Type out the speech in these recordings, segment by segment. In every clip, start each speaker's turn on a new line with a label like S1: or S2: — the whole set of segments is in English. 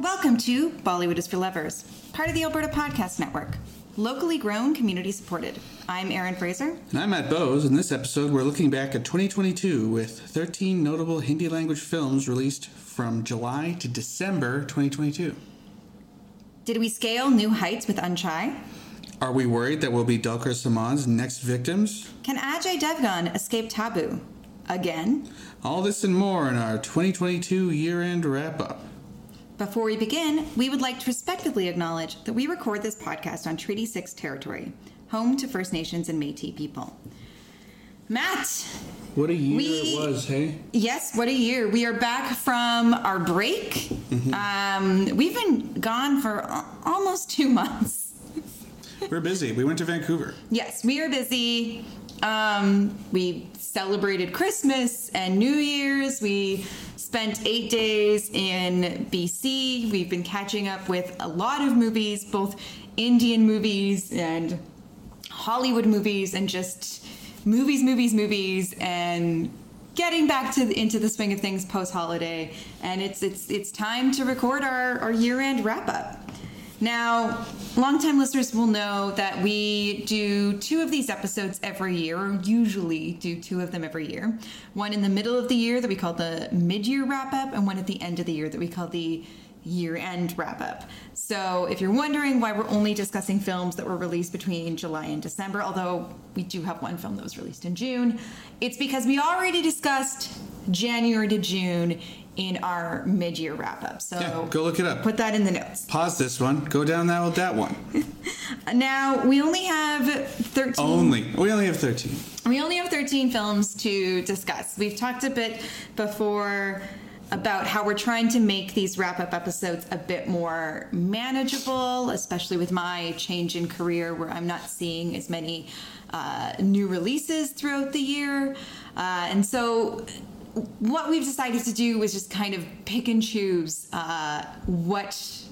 S1: Welcome to Bollywood is for Lovers, part of the Alberta Podcast Network, locally grown, community supported. I'm Erin Fraser.
S2: And I'm Matt Bowes. In this episode, we're looking back at 2022 with 13 notable Hindi language films released from July to December 2022.
S1: Did we scale new heights with Unchai?
S2: Are we worried that we'll be Dalkar Saman's next victims?
S1: Can Ajay Devgan escape taboo? Again?
S2: All this and more in our 2022 year end wrap up.
S1: Before we begin, we would like to respectfully acknowledge that we record this podcast on Treaty 6 territory, home to First Nations and Metis people. Matt,
S2: What a year
S1: We-
S2: it was, hey?
S1: Yes, what a year. We are back from our break. Um, we've been gone for a- almost two months.
S2: We're busy. We went to Vancouver.
S1: Yes, we are busy. Um, we celebrated Christmas and New Year's. We spent eight days in BC. We've been catching up with a lot of movies, both Indian movies and Hollywood movies, and just movies, movies, movies, and getting back to into the swing of things post holiday. And it's it's it's time to record our, our year end wrap up. Now, longtime listeners will know that we do two of these episodes every year, or usually do two of them every year. One in the middle of the year that we call the mid year wrap up, and one at the end of the year that we call the year end wrap up. So, if you're wondering why we're only discussing films that were released between July and December, although we do have one film that was released in June, it's because we already discussed January to June in our mid year wrap up. So,
S2: Yeah, go look it up.
S1: Put that in the notes.
S2: Pause this one. Go down that with that one.
S1: Now we only have thirteen.
S2: Only. We only have 13.
S1: We only have thirteen films to discuss. We've talked a bit before about how we're trying to make these wrap-up episodes a bit more manageable, especially with my change in career, where I'm not seeing as many uh, new releases throughout the year, uh, and so what we've decided to do was just kind of pick and choose uh, what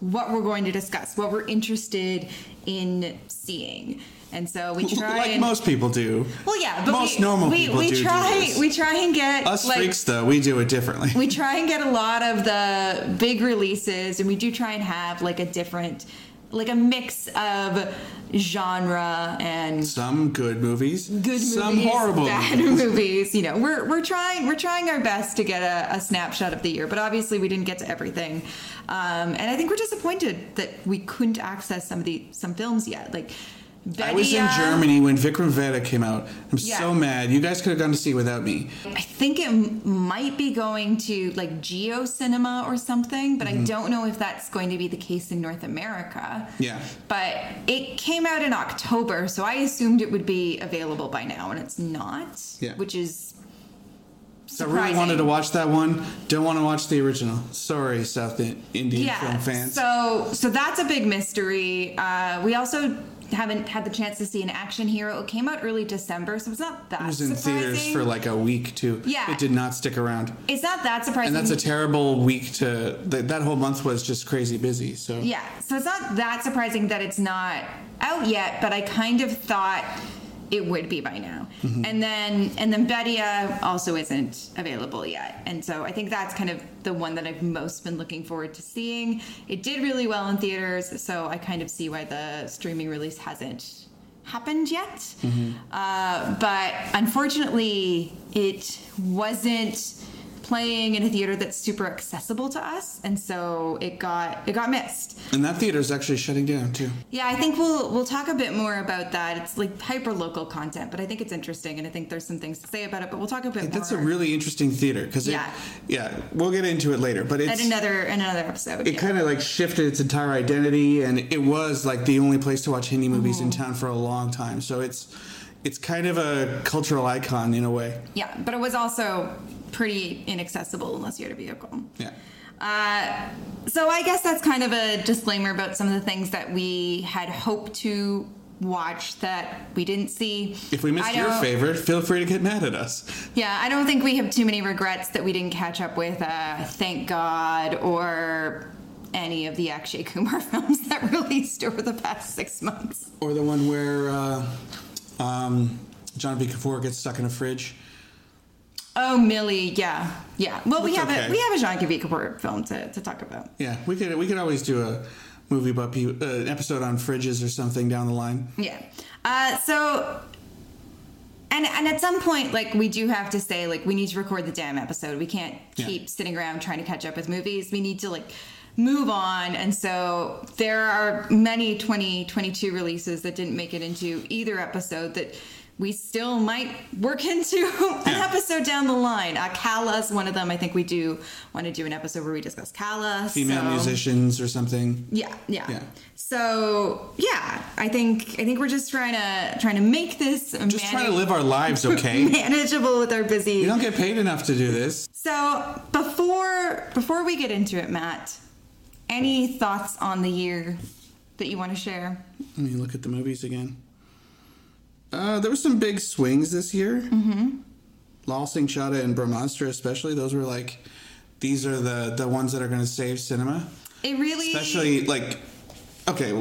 S1: what we're going to discuss, what we're interested in seeing. And so we try
S2: like
S1: and
S2: most people do.
S1: well, yeah, but
S2: most
S1: we,
S2: normal
S1: we,
S2: people
S1: we
S2: do do
S1: try
S2: this.
S1: we try and get
S2: Us
S1: like,
S2: freaks, though, we do it differently.
S1: we try and get a lot of the big releases and we do try and have like a different like a mix of genre and
S2: Some good movies.
S1: good movies,
S2: Some horrible
S1: bad
S2: movies.
S1: movies. You know, we're we're trying we're trying our best to get a, a snapshot of the year, but obviously we didn't get to everything, um, and I think we're disappointed that we couldn't access some of the some films yet. Like,
S2: I was in
S1: Vedia-
S2: Germany when Vikram Veda came out. I'm
S1: Yeah.
S2: so mad. You guys could have gone to see it without me.
S1: I think it m- might be going to like Geo Cinema or something, but
S2: Mm-hmm.
S1: I don't know if that's going to be the case in North America.
S2: Yeah.
S1: But it came out in October, so I assumed it would be available by now, and it's not.
S2: Yeah.
S1: Which is
S2: So I really wanted to watch that one. Don't want to watch the original. Sorry, South In- Indian film fans.
S1: So so that's a big mystery. Uh, we also haven't had the chance to see an action hero. It came out early December, so it's not that
S2: it was in
S1: surprising.
S2: theaters for like a week too.
S1: Yeah. Mm-hmm.
S2: It did not stick around.
S1: it's not that surprising.
S2: And that's a terrible week to. Th- that whole month was just crazy busy. So
S1: yeah, so it's not that surprising that it's not out yet, but I kind of thought it would be by now. And then and then Bedia also isn't available yet. And so I think that's kind of the one that I've most been looking forward to seeing. It did really well in theaters, so I kind of see why the streaming release hasn't happened yet. Uh, but unfortunately, it wasn't playing in a theater that's super accessible to us, and so it got it got missed.
S2: And that theater is actually shutting down too.
S1: Yeah, I think we'll we'll talk a bit more about that. It's like hyper local content, but I think it's interesting, and I think there's some things to say about it. But we'll talk a bit.
S2: That's a
S1: more
S2: really interesting theater because
S1: Yeah.
S2: yeah, we'll get into it later. But
S1: at
S2: it's
S1: another in another episode.
S2: it
S1: yeah.
S2: kind of like shifted its entire identity and it was like the only place to watch hindi movies in
S1: Mm-hmm.
S2: town for a long time so it's it's kind of a cultural icon in a way
S1: yeah, but it was also pretty inaccessible unless you had a vehicle.
S2: yeah
S1: Uh, so I guess that's kind of a disclaimer about some of the things that we had hoped to watch that we didn't see.
S2: if we
S1: I
S2: missed your
S1: don't-
S2: favorite feel free to get mad at us
S1: Yeah, I don't think we have too many regrets that we didn't catch up with uh, Thank God or any of the Akshay Kumar films that released over the past six months.
S2: or the one where uh, um, john v Kafur gets stuck in a fridge
S1: Oh, Millie, yeah, yeah. Well, we
S2: It's
S1: have
S2: okay.
S1: a we have a Jean Kavik Kapoor film to, to talk about.
S2: Yeah, we could we could always do a movie about pe- uh, an episode on fridges or something down the line.
S1: Yeah. Uh, so, and and at some point, like we do have to say, like we need to record the damn episode. We can't
S2: Yeah.
S1: keep sitting around trying to catch up with movies. We need to like move on. And so there are many 2022 releases that didn't make it into either episode that. We still might work into an
S2: Yeah.
S1: episode down the line. Uh, Kala's one of them. I think we do want to do an episode where we discuss Kala.
S2: Female
S1: so-
S2: musicians or something.
S1: yeah, yeah.
S2: Yeah.
S1: So yeah, I think I think we're just trying to trying to make this
S2: Just try to live our lives, okay?
S1: manageable with our busy.
S2: you don't get paid enough to do this.
S1: So before before we get into it, Matt, any thoughts on the year that you want to share?
S2: Let me look at the movies again. Uh, there were some big swings this year. Mm-hmm. Lal Singh Chadha and Brahmastra, especially. Those were like, these are the, the ones that are going to save cinema.
S1: It really
S2: Especially, like, okay,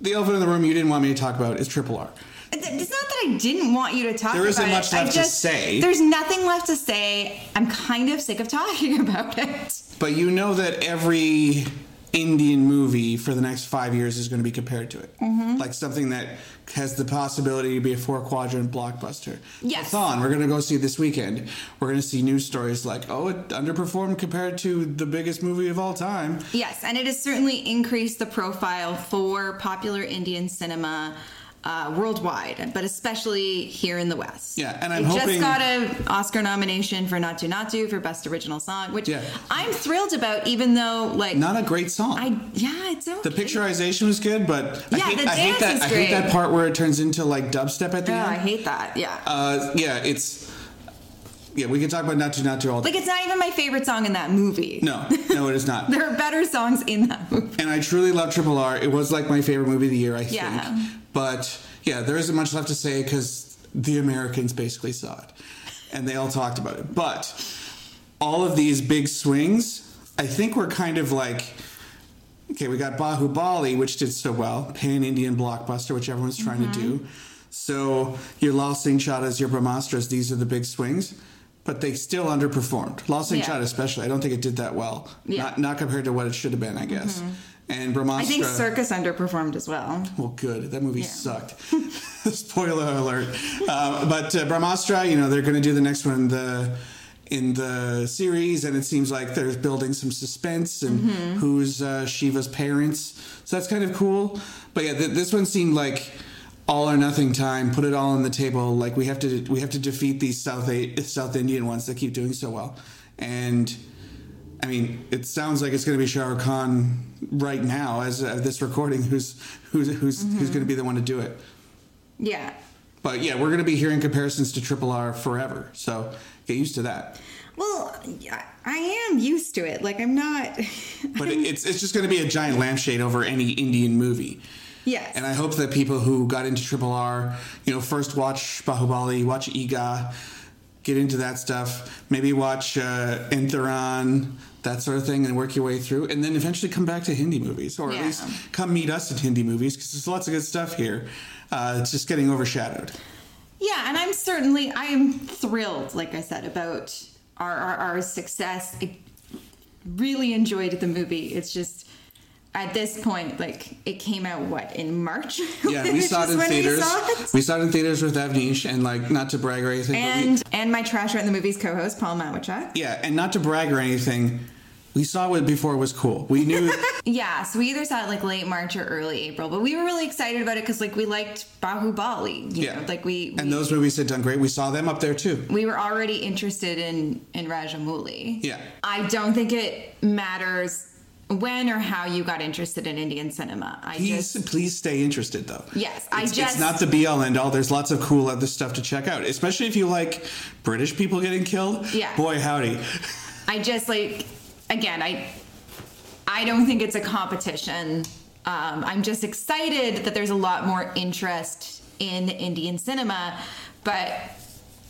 S2: the elephant in the room you didn't want me to talk about is Triple R.
S1: It's it's not that I didn't want you to talk.
S2: There isn't
S1: about
S2: much
S1: it. I
S2: left to
S1: just-
S2: say.
S1: There's nothing left to say. I'm kind of sick of talking about it.
S2: But you know that every Indian movie for the next five years is going to be compared to it.
S1: Mm-hmm.
S2: Like something that has the possibility to be a four quadrant blockbuster.
S1: Yes.
S2: Thon, we're going to go see this weekend. We're going to see news stories like, oh, it underperformed compared to the biggest movie of all time.
S1: Yes, and it has certainly increased the profile for popular Indian cinema uh, worldwide, but especially here in the West.
S2: Yeah, and I'm
S1: it
S2: hoping-
S1: just got an Oscar nomination for Natu Natu for Best Original Song, which
S2: Yeah.
S1: I'm thrilled about, even though like
S2: Not a great song.
S1: I yeah, it's okay.
S2: the picturization was good, but I,
S1: Yeah,
S2: hate,
S1: the
S2: I hate
S1: dance
S2: that.
S1: is
S2: I hate that
S1: great.
S2: part where it turns into like dubstep at the
S1: Oh,
S2: end.
S1: I hate that. Yeah.
S2: uh, yeah, it's yeah. We can talk about Natu Natu all day.
S1: like it's not even my favorite song in that movie.
S2: no, no, it is not.
S1: There are better songs in that movie.
S2: and I truly love Triple R. It was like my favorite movie of the year, I
S1: Yeah.
S2: think. But yeah, there isn't much left to say because the Americans basically saw it, and they all talked about it. But all of these big swings, I think, were kind of like. Okay, we got Bahubali, which did so well, pan Indian blockbuster, which everyone's trying to
S1: Mm-hmm.
S2: do. So your Lal Singh Chaddas, your Brahmastras, these are the big swings, but they still underperformed. Lal Singh
S1: Yeah.
S2: Chadda, especially, I don't think it did that well.
S1: Yeah. Mm-hmm.
S2: Not, not compared to what it should have been, I guess. And
S1: I
S2: Brahmastra.
S1: think Circus underperformed as well.
S2: well, good. That movie
S1: Yeah.
S2: sucked. Spoiler alert. Uh, but uh, Brahmastra, you know, they're going to do the next one in the in the series, and it seems like they're building some suspense and
S1: Mm-hmm.
S2: who's uh, Shiva's parents. So that's kind of cool. But yeah, th- this one seemed like all or nothing time. Put it all on the table. Like we have to we have to defeat these South a- South Indian ones that keep doing so well. And I mean, it sounds like it's going to be Shah Rukh Khan right now as of this recording. Who's who's who's who's going to be the one to do it?
S1: Yeah.
S2: But yeah, we're going to be hearing comparisons to Triple R forever. So get used to that.
S1: Well, I- I am used to it. Like I'm not.
S2: But it, it's it's just going to be a giant lampshade over any Indian movie.
S1: yes.
S2: And I hope that people who got into Triple R, you know, first watch Bahubali, watch Iga, get into that stuff. Maybe watch uh, Entheron, that sort of thing, and work your way through. And then eventually come back to Hindi movies, or at
S1: Yeah.
S2: least come meet us at Hindi movies, because there's lots of good stuff here. Uh, it's just getting overshadowed.
S1: Yeah, and I'm certainly I am thrilled, like I said, about our our, our success. I really enjoyed the movie. It's just at this point, like it came out what in March.
S2: Yeah, we
S1: Which
S2: saw it
S1: is
S2: in
S1: when we
S2: theaters.
S1: saw it.
S2: We saw it in theaters with Avnish, and like not to brag or anything, but we,
S1: And and my trash rent the movie's co-host Paul Mawichuk.
S2: yeah, and not to brag or anything, we saw it before it was cool. We knew.
S1: Yeah, so we either saw it like late March or early April, but we were really excited about it because like we liked Bahubali. You
S2: Yeah.
S1: know, like we we,
S2: and those movies had done great. We saw them up there too.
S1: we were already interested in in Rajamouli.
S2: Yeah.
S1: I don't think it matters when or how you got interested in Indian cinema. I
S2: Please,
S1: just
S2: please stay interested though.
S1: Yes, I
S2: It's- It's
S1: just-
S2: not the be all end all. There's lots of cool other stuff to check out, especially if you like British people getting killed.
S1: Yeah.
S2: Boy, howdy.
S1: I just like again, I I don't think it's a competition. Um, I'm just excited that there's a lot more interest in Indian cinema, but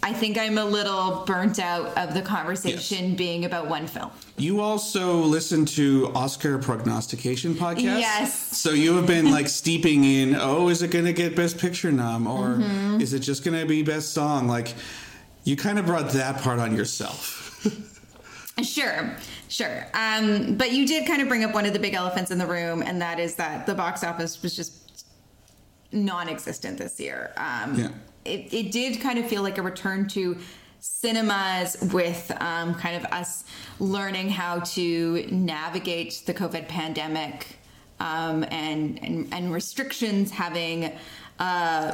S1: I think I'm a little burnt out of the conversation being about one film.
S2: You also listen to Oscar prognostication podcast.
S1: Yes.
S2: So you have been like steeping
S1: Mm-hmm.
S2: in, oh, is it going to get Best Picture nom or is it just going to be Best Song? Like, you kind of brought that part on yourself.
S1: Sure, sure. Um, but you did kind of bring up one of the big elephants in the room, and that is that the box office was just non existent this year. Um,
S2: Yeah.
S1: it, it did kind of feel like a return to cinemas with um, kind of us learning how to navigate the COVID pandemic um, and, and, and restrictions having.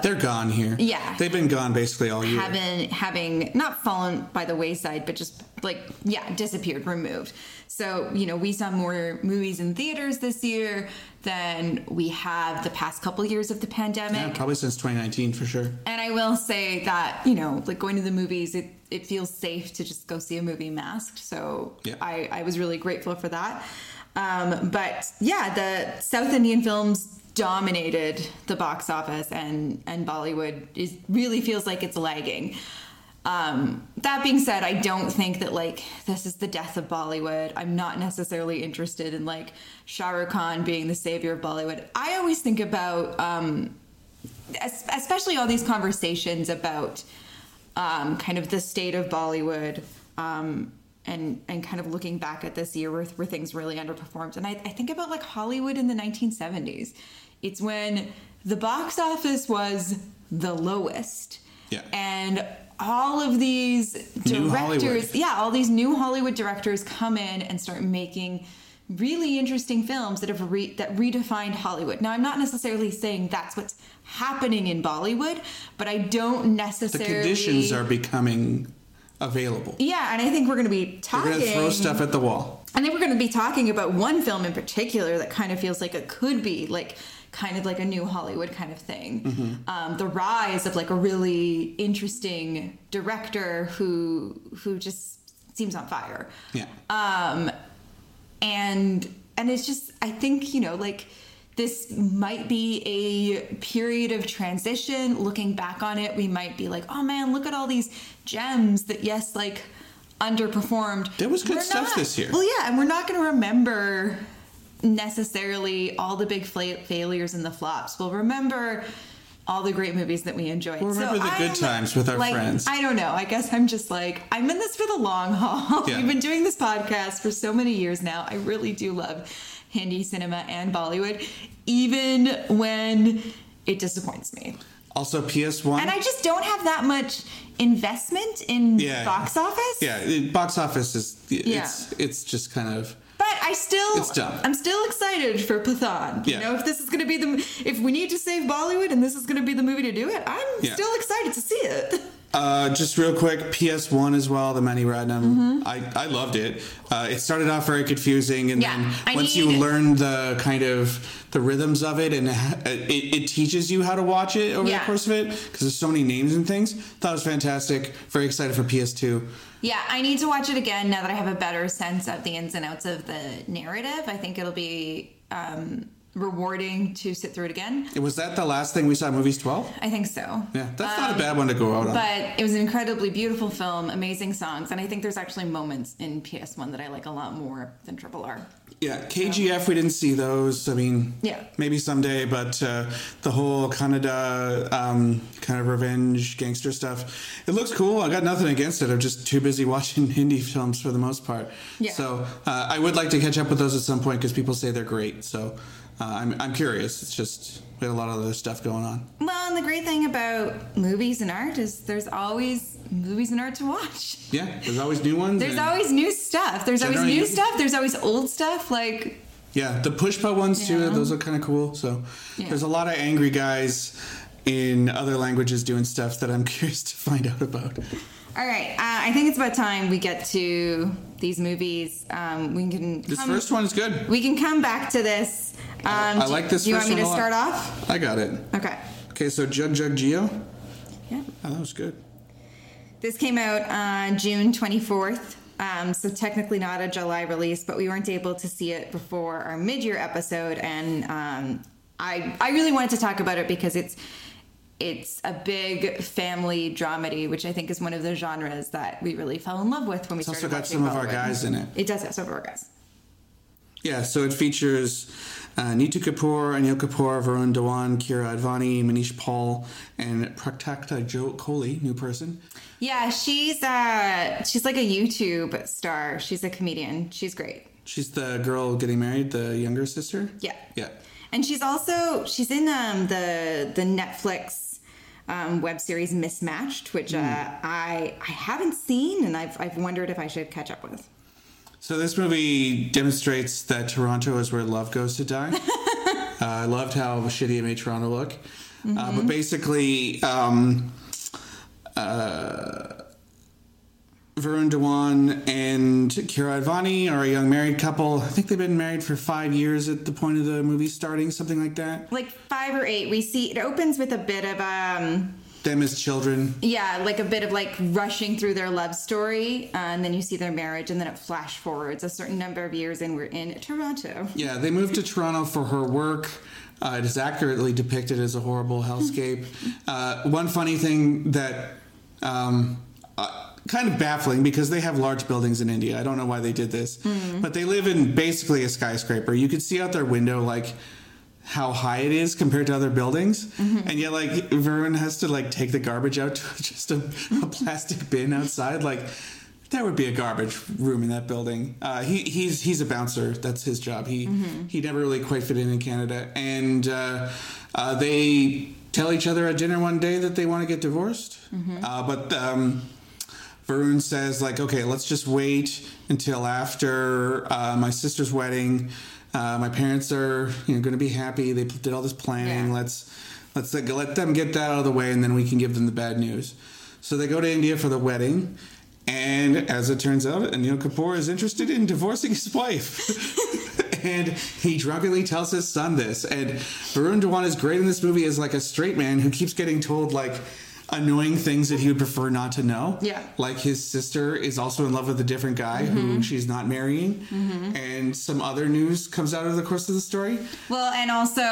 S2: They're gone here.
S1: Yeah.
S2: They've been gone basically all year.
S1: having having not fallen by the wayside but just like yeah disappeared removed so you know we saw more movies in theaters this year than we have the past couple years of the pandemic
S2: Yeah, probably since 2019 for sure.
S1: and i will say that you know like going to the movies it, it feels safe to just go see a movie masked so
S2: Yeah.
S1: I, I was really grateful for that um, but yeah the south indian films dominated the box office and and bollywood is really feels like it's lagging um, that being said, I don't think that like this is the death of Bollywood. I'm not necessarily interested in like Shah Rukh Khan being the savior of Bollywood. I always think about, um, es- especially all these conversations about um, kind of the state of Bollywood. Um, and, and kind of looking back at this year where, where things really underperformed. And I, I think about like Hollywood in the 1970s. It's when the box office was the lowest
S2: Yeah.
S1: and all of these
S2: New Hollywood.
S1: directors yeah all these new hollywood directors come in and start making really interesting films that have re- that redefined hollywood now i'm not necessarily saying that's what's happening in bollywood but i don't
S2: The
S1: necessarily
S2: conditions are becoming available.
S1: yeah and i think we're going to be
S2: We're
S1: talking
S2: going to throw stuff at the wall.
S1: I think we're going to be talking about one film in particular that kind of feels like it could be like kind of like a new Hollywood kind of thing. Um, the rise of like a really interesting director who who just seems on fire
S2: Yeah.
S1: Uh, and and it's just i think you know like this might be a period of transition looking back on it we might be like oh man look at all these gems that yes like underperformed
S2: There was good
S1: We're
S2: stuff
S1: not-
S2: this year.
S1: well yeah and we're not going to remember necessarily all the big fla- failures and the flops we'll remember all the great movies that we enjoyed.
S2: We'll remember the good
S1: I'm,
S2: times with our
S1: like,
S2: friends.
S1: I don't know. I guess I'm just like I'm in this for the long haul.
S2: Yeah.
S1: We've been doing this podcast for so many years now. I really do love Hindi cinema and Bollywood, even when it disappoints me.
S2: also, PS1.
S1: And I just don't have that much investment in
S2: Yeah.
S1: box office.
S2: yeah, it, box office is it's it's just kind of
S1: But I still,
S2: It's dumb.
S1: I'm still excited for Pathan.
S2: Yeah.
S1: You know, if this is going to be the, if we need to save Bollywood and this is going to be the movie to do it, I'm
S2: Yeah.
S1: still excited to see it.
S2: Uh, just real quick, PS1 as well, the Mani Ratnam.
S1: Mm-hmm.
S2: I, I loved it. Uh, it started off very confusing, and
S1: Yeah,
S2: then
S1: I
S2: once
S1: need-
S2: you learn the kind of the rhythms of it, and ha- it, it teaches you how to watch it over
S1: Yeah.
S2: the course of it, because there's so many names and things. Thought it was fantastic. Very excited for PS2.
S1: Yeah, I need to watch it again now that I have a better sense of the ins and outs of the narrative. I think it'll be um, rewarding to sit through it again.
S2: Was that the last thing we saw? Movies 12.
S1: I think so.
S2: Yeah, that's not
S1: Uh,
S2: a bad one to go out on.
S1: But it was an incredibly beautiful film, amazing songs, and I think there's actually moments in PS1 that I like a lot more than Triple R.
S2: Yeah, KGF, we didn't see those. I mean,
S1: Yeah.
S2: maybe someday, but uh, the whole Canada um, kind of revenge gangster stuff, it looks cool. I got nothing against it. I'm just too busy watching Hindi films for the most part.
S1: Yeah.
S2: So uh, I would like to catch up with those at some point because people say they're great. So uh, I'm, I'm curious. It's just, we had a lot of other stuff going on.
S1: Well, and the great thing about movies and art is there's always movies and art to watch.
S2: Yeah, there's always new ones.
S1: There's
S2: and-
S1: always new stuff. There's always
S2: Generally-
S1: new stuff. There's always old stuff. Like
S2: Yeah, the pushpa ones too.
S1: Yeah.
S2: Those are kind of cool. So
S1: Yeah.
S2: there's a lot of angry guys in other languages doing stuff that I'm curious to find out about.
S1: All right, uh, I think it's about time we get to these movies. Um, we can
S2: This
S1: come,
S2: first one is good.
S1: we can come back to this. Um,
S2: I
S1: do-
S2: like this
S1: Do you
S2: first
S1: want me to
S2: one a lot.
S1: start off?
S2: I got it.
S1: Okay.
S2: Okay, so Jug Jug Geo.
S1: Yeah.
S2: Oh, that was good.
S1: This came out on June 24th, um, so technically not a July release, but we weren't able to see it before our mid-year episode, and um, I I really wanted to talk about it because it's it's a big family dramedy, which I think is one of the genres that we really fell in love with when we
S2: It's also
S1: started
S2: got
S1: watching
S2: some of our
S1: Bollywood.
S2: guys in it.
S1: It does have some of our guys.
S2: Yeah, so it features uh, Neetu Kapoor, Anil Kapoor, Varun Dhawan, Kira Advani, Manish Paul, and Praktakta Joe Kohli, new person.
S1: Yeah, she's uh she's like a YouTube star. She's a comedian. She's great.
S2: She's the girl getting married, the younger sister.
S1: Yeah.
S2: Yeah.
S1: And she's also she's in um the the Netflix um, web series Mismatched, which uh, I I haven't seen and I've I've wondered if I should catch up with.
S2: So this movie demonstrates that Toronto is where love goes to die. uh, I loved how shitty it made Toronto look. Uh, but basically, um, uh, Varun Dhawan and Kira Advani are a young married couple. I think they've been married for five years at the point of the movie starting, something like that.
S1: Like five or eight, we see it opens with a bit of um
S2: Them as children.
S1: yeah like a bit of like rushing through their love story, uh, and then you see their marriage, and then it flash forwards a certain number of years, and we're in Toronto.
S2: Yeah, they moved to Toronto for her work. Uh, it is accurately depicted as a horrible hellscape. uh, one funny thing that um, uh, kind of baffling because they have large buildings in India. I don't know why they did this, but they live in basically a skyscraper. You could see out their window like how high it is compared to other buildings, and yet like Varun has to like take the garbage out to just a, a plastic bin outside, like. That would be a garbage room in that building. Uh, he, he's he's a bouncer. That's his job. He he never really quite fit in in Canada. And uh, uh, they tell each other at dinner one day that they want to get divorced. Uh, but um, Varun says like, okay, let's just wait until after uh, my sister's wedding. Uh, my parents are you know going to be happy. They did all this planning.
S1: Yeah.
S2: Let's let's let's let, let them get that out of the way and then we can give them the bad news so they go to india for the wedding and as it turns out anil kapoor is interested in divorcing his wife and he drunkenly tells his son this and varun dhawan is great in this movie as like a straight man who keeps getting told like annoying things that he would prefer not to know
S1: Yeah.
S2: like his sister is also in love with a different guy who she's not marrying and some other news comes out of the course of the story
S1: Well, and also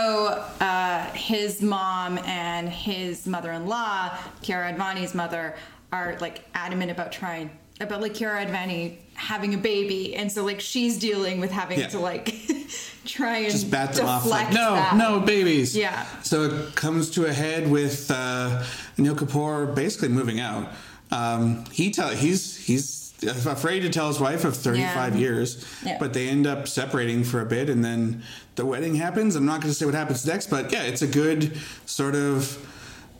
S1: uh, his mom and his mother-in-law, Kiara Advani's mother, are like adamant about trying about like Kiara Advani having a baby, and so like she's dealing with having
S2: Yeah.
S1: to like try and
S2: just bat them off like
S1: deflect
S2: no
S1: that.
S2: no babies
S1: Yeah.
S2: so it comes to a head with uh, Neil Kapoor basically moving out um, he tell he's he's afraid to tell his wife of 35
S1: Yeah.
S2: years
S1: Yeah.
S2: but they end up separating for a bit and then the wedding happens I'm not going to say what happens next but yeah it's a good sort of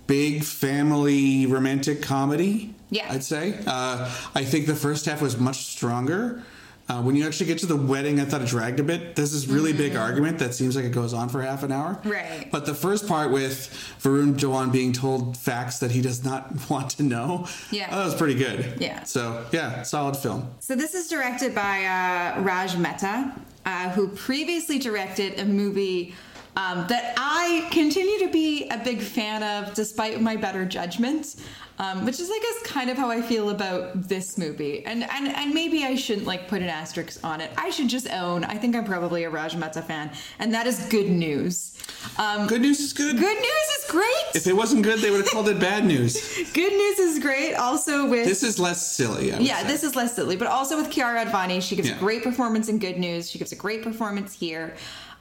S2: big family romantic comedy
S1: Yeah.
S2: I'd say uh, I think the first half was much stronger uh, when you actually get to the wedding, I thought it dragged a bit. There's this really big argument that seems like it goes on for half an hour.
S1: Mm-hmm. Right.
S2: But the first part with Varun Dhawan being told facts that he does not want to know,
S1: Yeah.
S2: that was pretty good.
S1: Yeah.
S2: So yeah, solid film.
S1: So this is directed by uh, Raj Mehta, uh, who previously directed a movie um, that I continue to be a big fan of, despite my better judgment. Um, which is, I guess, kind of how I feel about this movie, and, and and maybe I shouldn't like put an asterisk on it. I should just own. I think I'm probably a Raj Mehta fan, and that is good news. Um,
S2: Good news is good.
S1: good news is great.
S2: If it wasn't good, they would have called it bad news.
S1: good news is great. Also with
S2: This is less silly. I would
S1: yeah,
S2: say.
S1: this is less silly, but also with Kiara Advani, she gives
S2: Yeah.
S1: a great performance in Good News. She gives a great performance here.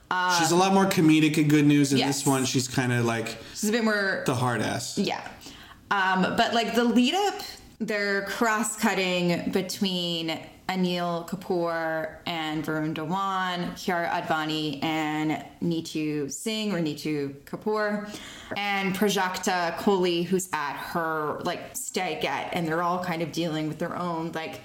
S1: Uh,
S2: She's a lot more comedic in Good News. In
S1: Yes.
S2: this one, she's kind of like
S1: she's a bit more,
S2: the hard ass.
S1: yeah. Um, but like the lead up, they're cross cutting between Anil Kapoor and Varun Dhawan, Kiara Advani and Neetu Singh or Neetu Kapoor, and Prajakta Kohli, who's at her like stagette, and they're all kind of dealing with their own like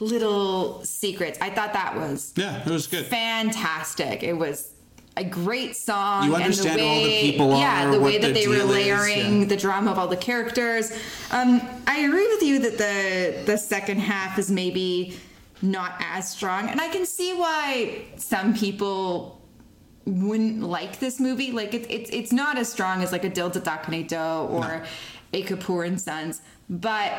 S1: little secrets. I thought that was
S2: Yeah, it was good.
S1: fantastic. It was a great song.
S2: You
S1: and
S2: understand
S1: the
S2: all the
S1: way,
S2: people are,
S1: Yeah, the
S2: what
S1: way that
S2: the
S1: they were
S2: deal is,
S1: layering
S2: yeah.
S1: the drama of all the characters. Um, I agree with you that the the second half is maybe not as strong, and I can see why some people wouldn't like this movie. Like it's it's it's not as strong as like a Dil Dakane Do or a Kapoor and Sons, but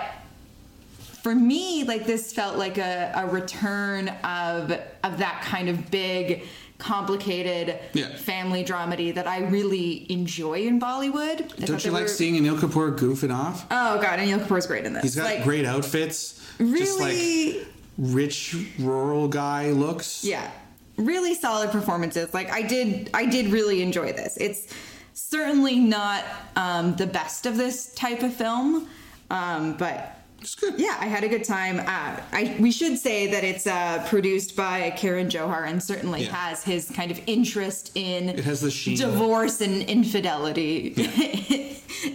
S1: for me, like this felt like a, a return of of that kind of big, complicated
S2: Yeah.
S1: family dramedy that I really enjoy in Bollywood. I thought
S2: Don't
S1: they
S2: you like
S1: were-
S2: seeing Anil Kapoor goofing off?
S1: Oh god, Anil Kapoor's great in this.
S2: He's got
S1: like,
S2: great outfits. Just like
S1: really,
S2: rich rural guy looks.
S1: yeah. really solid performances. Like I did, I did really enjoy this. It's certainly not um, the best of this type of film, um, but
S2: It's good.
S1: yeah, I had a good time. Uh, I we should say that it's uh, produced by Karen Johar and certainly
S2: Yeah.
S1: has his kind of interest in
S2: It has the sheen.
S1: divorce and infidelity.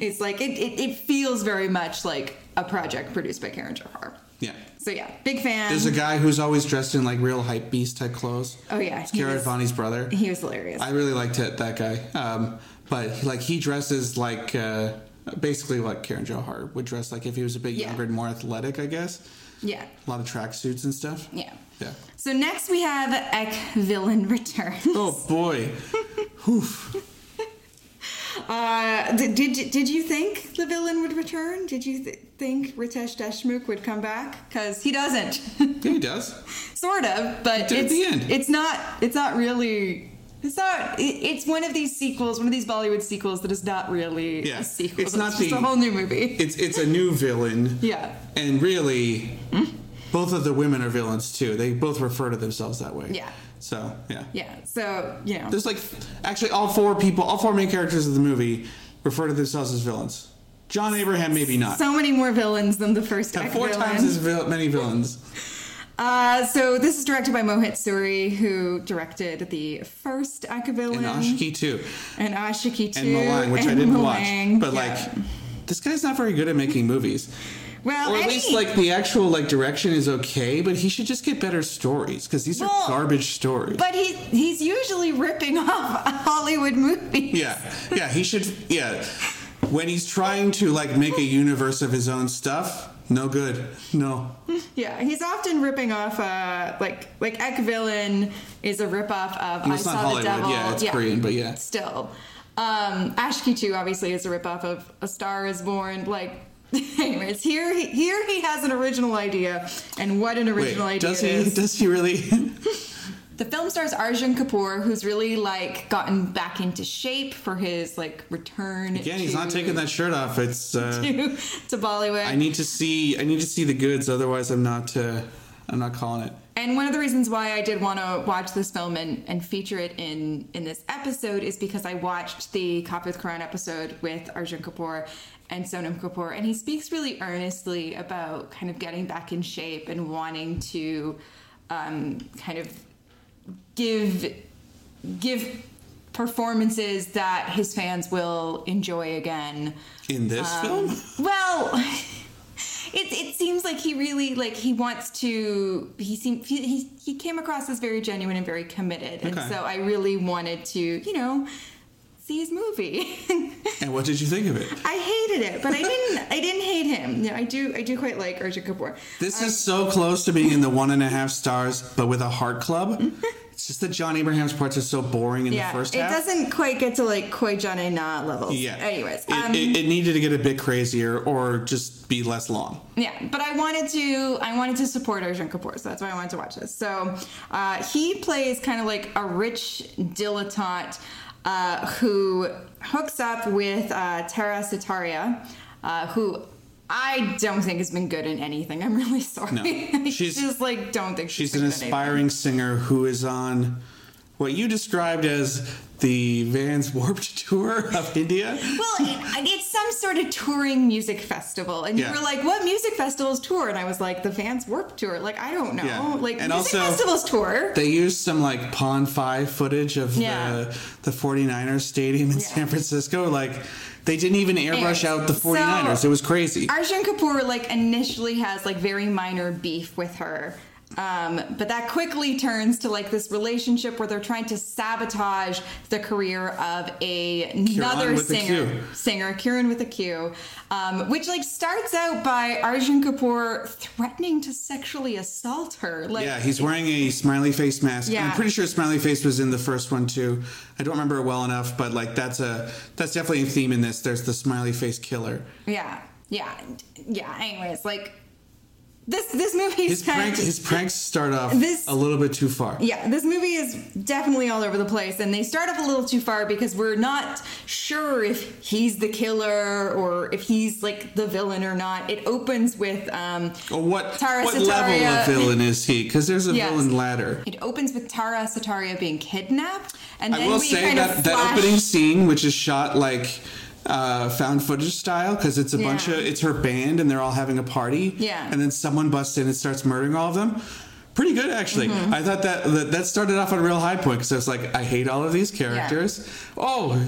S1: it's like it, it, it feels very much like a project produced by Karen Johar.
S2: Yeah.
S1: So yeah, big fan.
S2: There's a guy who's always dressed in like real hype beast type clothes.
S1: Oh, yeah,
S2: It's
S1: he
S2: Cara
S1: is-
S2: Devani's brother.
S1: he was hilarious.
S2: I really liked it, that guy. Um, but like he dresses like uh, basically like Karen Johar would dress like if he was a bit
S1: Yeah.
S2: younger and more athletic, I guess.
S1: yeah,
S2: A lot of tracksuits and stuff.
S1: yeah.
S2: Yeah.
S1: So next we have Ek Villain Returns.
S2: Oh boy.
S1: Uh, did, did did you think the villain would return? Did you th- think Ritesh Deshmukh would come back? Because he doesn't,
S2: Yeah, he does.
S1: sort of. But
S2: did at
S1: it's
S2: the end.
S1: it's not it's not really. It's not. it- It's one of these sequels, one of these Bollywood sequels that is not really
S2: Yeah.
S1: a sequel.
S2: It's not
S1: just
S2: the-
S1: a whole new movie.
S2: It's it's a new villain.
S1: Yeah.
S2: And really
S1: Hmm?
S2: both of the women are villains too. They both refer to themselves that way.
S1: Yeah.
S2: So yeah.
S1: Yeah. So you know.
S2: There's like actually all four people, all four main characters of the movie refer to themselves as villains. John Abraham maybe not.
S1: so many more villains than the first Ek
S2: Four
S1: villain.
S2: times as vil- many villains.
S1: Uh, so this is directed by Mohit Suri, who directed the first Akavillain
S2: And Ashiki too.
S1: and Ashiki too,
S2: And Malang, which I
S1: and
S2: didn't
S1: Malang.
S2: watch. But
S1: Yeah.
S2: like this guy's not very good at making movies.
S1: well,
S2: Or at
S1: any-
S2: least like the actual like direction is okay, but he should just get better stories because these
S1: Well,
S2: are garbage stories.
S1: but he he's usually ripping off Hollywood movies.
S2: Yeah, yeah, he should. Yeah, when he's trying to like make a universe of his own stuff, no good. No,
S1: Yeah, he's often ripping off uh like like Ek Villain is a ripoff of
S2: it's
S1: I
S2: not
S1: Saw
S2: Hollywood.
S1: the Devil.
S2: Yeah, it's Korean, but yeah.
S1: Still. Um Ashki 2 obviously is a ripoff of A Star is Born like anyways, here he, here he has an original idea and what an
S2: Wait,
S1: original idea
S2: does
S1: it
S2: he?
S1: is.
S2: Does he really?
S1: The film stars Arjun Kapoor, who's really like gotten back into shape for his like return.
S2: Again,
S1: to,
S2: he's not taking that shirt off. It's. Uh,
S1: to, to Bollywood.
S2: I need to see. I need to see the goods. Otherwise, I'm not. Uh, I'm not calling it.
S1: and one of the reasons why I did want to watch this film and, and feature it in in this episode is because I watched the Cop with Quran episode with Arjun Kapoor and Sonam Kapoor, and he speaks really earnestly about kind of getting back in shape and wanting to um, kind of give give performances that his fans will enjoy again.
S2: In this
S1: Um,
S2: film,
S1: Well, it it seems like he really like he wants to. He seemed he he, he came across as very genuine and very committed, and
S2: Okay.
S1: so I really wanted to you know see his movie.
S2: and what did you think of it?
S1: I hated it, but I didn't. I didn't hate him. No, I do. I do quite like Arjun Kapoor.
S2: This is so close to being in the one and a half stars, but with a heart club. It's just that John Abraham's parts are so boring in
S1: Yeah,
S2: the first
S1: it
S2: half.
S1: doesn't quite get to like Koi Jane Na levels.
S2: Yeah.
S1: Anyways, um,
S2: it, it, it needed to get a bit crazier or just be less long.
S1: Yeah, but I wanted to I wanted to support Arjun Kapoor, so that's why I wanted to watch this. So uh, he plays kind of like a rich dilettante uh, who hooks up with uh, Tara Sitaria, uh, who I don't think has been good in anything. I'm really sorry.
S2: No.
S1: I
S2: She's-
S1: just like don't think she's,
S2: She's an
S1: been good in anything.
S2: aspiring singer who is on what you described as the Vans Warped Tour of India.
S1: Well, it- it's some sort of touring music festival, and
S2: Yeah.
S1: you were like, "What music festivals tour?" And I was like, "The Vans Warp Tour." Like, I don't know.
S2: Yeah.
S1: Like,
S2: And
S1: music
S2: also-
S1: festivals tour.
S2: They used some like Pond 5 footage of
S1: Yeah.
S2: the, the 49ers stadium in
S1: Yeah.
S2: San Francisco. Like, they didn't even
S1: Anyways,
S2: airbrush out the
S1: so-
S2: 49ers. it was crazy.
S1: Arjun Kapoor like initially has like very minor beef with her. Um, but that quickly turns to like this relationship where they're trying to sabotage the career of a, another
S2: with a
S1: singer,
S2: Q.
S1: singer Kieran with a Q, um, which like starts out by Arjun Kapoor threatening to sexually assault her. Like,
S2: yeah, he's wearing a smiley face mask.
S1: Yeah.
S2: I'm pretty sure smiley face was in the first one too. I don't remember it well enough, but like that's a that's definitely a theme in this. There's the smiley face killer.
S1: Yeah. Yeah. Yeah. Anyways, like this this movie
S2: His
S1: is kind
S2: pranks,
S1: of
S2: his pranks start off
S1: This-
S2: a little bit too far.
S1: yeah, this movie is definitely all over the place, and they start off a little too far because we're not sure if he's the killer or if he's like the villain or not. It opens with um,
S2: Or what
S1: Tara
S2: what
S1: Sataria-
S2: level of villain is he? Because there's a
S1: Yes.
S2: villain ladder.
S1: it opens with Tara Sataria being kidnapped, and then
S2: I will
S1: we
S2: say
S1: kind
S2: that
S1: of
S2: that
S1: flash-
S2: opening scene, which is shot like uh, found footage style, because it's a bunch
S1: Yeah.
S2: of it's her band and they're all having a party.
S1: Yeah.
S2: and then someone busts in and starts murdering all of them. Pretty good, actually.
S1: Mm-hmm.
S2: I thought that, that that started off on a real high point because I was like, I hate all of these characters. Oh,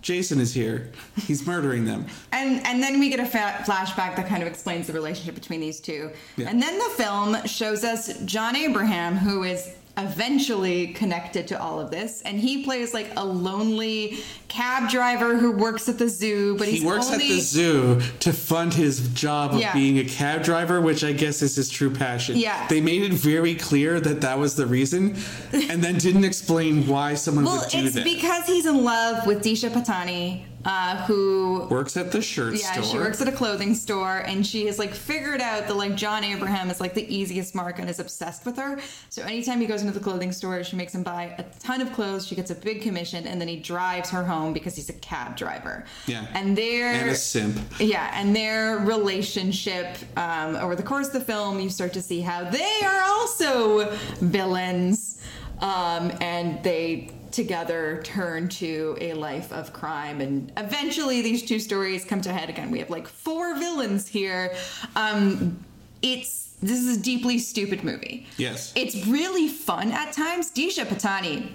S2: Jason is here. He's murdering them.
S1: And and then we get a fa- flashback that kind of explains the relationship between these two.
S2: Yeah.
S1: And then the film shows us John Abraham, who is eventually connected to all of this, and he plays like a lonely cab driver who works at the zoo, but he's
S2: he works
S1: only
S2: at the zoo to fund his job of
S1: Yeah.
S2: being a cab driver, which I guess is his true passion.
S1: Yeah.
S2: They made it very clear that that was the reason, and then didn't explain why someone
S1: well,
S2: would do
S1: it's
S2: that.
S1: because he's in love with Disha Patani, uh, who
S2: works at the shirt
S1: Yeah,
S2: store.
S1: she works at a clothing store, and she has like figured out that like John Abraham is like the easiest mark and is obsessed with her. So anytime he goes into the clothing store, she makes him buy a ton of clothes. She gets a big commission, and then he drives her home because he's a cab driver.
S2: Yeah.
S1: and their
S2: and a simp.
S1: yeah, and their relationship um, over the course of the film, you start to see how they are also villains, um, and they together turn to a life of crime. And eventually, these two stories come to a head again. We have like four villains here. Um, it's this is a deeply stupid movie.
S2: Yes.
S1: it's really fun at times. Disha Patani,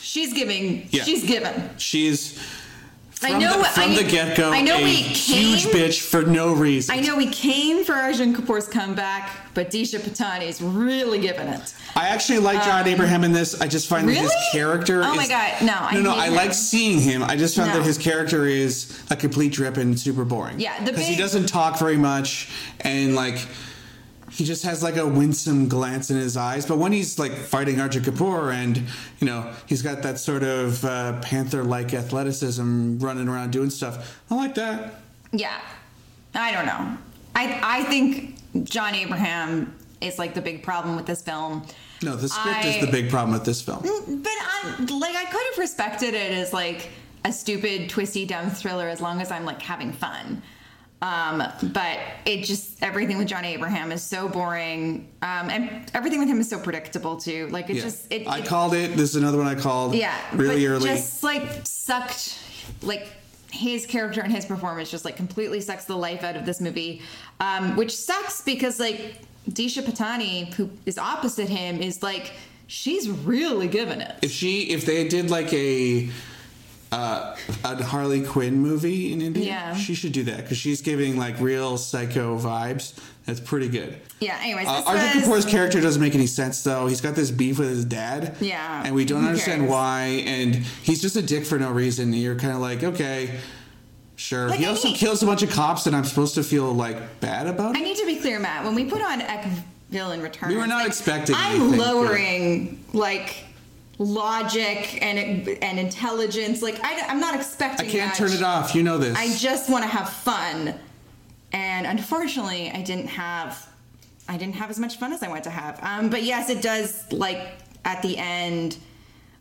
S1: she's giving,
S2: Yeah.
S1: she's given.
S2: She's. From
S1: I know-
S2: the, from
S1: I-
S2: the get go,
S1: I know
S2: a
S1: we
S2: huge
S1: came-
S2: bitch for no reason.
S1: I know we came for Arjun Kapoor's comeback, but Disha Patani's really giving it.
S2: I actually like John Abraham in this. I just find that his
S1: Um, Really?
S2: character.
S1: Oh my
S2: is,
S1: God, no, I
S2: no, no.
S1: hate
S2: I
S1: him.
S2: like seeing him. I just found
S1: No.
S2: that his character is a complete drip and super boring.
S1: Yeah, the
S2: because he
S1: big-
S2: doesn't talk very much, and like he just has like a winsome glance in his eyes. But when he's like fighting Arjun Kapoor, and you know he's got that sort of uh, panther-like athleticism, running around doing stuff. I like that.
S1: Yeah. I don't know. I I think John Abraham is like the big problem with this film.
S2: No, the script
S1: I- Mm,
S2: is the big problem with this film.
S1: But I like I could have respected it as like a stupid, twisty, dumb thriller as long as I'm like having fun. Um, but it just everything with John Abraham is so boring, um, and everything with him is so predictable too. Like it
S2: Yeah.
S1: just it,
S2: I
S1: it
S2: called it. This is another one I called.
S1: yeah
S2: really
S1: but
S2: early.
S1: just like sucked like his character and his performance just like completely sucks the life out of this movie um which sucks because like Disha Patani who is opposite him is like she's really giving it
S2: if she if they did like a uh, a Harley Quinn movie in India,
S1: Yeah.
S2: she should do that because she's giving like real psycho vibes. That's pretty good.
S1: yeah anyways
S2: Uh,
S1: this
S2: Arjun
S1: was-
S2: Kapoor's character doesn't make any sense though. He's got this beef with his dad,
S1: Yeah,
S2: and we don't
S1: who
S2: understand
S1: cares?
S2: why. And he's just a dick for no reason. And you're kind of like, okay, sure.
S1: Like,
S2: he
S1: I
S2: also
S1: mean-
S2: kills a bunch of cops, and I'm supposed to feel like bad about
S1: I
S2: it.
S1: need to be clear, Matt. When we put on Eck Villain Returns,
S2: We were not
S1: like,
S2: expecting anything
S1: I'm
S2: for-
S1: lowering like logic and and intelligence. Like I, am not
S2: I
S1: expecting.
S2: can't
S1: much.
S2: turn it off. You know this.
S1: I just want to have fun. And unfortunately, I didn't have I didn't have as much fun as I wanted to have. Um, but yes, it does like at the end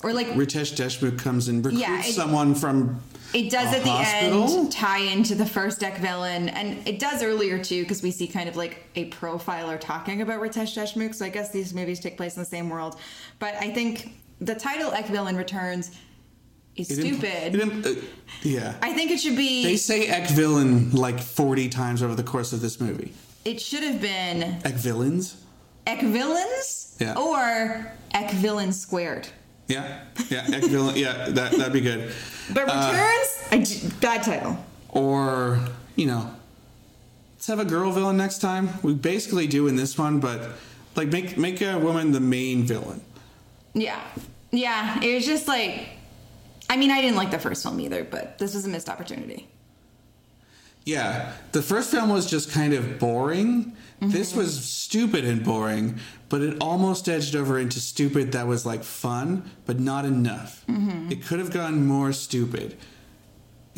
S1: or like
S2: Ritesh Deshmukh comes and recruits
S1: Yeah, it-
S2: someone from
S1: it does
S2: a
S1: at the
S2: hospital?
S1: end tie into the first deck villain, and it does earlier too because we see kind of like a profiler talking about Ritesh Deshmukh. So I guess these movies take place in the same world, but I think the title Ek Villain Returns is
S2: It impl-
S1: stupid.
S2: it im- uh, yeah.
S1: I think it should be.
S2: They say Ek villain like 40 times over the course of this movie.
S1: it should have been
S2: Ek villains?
S1: Ek Villains
S2: Yeah.
S1: or Ek Villain Squared.
S2: Yeah. Yeah. Ek villain. Yeah. That, that'd be good.
S1: But
S2: Uh,
S1: Returns, I d- bad title.
S2: or, you know, let's have a girl villain next time. We basically do in this one, but like make, make a woman the main villain.
S1: Yeah. Yeah, it was just like. I mean, I didn't like the first film either, but this was a missed opportunity.
S2: Yeah, the first film was just kind of boring.
S1: Mm-hmm.
S2: This was stupid and boring, but it almost edged over into stupid that was like fun, but not enough.
S1: Mm-hmm.
S2: It could have gone more stupid.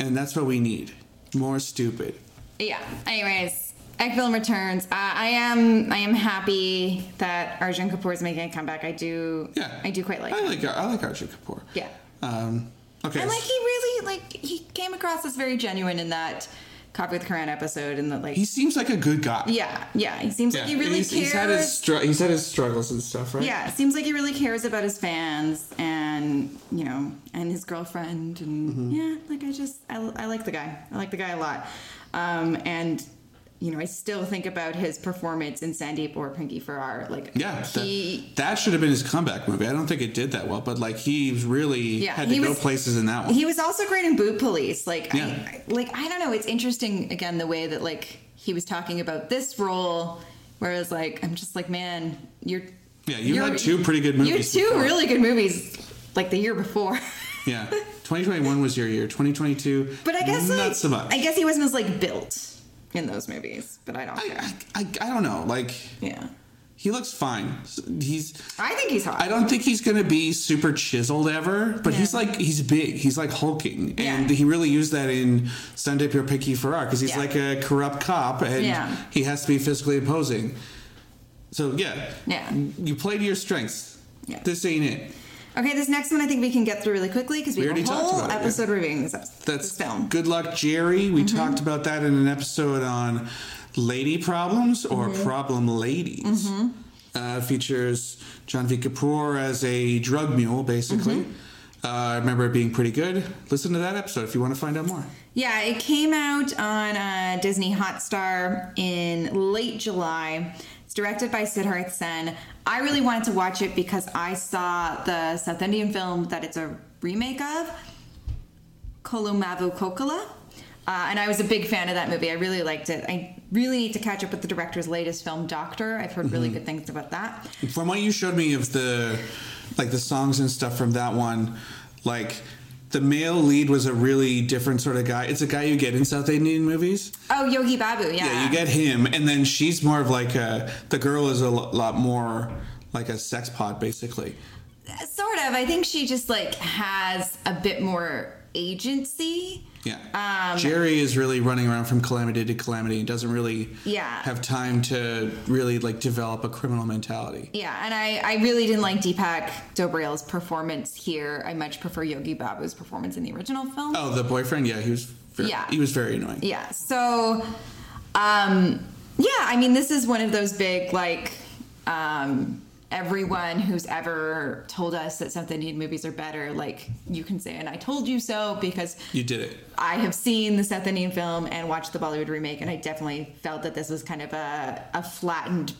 S2: And that's what we need more stupid.
S1: Yeah. Anyways, Ekfilm returns. I, I am I am happy that Arjun Kapoor is making a comeback. I do
S2: Yeah,
S1: I do quite like.
S2: I
S1: him.
S2: like I like Archie Kapoor.
S1: Yeah.
S2: Um, okay.
S1: And like he really like he came across as very genuine in that Coffee with Karan episode and that like
S2: he seems like a good guy.
S1: yeah yeah he seems like he
S2: and
S1: really
S2: he's,
S1: cares.
S2: he's had his str- he's had his struggles and stuff, right?
S1: yeah, seems like he really cares about his fans and you know and his girlfriend and
S2: Mm-hmm.
S1: yeah, like I just I, I like the guy. I like the guy a lot. Um, and you know I still think about his performance in Sandeep or Pinky Farrar. Like
S2: Yeah, that,
S1: he
S2: that should have been his comeback movie. I don't think it did that well, but like he really
S1: Yeah,
S2: had to
S1: he
S2: go
S1: was-
S2: places in that one.
S1: he was also great in Boot Police. Like,
S2: Yeah.
S1: I, like I don't know. It's interesting again the way that like he was talking about this role, whereas like I'm just like, man, you're
S2: Yeah, you
S1: you're-
S2: had two pretty good
S1: You had
S2: movies
S1: two
S2: before.
S1: really good movies like the year before.
S2: yeah, 2021 was your year. 2022,
S1: but I guess
S2: not
S1: like,
S2: so much.
S1: I guess he wasn't as like built in those movies. But I don't care.
S2: I, I, I, I don't know. Like
S1: yeah,
S2: he looks fine. He's
S1: I think he's hot.
S2: I don't think he's going to be super chiseled ever, but he's
S1: Yeah.
S2: like he's big. He's like hulking, and
S1: Yeah.
S2: he really used that in Sunday Pure Picky Farrar because he's
S1: Yeah.
S2: like a corrupt cop, and
S1: Yeah.
S2: he has to be physically opposing. So yeah,
S1: Yeah.
S2: you play to your strengths.
S1: Yeah.
S2: This ain't it.
S1: okay, this next one I think we can get through really quickly because we,
S2: We
S1: have a
S2: already talked
S1: whole
S2: about it, yeah.
S1: episode reviewing this,
S2: That's
S1: this film.
S2: Good luck, Jerry. We talked about that in an episode on lady problems or problem ladies. Uh, features John V. Kapoor as a drug mule, basically. Uh, I remember it being pretty good. Listen to that episode if you want to find out more.
S1: Yeah, it came out on uh, Disney Hotstar in late July. It's directed by Siddharth Sen. I really wanted to watch it because I saw the South Indian film that it's a remake of, Kolumavu Kokala. Uh, and I was a big fan of that movie. I really liked it. I really need to catch up with the director's latest film, Doctor. I've heard
S2: Mm-hmm.
S1: really good things about that.
S2: From what you showed me of the like the songs and stuff from that one, like the male lead was a really different sort of guy. It's a guy you get in South Indian movies.
S1: Oh, Yogi Babu, yeah.
S2: Yeah, you get him, and then she's more of like a. The girl is a lo- lot more like a sex pod, basically.
S1: Sort of. I think she just like has a bit more agency.
S2: Yeah.
S1: Um,
S2: Jerry is really running around from calamity to calamity and doesn't really
S1: Yeah.
S2: have time to really like develop a criminal mentality.
S1: Yeah, and I, I really didn't like Deepak Dobriel's performance here. I much prefer Yogi Babu's performance in the original film.
S2: Oh, the boyfriend. Yeah, he was. Very,
S1: Yeah.
S2: He was very annoying.
S1: Yeah, so, um, yeah, I mean, this is one of those big, like, um, everyone who's ever told us that South Indian movies are better, like, you can say, and I told you so, because
S2: You did it.
S1: I have seen the South Indian film and watched the Bollywood remake, and I definitely felt that this was kind of a, a flattened,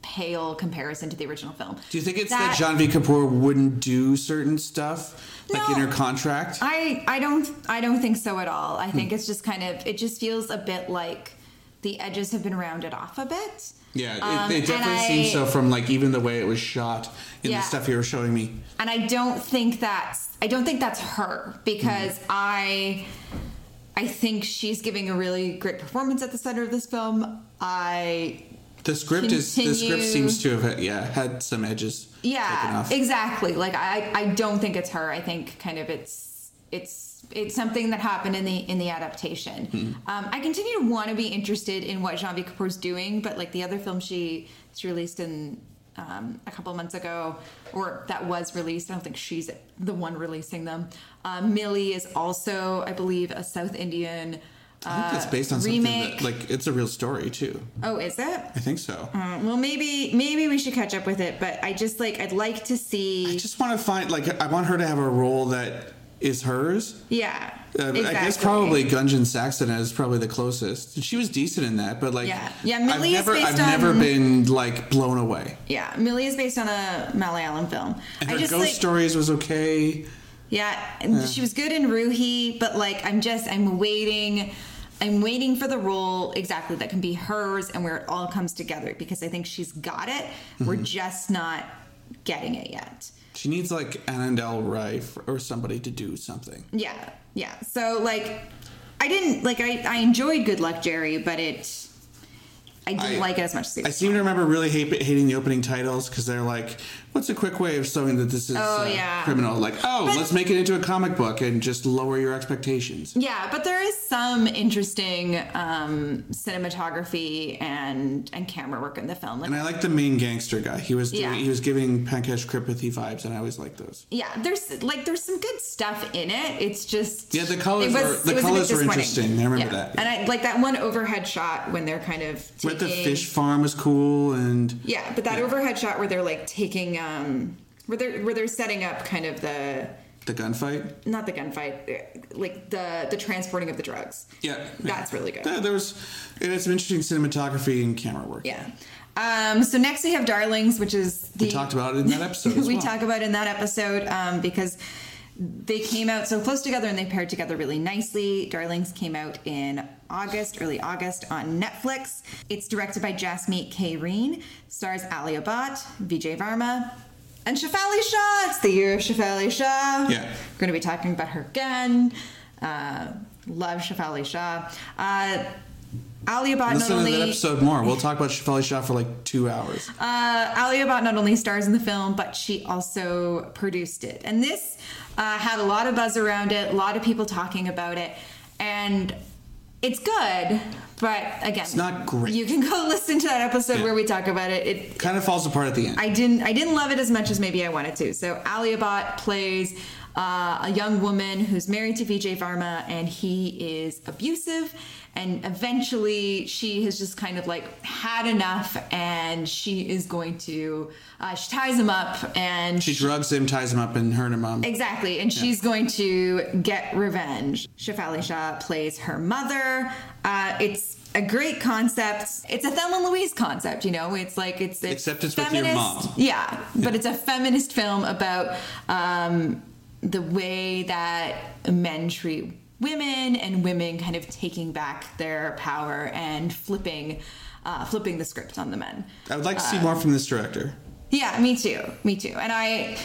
S1: pale comparison to the original film.
S2: Do you think it's that,
S1: That-
S2: John V. Kapoor wouldn't do certain stuff like
S1: No.
S2: in her contract?
S1: I I don't I don't think so at all. I think it's just kind of it just feels a bit like the edges have been rounded off a bit.
S2: yeah, it,
S1: Um,
S2: it definitely
S1: and
S2: seems
S1: I-
S2: so from like even the way it was shot in
S1: Yeah.
S2: the stuff you were showing me.
S1: And I don't think that's I don't think that's her because I I think she's giving a really great performance at the center of this film. I
S2: The script is the script
S1: Continue.
S2: seems to have yeah had some edges. taken
S1: yeah
S2: off.
S1: exactly like I I don't think it's her. I think kind of it's it's it's something that happened in the in the adaptation.
S2: Mm-hmm.
S1: Um, I continue to want to be interested in what Jean V Kapoor's doing, but like the other film she she released in um, a couple months ago, or that was released. I don't think she's the one releasing them. Um, Millie is also, I believe, a South Indian.
S2: I think that's
S1: uh,
S2: based on
S1: remake.
S2: something that like it's a real story too.
S1: oh, is it?
S2: I think so.
S1: Uh, well, maybe maybe we should catch up with it. But I just like I'd like to see.
S2: I just want to find like I want her to have a role that is hers.
S1: yeah,
S2: Uh, I guess probably Gunjan Saxon is probably the closest. She was decent in that, but like
S1: Yeah. Yeah,
S2: I've
S1: Millie is
S2: never
S1: based
S2: I've never
S1: on-
S2: been like blown away.
S1: Yeah, Millie is based on a Malayalam film.
S2: And
S1: I
S2: her
S1: just
S2: ghost
S1: like,
S2: stories was okay.
S1: yeah, and she was good in Ruhi, but like I'm just I'm waiting, I'm waiting for the role exactly that can be hers and where it all comes together because I think she's got it. We're
S2: Mm-hmm.
S1: just not getting it yet.
S2: She needs like Annandale Rife or somebody to do something.
S1: Yeah, yeah. So like, I didn't like I I enjoyed Good Luck Jerry, but it I didn't
S2: I-
S1: like it as much as the
S2: I seem to remember really hate, hating the opening titles because they're like, "What's a quick way of showing that this is uh,
S1: Oh, yeah.
S2: criminal?" Like, "Oh,
S1: But-
S2: let's make it into a comic book and just lower your expectations."
S1: Yeah, but there is some interesting um, cinematography and and camera work in the film. Like,
S2: And I like the main gangster guy. He was doing,
S1: Yeah.
S2: he was giving Pankaj Kripathy vibes, and I always like those.
S1: yeah, there's like there's some good stuff in it. It's just
S2: Yeah, the colors
S1: it
S2: were- the
S1: it a bit
S2: colors were
S1: disappointing.
S2: interesting. I remember
S1: Yeah.
S2: that.
S1: And I like that one overhead shot when they're kind of taking,
S2: But the fish farm was cool, and
S1: Yeah, but that overhead shot where they're like taking um where they're where they're setting up kind of the
S2: the gunfight.
S1: not the gunfight uh, like the the transporting of the drugs.
S2: Yeah,
S1: That's really good.
S2: Yeah, there was it had some interesting cinematography and camera work.
S1: Yeah. Um, so next we have Darlings, which is the
S2: We talked about it in that episode as
S1: we
S2: well.
S1: talk about in that episode um, because they came out so close together and they paired together really nicely. Darlings came out in August, early August on Netflix. It's directed by Jasmeet K. Reen, stars Ali Abbat, Vijay Varma, and Shafali Shah. It's the year of Shafali Shah.
S2: Yeah.
S1: We're going to be talking about her again. Uh, love Shafali Shah. Uh, Ali Abbat not
S2: Listen
S1: only
S2: to that episode more. We'll talk about Shafali Shah for like two hours.
S1: uh, Ali Abbat not only stars in the film, but she also produced it. And this uh, had a lot of buzz around it, a lot of people talking about it, and it's good. But again, it's
S2: not great.
S1: You can go listen to that episode
S2: Yeah.
S1: where we talk about it. It
S2: kind of falls apart at the end.
S1: I didn't I didn't love it as much as maybe I wanted to. So Ali Abbat plays uh, a young woman who's married to Vijay Varma, and he is abusive. And eventually, she has just kind of like had enough, and she is going to uh, she ties him up, and
S2: she drugs him, ties him up, and hurt him up.
S1: Exactly, and she's going to get revenge. Shafali Shah plays her mother. Uh, it's a great concept. It's a Thelma and Louise concept, you know. It's like it's, it's
S2: Except it's with your mom.
S1: Yeah, but it's a feminist film about um, the way that men treat women and women kind of taking back their power and flipping, uh, flipping the script on the men.
S2: I would like to see
S1: uh,
S2: more from this director.
S1: Yeah, me too. Me too. And I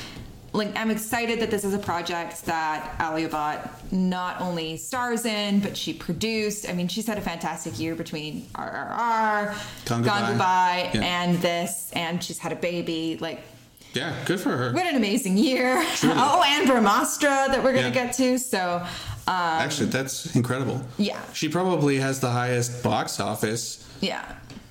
S1: like I'm excited that this is a project that Ali Abbat not only stars in, but she produced. I mean, she's had a fantastic year between RRR,
S2: Gone Goodbye.
S1: Goodbye,
S2: Yeah.
S1: and this, and she's had a baby. Like,
S2: Yeah, good for her.
S1: what an amazing year! oh, and Brahmastra that we're gonna
S2: Yeah.
S1: get to. So, uh,
S2: Actually, that's incredible.
S1: Yeah.
S2: She probably has the highest box office
S1: yeah.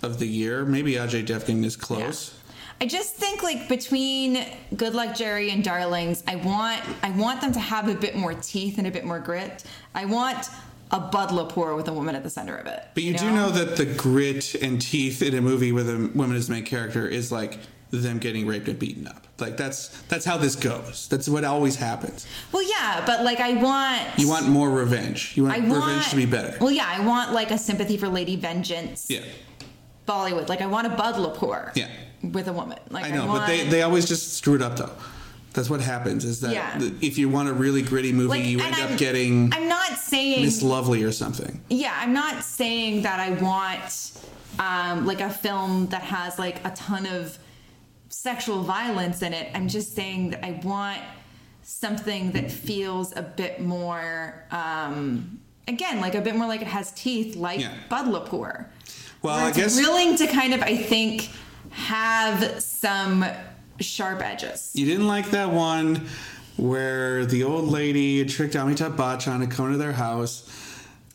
S2: of the year. Maybe Ajay Devgan is close.
S1: I just think like between Good Luck Jerry and Darlings, I want I want them to have a bit more teeth and a bit more grit. I want a Bud Lapore with a woman at the center of it.
S2: But you do know that the grit and teeth in a movie with a woman as the main character is like them getting raped and beaten up. Like that's that's how this goes. That's what always happens.
S1: Well, yeah, but like I want
S2: You want more revenge. You want,
S1: I want
S2: revenge to be better.
S1: Well, yeah, I want like a sympathy for Lady Vengeance
S2: yeah,
S1: Bollywood. Like I want a Bud Lapore
S2: Yeah.
S1: with a woman. Like
S2: I know,
S1: want,
S2: but they, they always just screw it up though. That's what happens. Is that
S1: Yeah.
S2: th- if you want a really gritty movie,
S1: like,
S2: you
S1: and
S2: end up
S1: I'm-
S2: getting
S1: I'm not saying
S2: Miss Lovely or something.
S1: yeah, I'm not saying that I want um, like a film that has like a ton of sexual violence in it. I'm just saying that I want something that feels a bit more, um, again, like a bit more like it has teeth, like
S2: Yeah.
S1: Bud Lapore.
S2: Well,
S1: Where
S2: I
S1: it's
S2: guess
S1: willing to kind of, I think, have some sharp edges.
S2: you didn't like that one where the old lady tricked Amitabh Bachchan to come to their house.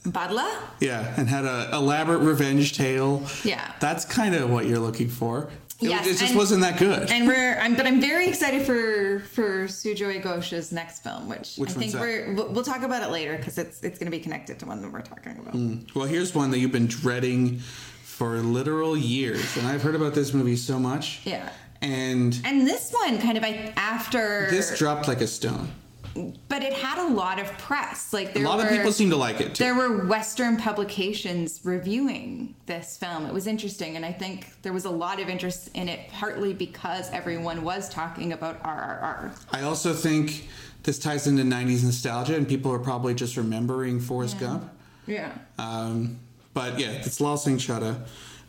S1: Badla?
S2: Yeah, and had a elaborate revenge tale.
S1: Yeah.
S2: that's kind of what you're looking for. It,
S1: Yes,
S2: it just
S1: and-
S2: wasn't that good.
S1: And we're, I'm, but I'm very excited for for Sujoy Ghosh's next film, which,
S2: Which
S1: I think
S2: one's that?
S1: we're we'll, we'll talk about it later because it's it's going to be connected to one that we're talking about.
S2: well, here's one that you've been dreading for literal years, and I've heard about this movie so much.
S1: Yeah.
S2: and
S1: And this one, kind of, I after
S2: this dropped like a stone.
S1: but it had a lot of press. Like there
S2: a lot
S1: were,
S2: of people seem to like it. Too.
S1: there were Western publications reviewing this film. It was interesting, and I think there was a lot of interest in it, partly because everyone was talking about RRR.
S2: I also think this ties into '90s nostalgia, and people are probably just remembering Forrest Gump.
S1: Yeah.
S2: Um, but yeah, it's Lal Singh Chadha,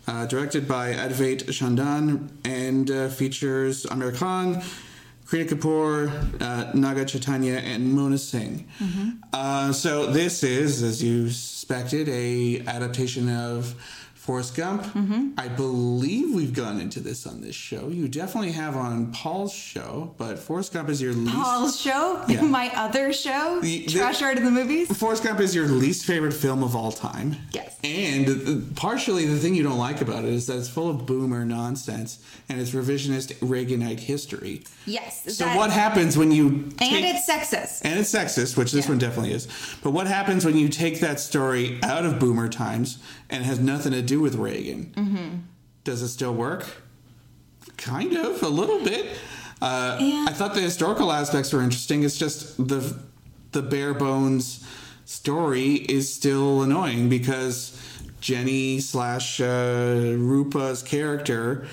S2: uh, directed by Advait Chandan, and uh, features Amir Khan, Krita Kapoor, uh, Naga Chaitanya, and Mona Singh. Uh, so this is, as you suspected, a adaptation of Forrest Gump. I believe we've gone into this on this show. You definitely have on Paul's show, but Forrest Gump is your least.
S1: Paul's show,
S2: Yeah.
S1: my other show,
S2: The- the-
S1: Trash Art of the Movies.
S2: Forrest Gump is your least favorite film of all time.
S1: Yes.
S2: And uh, partially the thing you don't like about it is that it's full of boomer nonsense and it's revisionist Reaganite history.
S1: Yes.
S2: So
S1: that-
S2: what happens when you
S1: And
S2: take-
S1: it's sexist.
S2: and it's sexist, which this
S1: Yeah.
S2: one definitely is. But what happens when you take that story out of boomer times and has nothing to do with Reagan?
S1: Mm-hmm.
S2: Does it still work? Kind of, a little bit. Uh,
S1: Yeah.
S2: I thought the historical aspects were interesting. It's just the the bare bones story is still annoying because Jenny slash uh, Rupa's character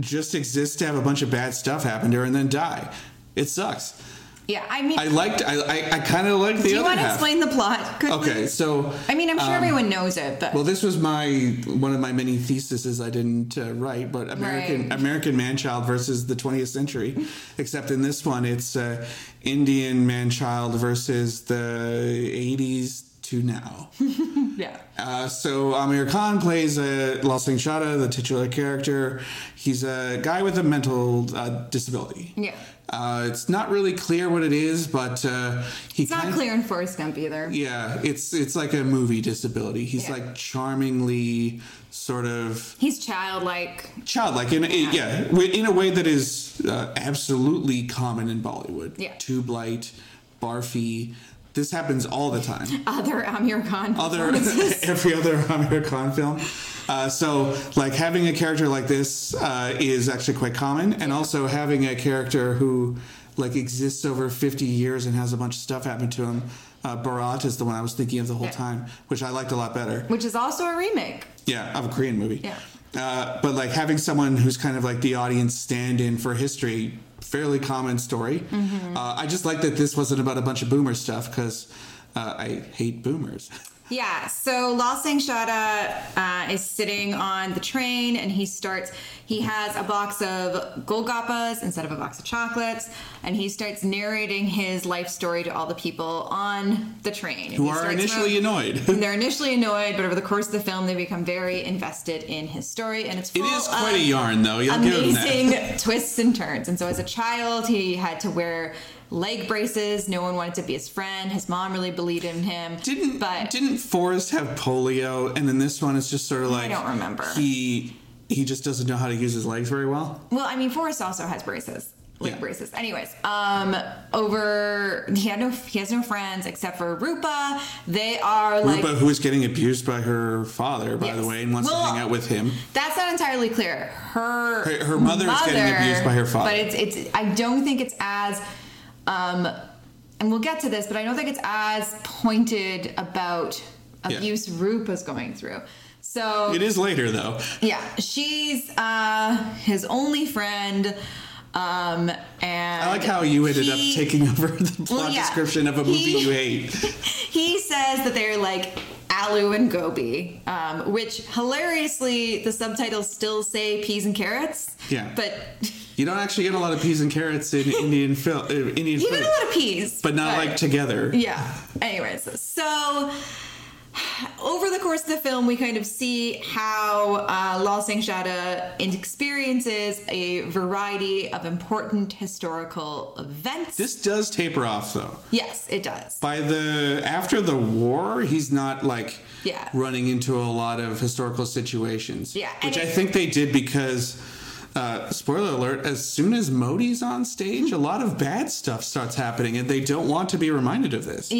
S2: just exists to have a bunch of bad stuff happen to her and then die. It sucks.
S1: Yeah, I mean,
S2: I liked. I I, I kind of liked the
S1: do you
S2: other
S1: want to
S2: half.
S1: explain the plot? quickly?
S2: okay, so
S1: I mean, I'm sure everyone knows it, but
S2: well, this was my one of my many theses I didn't uh, write, but American
S1: Right.
S2: American man child versus the 20th century. Except in this one, it's uh, Indian man child versus the 80s to now.
S1: yeah.
S2: Uh, so Amir Khan plays uh, Lal Singh Chadha, the titular character. He's a guy with a mental uh, disability.
S1: Yeah.
S2: Uh, it's not really clear what it is, but uh, he
S1: It's not
S2: kind-
S1: clear in Forrest Gump either.
S2: Yeah, it's it's like a movie disability. He's
S1: Yeah.
S2: like charmingly sort of
S1: He's childlike.
S2: childlike in in- yeah, wi- in a way that is uh, absolutely common in Bollywood.
S1: Yeah.
S2: tube light, barfy. This happens all the time
S1: Other Amir Khan.
S2: other
S1: performances.
S2: every other Amir Khan film. Uh, so, like having a character like this uh, is actually quite common, and also having a character who like exists over fifty years and has a bunch of stuff happen to him. Uh, Bharat is the one I was thinking of the whole
S1: Yeah.
S2: time, which I liked a lot better.
S1: which is also a remake.
S2: Yeah, of a Korean movie.
S1: Yeah.
S2: Uh, but like having someone who's kind of like the audience stand-in for history, fairly common story.
S1: Mm-hmm.
S2: Uh, I just like that this wasn't about a bunch of boomer stuff because uh, I hate boomers.
S1: Yeah, so Lal Singh Chadha uh, is sitting on the train and he starts, he has a box of Golgappas instead of a box of chocolates, and he starts narrating his life story to all the people on the train.
S2: who are initially annoyed.
S1: and they're initially annoyed, but over the course of the film, they become very invested in his story, and it's
S2: It
S1: full
S2: is quite a
S1: of
S2: yarn, though. You'll give them that.
S1: amazing twists and turns. And so, as a child, he had to wear leg braces. No one wanted to be his friend. His mom really believed in him.
S2: Didn't
S1: but
S2: didn't Forrest have polio, and then this one is just sort of like
S1: don't remember.
S2: He he just doesn't know how to use his legs very well.
S1: Well, I mean, Forrest also has braces, like
S2: Yeah.
S1: braces. Anyways, um, over he had no he has no friends except for Rupa. They are like
S2: Rupa, who is getting abused by her father, by
S1: Yes.
S2: the way, and wants
S1: Well-
S2: to hang out with him.
S1: that's not entirely clear. Her
S2: Her- her mother is getting abused by her father.
S1: but it's it's I don't think it's as um, and we'll get to this, but I don't think it's as pointed about
S2: Yeah.
S1: abuse Rupa's going through. So
S2: It is later, though.
S1: yeah, she's uh, his only friend. Um, and
S2: I like how you ended
S1: he-
S2: up taking over the plot
S1: yeah.
S2: description of a movie
S1: He-
S2: you hate.
S1: He says that they're like alu and gobi, um, which hilariously the subtitles still say peas and carrots.
S2: Yeah.
S1: but
S2: You don't actually get a lot of peas and carrots in Indian film, uh, Indian
S1: he
S2: food,
S1: got a lot of peas,
S2: but not like together.
S1: yeah. Anyways, so over the course of the film, we kind of see how uh, Lal Singh Chadha experiences a variety of important historical events.
S2: This does taper off, though.
S1: yes, it does.
S2: by the after the war he's not like
S1: Yeah.
S2: running into a lot of historical situations
S1: Yeah, and
S2: which i
S1: it-
S2: think they did because uh, spoiler alert as soon as modi's on stage a lot of bad stuff starts happening and they don't want to be reminded of this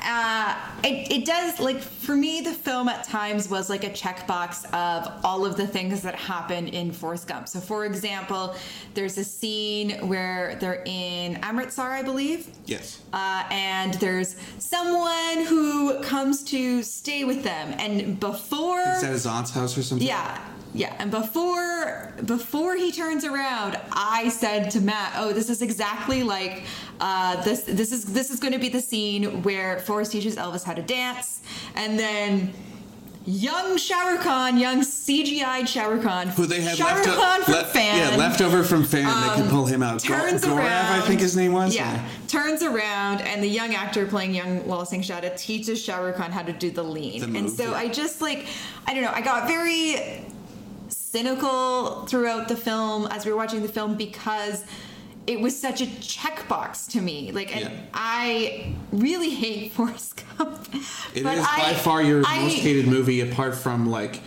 S1: Yeah, uh, it, it does. Like for me, the film at times was like a checkbox of all of the things that happen in Forrest Gump. So, for example, there's a scene where they're in Amritsar, I believe,
S2: yes
S1: uh, and there's someone who comes to stay with them. And before,
S2: is that his aunt's house or something
S1: yeah, yeah, and before before he turns around, I said to Matt, "Oh, this is exactly like uh, this. This is this is going to be the scene where Forrest teaches Elvis how to dance, and then." Young Shower Khan, young CGI Shower Khan.
S2: Who they had
S1: Shower
S2: left o-
S1: Khan from
S2: le-
S1: Fan. Um,
S2: Yeah, leftover from fan. they could pull him out. Go-
S1: turns
S2: Gorav,
S1: around.
S2: I think his name was.
S1: Yeah, turns around, and the young actor playing young Lal Singh Shada teaches Shah Rukh Khan how to do the lean.
S2: The
S1: and
S2: move,
S1: so
S2: yeah.
S1: I just like, I don't know, I got very cynical throughout the film as we were watching the film because it was such a checkbox to me. Like, and
S2: Yeah.
S1: I really hate Forrest Gump.
S2: It is
S1: but
S2: by
S1: I-
S2: far your
S1: I-
S2: most hated movie, apart from like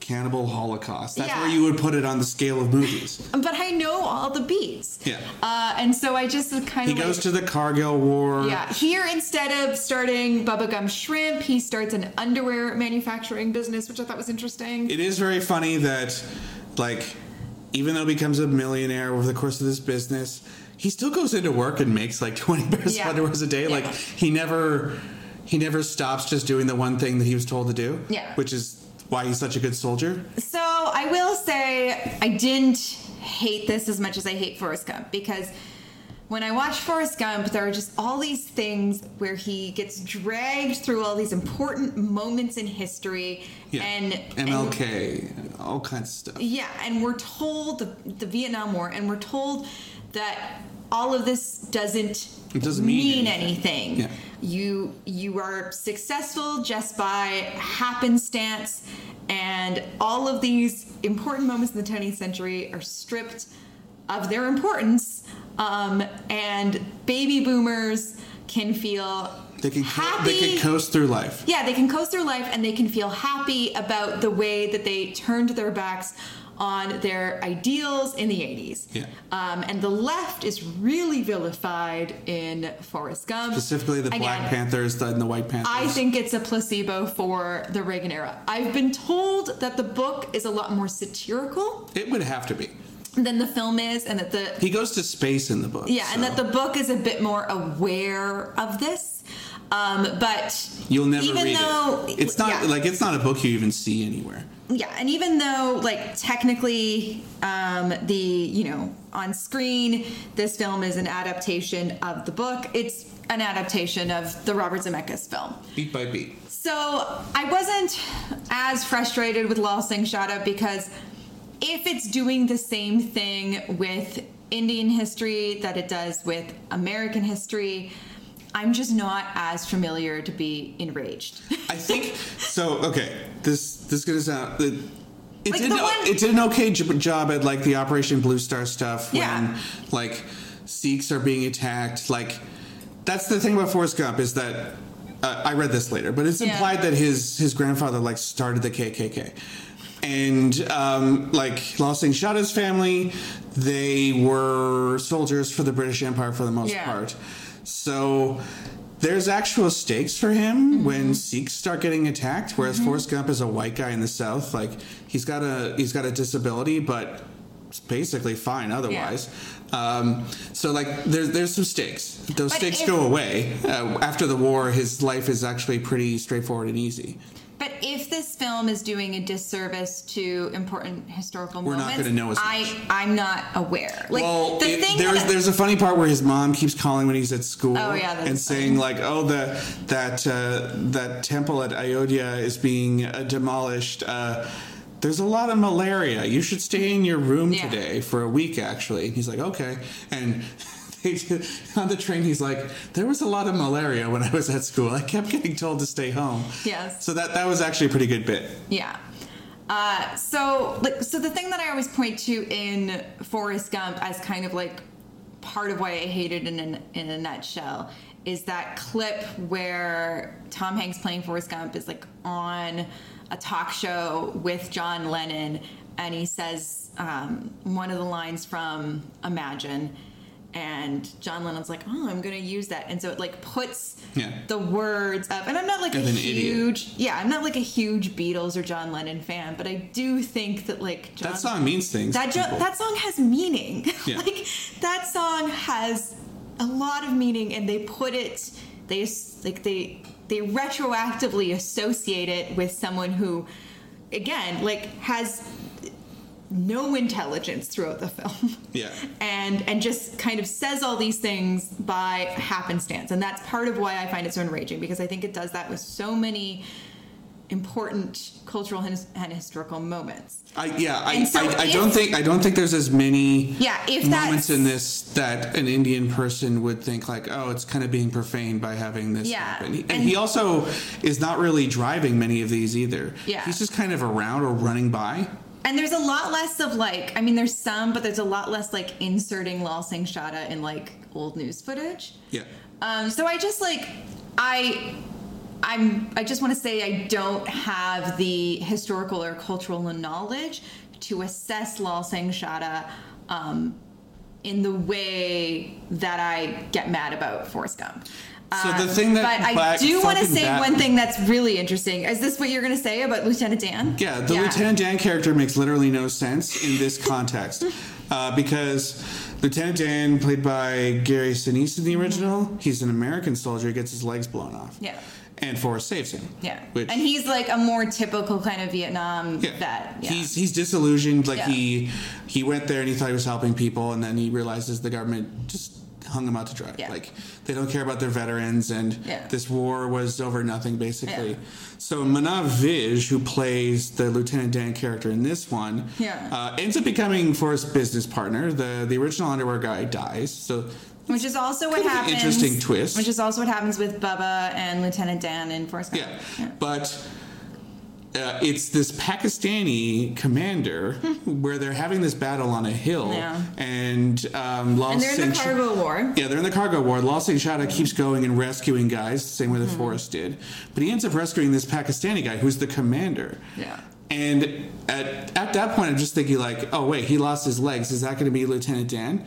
S2: Cannibal Holocaust. That's
S1: Yeah.
S2: where you would put it on the scale of movies.
S1: But I know all the beats.
S2: Yeah.
S1: Uh, and so I just kind
S2: He
S1: of.
S2: goes
S1: like,
S2: to the Cargill War.
S1: Yeah, here instead of starting Bubba Gum Shrimp, he starts an underwear manufacturing business, which I thought was interesting.
S2: It is very funny that, like, even though he becomes a millionaire over the course of this business, he still goes into work and makes like twenty pairs
S1: Yeah.
S2: of underwear a day.
S1: Yeah.
S2: Like he never, he never stops just doing the one thing that he was told to do.
S1: Yeah.
S2: which is why he's such a good soldier.
S1: so I will say I didn't hate this as much as I hate Forrest Gump because when I watched Forrest Gump, there are just all these things where he gets dragged through all these important moments in history
S2: Yeah,
S1: and and
S2: MLK, all kinds of stuff.
S1: Yeah, and we're told the, the Vietnam War, and we're told that all of this doesn't,
S2: It doesn't mean
S1: anything.
S2: Yeah.
S1: You you are successful just by happenstance, and all of these important moments in the 20th century are stripped of their importance, um, and baby boomers can feel
S2: They can
S1: happy.
S2: they can coast through life.
S1: Yeah, they can coast their life and they can feel happy about the way that they turned their backs on their ideals in the 80s.
S2: Yeah.
S1: Um, and the left is really vilified in Forrest Gump.
S2: Specifically, the Black
S1: Again,
S2: Panthers and the White Panthers.
S1: I think it's a placebo for the Reagan era. I've been told that the book is a lot more satirical
S2: it would have to be.
S1: than the film is, and that the
S2: He goes to space in the book.
S1: yeah, and
S2: so
S1: that the book is a bit more aware of this. Um, but
S2: you'll never
S1: even
S2: read
S1: though,
S2: it. It's not
S1: yeah.
S2: like it's not a book you even see anywhere.
S1: yeah and even though like technically um the you know on screen this film is an adaptation of the book it's an adaptation of the robert zemeckis film
S2: Beat by beat.
S1: so i wasn't as frustrated with lal singh shada because if it's doing the same thing with indian history that it does with american history i'm just not as familiar to be enraged
S2: I think so. Okay, this this is gonna sound. It, it,
S1: Like
S2: did,
S1: the one-
S2: it did an okay j- job at like the Operation Blue Star stuff
S1: Yeah.
S2: when like Sikhs are being attacked. Like that's the thing about Forrest Gump is that uh, I read this later, but it's
S1: Yeah.
S2: implied that his his grandfather like started the KKK. And um, like Lal Singh Shada's family, they were soldiers for the British Empire for the most
S1: Yeah.
S2: part. So there's actual stakes for him
S1: Mm-hmm.
S2: when Sikhs start getting attacked, whereas Forrest Gump is a white guy in the South. Like he's got a he's got a disability, but it's basically fine otherwise. Um, so like there's there's some stakes. Those
S1: But
S2: stakes
S1: if-
S2: go away uh, after the war. His life is actually pretty straightforward and easy.
S1: But if this film is doing a disservice to important historical
S2: We're not
S1: moments,
S2: gonna know as much.
S1: I I'm not aware. Like
S2: well,
S1: the
S2: it-
S1: thing
S2: there's
S1: that,
S2: there's a funny part where his mom keeps calling when he's at school
S1: Oh, yeah, that's
S2: and saying like, "Oh, the that uh, that temple at Ayodhya is being uh, demolished." Uh, there's a lot of malaria. You should stay in your room
S1: Yeah.
S2: today for a week, actually. And he's like, "Okay," and. they ju- On the train, he's like, "There was a lot of malaria when I was at school. I kept getting told to stay home."
S1: Yes.
S2: So that that was actually a pretty good bit.
S1: yeah. Uh, so like so the thing that I always point to in Forrest Gump as kind of like part of why I hated in a, in a nutshell is that clip where Tom Hanks playing Forrest Gump is like on a talk show with John Lennon and he says um, one of the lines from Imagine and John Lennon's like, oh, I'm gonna use that, and so it like puts
S2: Yeah.
S1: the words up. And I'm not like
S2: Of
S1: a
S2: an idiot.
S1: huge, yeah, I'm not like a huge Beatles or John Lennon fan, but I do think that like John
S2: That song means things.
S1: that
S2: to
S1: jo-
S2: people.
S1: that song has meaning.
S2: Yeah.
S1: like that song has a lot of meaning, and they put it. They as- like they they retroactively associate it with someone who, again, like has no intelligence throughout the film.
S2: yeah.
S1: And, and just kind of says all these things by happenstance. And that's part of why I find it so enraging because I think it does that with so many important cultural and, his- and historical moments.
S2: I, yeah, I,
S1: And so
S2: I, I
S1: if-
S2: don't think I don't think there's as many
S1: Yeah, if
S2: moments
S1: that's-
S2: in this that an Indian person would think like, oh, it's kind of being profaned by having this
S1: Yeah,
S2: happen. And,
S1: and-
S2: he also is not really driving many of these either.
S1: Yeah.
S2: he's just kind of around or running by.
S1: And there's a lot less of like, I mean, there's some, but there's a lot less like inserting Lal Singh Shada in like old news footage.
S2: Yeah,
S1: Um, so I just like I I'm I just want to say I don't have the historical or cultural knowledge to assess Lal Singh Shada um, in the way that I get mad about Forrest Gump.
S2: So the
S1: Um,
S2: thing that
S1: but I
S2: Black
S1: do want to
S2: fucking
S1: say
S2: Bat-
S1: one thing that's really interesting. Is this what you're going to say about Lieutenant Dan?
S2: yeah. The Lieutenant Dan character makes literally no sense in this context uh, because Lieutenant Dan, played by Gary Sinise in the original, he's an American soldier who gets his legs blown off.
S1: Mm-hmm. Yeah.
S2: and Forrest saves him.
S1: Yeah,
S2: which
S1: and he's like a more typical kind of Vietnam
S2: Yeah.
S1: vet. um, Yeah.
S2: He's he's disillusioned. Like
S1: Yeah.
S2: he he went there and he thought he was helping people, and then he realizes the government just hung him out to dry.
S1: Yeah.
S2: Like they don't care about their veterans, and
S1: Yeah.
S2: this war was over nothing basically.
S1: Yeah.
S2: So Manav Vij, who plays the Lieutenant Dan character in this one,
S1: Yeah.
S2: uh, ends up becoming Forrest's business partner. The the original underwear guy dies, so
S1: Which is also what
S2: Kind of an
S1: happens.
S2: interesting twist.
S1: Which is also what happens with Bubba and Lieutenant Dan in Forrest Gump.
S2: Yeah, but uh, it's this Pakistani commander where they're having this battle on a hill,
S1: Hmm. Yeah.
S2: and um, Lal
S1: And they're in
S2: Singh
S1: the
S2: Sh-
S1: cargo war.
S2: yeah, they're in the cargo ward. Lal Singh Shada keeps going and rescuing guys, the same way the
S1: Mm-hmm.
S2: forest did. But he ends up rescuing this Pakistani guy who's the commander.
S1: Yeah.
S2: And at, at that point, I'm just thinking, like, oh, wait, he lost his legs. Is that going to be Lieutenant Dan?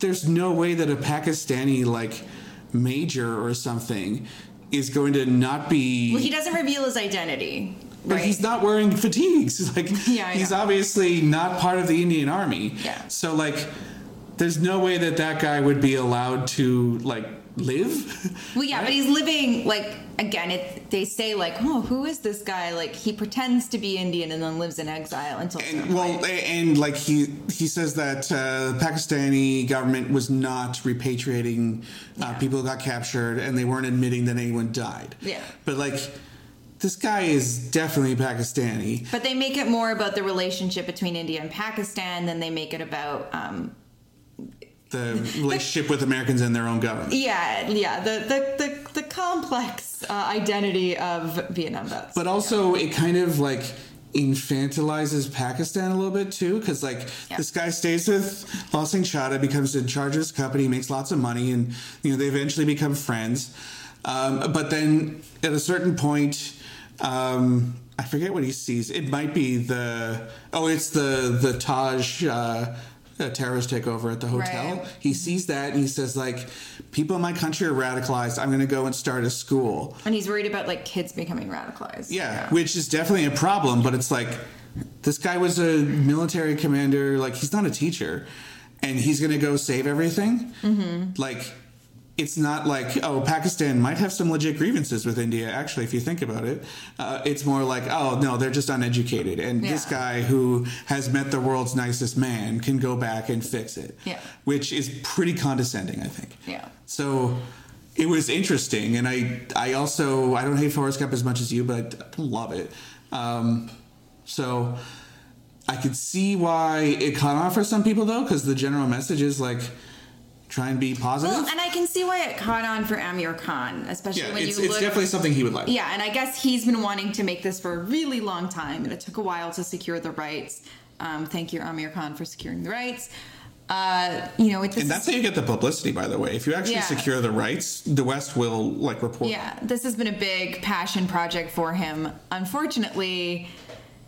S2: There's no way that a Pakistani, like, major or something is going to not be.
S1: Well, he doesn't reveal his identity.
S2: But
S1: right?
S2: he's not wearing fatigues. Like
S1: Yeah, I
S2: he's
S1: know.
S2: obviously not part of the Indian Army.
S1: Yeah.
S2: So like, there's no way that that guy would be allowed to like live.
S1: Well, yeah, but he's living like again. It, they say like, oh, who is this guy? Like he pretends to be Indian and then lives in exile until.
S2: And well, a- and like he he says that uh, Pakistani government was not repatriating uh, people who got captured, and they weren't admitting that anyone died.
S1: Yeah.
S2: But like, this guy is definitely Pakistani.
S1: but they make it more about the relationship between India and Pakistan than they make it about um,
S2: The relationship with Americans and their own government.
S1: yeah, yeah, the the the, the complex uh, identity of Vietnam vets.
S2: But also, it kind of like infantilizes Pakistan a little bit too, because like
S1: Yeah.
S2: this guy stays with Lal Singh Chada, becomes in charge of his company, makes lots of money, and you know they eventually become friends. Um, but then at a certain point, um, I forget what he sees. It might be the oh, it's the the Taj. Uh, uh terrorist takeover at the hotel.
S1: Right.
S2: He sees that and he says, like, people in my country are radicalized. I'm going to go and start a school.
S1: and he's worried about like kids becoming radicalized.
S2: Yeah, which is definitely a problem, but it's like this guy was a military commander, like he's not a teacher, and he's gonna go save everything. Mm-hmm. Like, it's not like oh, Pakistan might have some legit grievances with India. Actually, if you think about it, uh, it's more like oh no, they're just uneducated, and this
S1: Yeah.
S2: guy who has met the world's nicest man can go back and fix it.
S1: Yeah.
S2: which is pretty condescending, I think.
S1: Yeah.
S2: So it was interesting, and I I also I don't hate Forrest Gump as much as you, but I don't love it. Um, so I could see why it caught on for some people though, because the general message is like try and be positive.
S1: Well, and I can see why it caught on for Amir Khan, especially
S2: yeah,
S1: when
S2: it's,
S1: you
S2: it's
S1: look.
S2: definitely something he would like.
S1: yeah, and I guess he's been wanting to make this for a really long time, and it took a while to secure the rights. Um, thank you, Amir Khan, for securing the rights. Uh, you know, it, this
S2: And
S1: is
S2: that's how you get the publicity, by the way. If you actually
S1: Yeah.
S2: secure the rights, the West will like report.
S1: Yeah, this has been a big passion project for him. Unfortunately,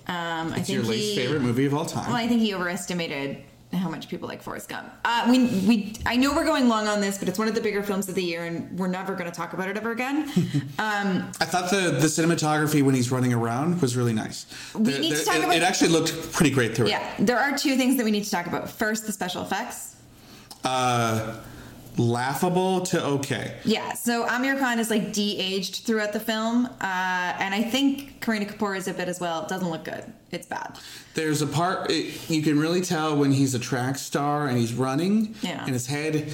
S1: um, I think
S2: It's your least
S1: he,
S2: favorite movie of all time.
S1: Well, I think he overestimated how much people like Forrest Gump. Uh, we, we, I know we're going long on this, but it's one of the bigger films of the year, and we're never going to talk about it ever again.
S2: I thought the, the cinematography when he's running around was really nice.
S1: We
S2: The-
S1: need to
S2: the-
S1: talk
S2: it,
S1: about-
S2: it actually looked pretty great through it.
S1: yeah, there are two things that we need to talk about. First, the special effects.
S2: Laughable to okay.
S1: Yeah, so Amir Khan is like de-aged throughout the film, uh, and I think Karina Kapoor is a bit as well. It doesn't look good. It's bad.
S2: There's a part it, you can really tell when he's a track star and he's running,
S1: Yeah.
S2: and his head,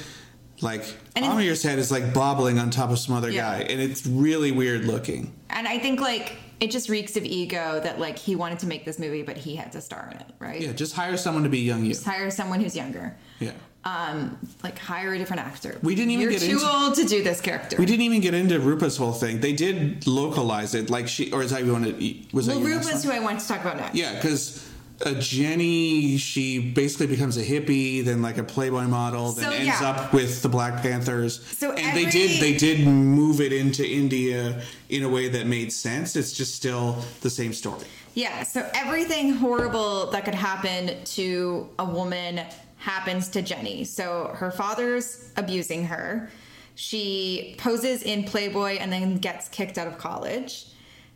S2: like
S1: And it's-
S2: Amir's head, is like bobbling on top of some other
S1: Yeah.
S2: guy, and it's really weird looking.
S1: And I think like it just reeks of ego that like he wanted to make this movie, but he had to star in it, right?
S2: Yeah, just hire someone to be young you.
S1: Just hire someone who's younger.
S2: Yeah.
S1: Um, like hire a different actor.
S2: We didn't even
S1: You're
S2: get
S1: too
S2: into-
S1: old to do this character.
S2: We didn't even get into Rupa's whole thing. They did localize it, like she, or is that you wanted? Was
S1: well,
S2: that your
S1: Rube
S2: next
S1: is
S2: one?
S1: who I want to talk about next.
S2: Yeah, because uh, Jenny, she basically becomes a hippie, then like a Playboy model, then
S1: So,
S2: ends
S1: yeah.
S2: up with the Black Panthers.
S1: So
S2: and they
S1: every-
S2: did they did move it into India in a way that made sense. It's just still the same story.
S1: Yeah, so everything horrible that could happen to a woman happens to Jenny. So her father's abusing her. She poses in Playboy and then gets kicked out of college.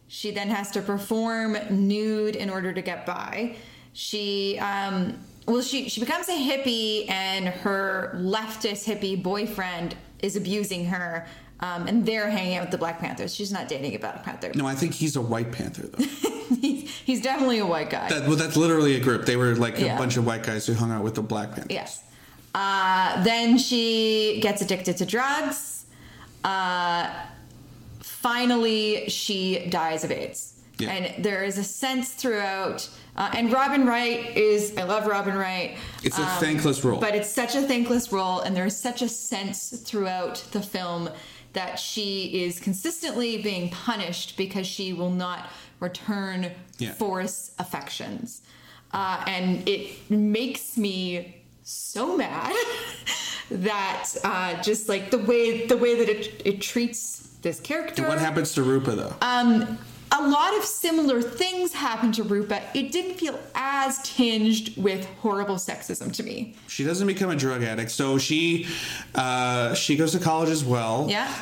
S1: She then has to perform nude in order to get by. She, um, well, she, she becomes a hippie and her leftist hippie boyfriend is abusing her. Um, and they're hanging out with the Black Panthers. She's not dating a Black Panther.
S2: No, I think he's a White Panther though.
S1: He's, he's definitely a white guy.
S2: that, well, that's literally a group. They were like a
S1: Yeah.
S2: bunch of white guys who hung out with the Black Panthers.
S1: yes. Uh, then she gets addicted to drugs. Uh, finally, she dies of AIDS.
S2: Yeah.
S1: And there is a sense throughout. Uh, and Robin Wright is, I love Robin Wright.
S2: It's a thankless role.
S1: Um, But it's such a thankless role, and there's such a sense throughout the film that she is consistently being punished because she will not return
S2: Yeah.
S1: force affections. Uh, and it makes me so mad that uh, just like the way the way that it, it treats this character
S2: What happens to Rupa though?
S1: a lot of similar things happened to rupa it didn't feel as tinged with horrible sexism to me
S2: she doesn't become a drug addict, so she uh, she goes to college as well.
S1: Yeah.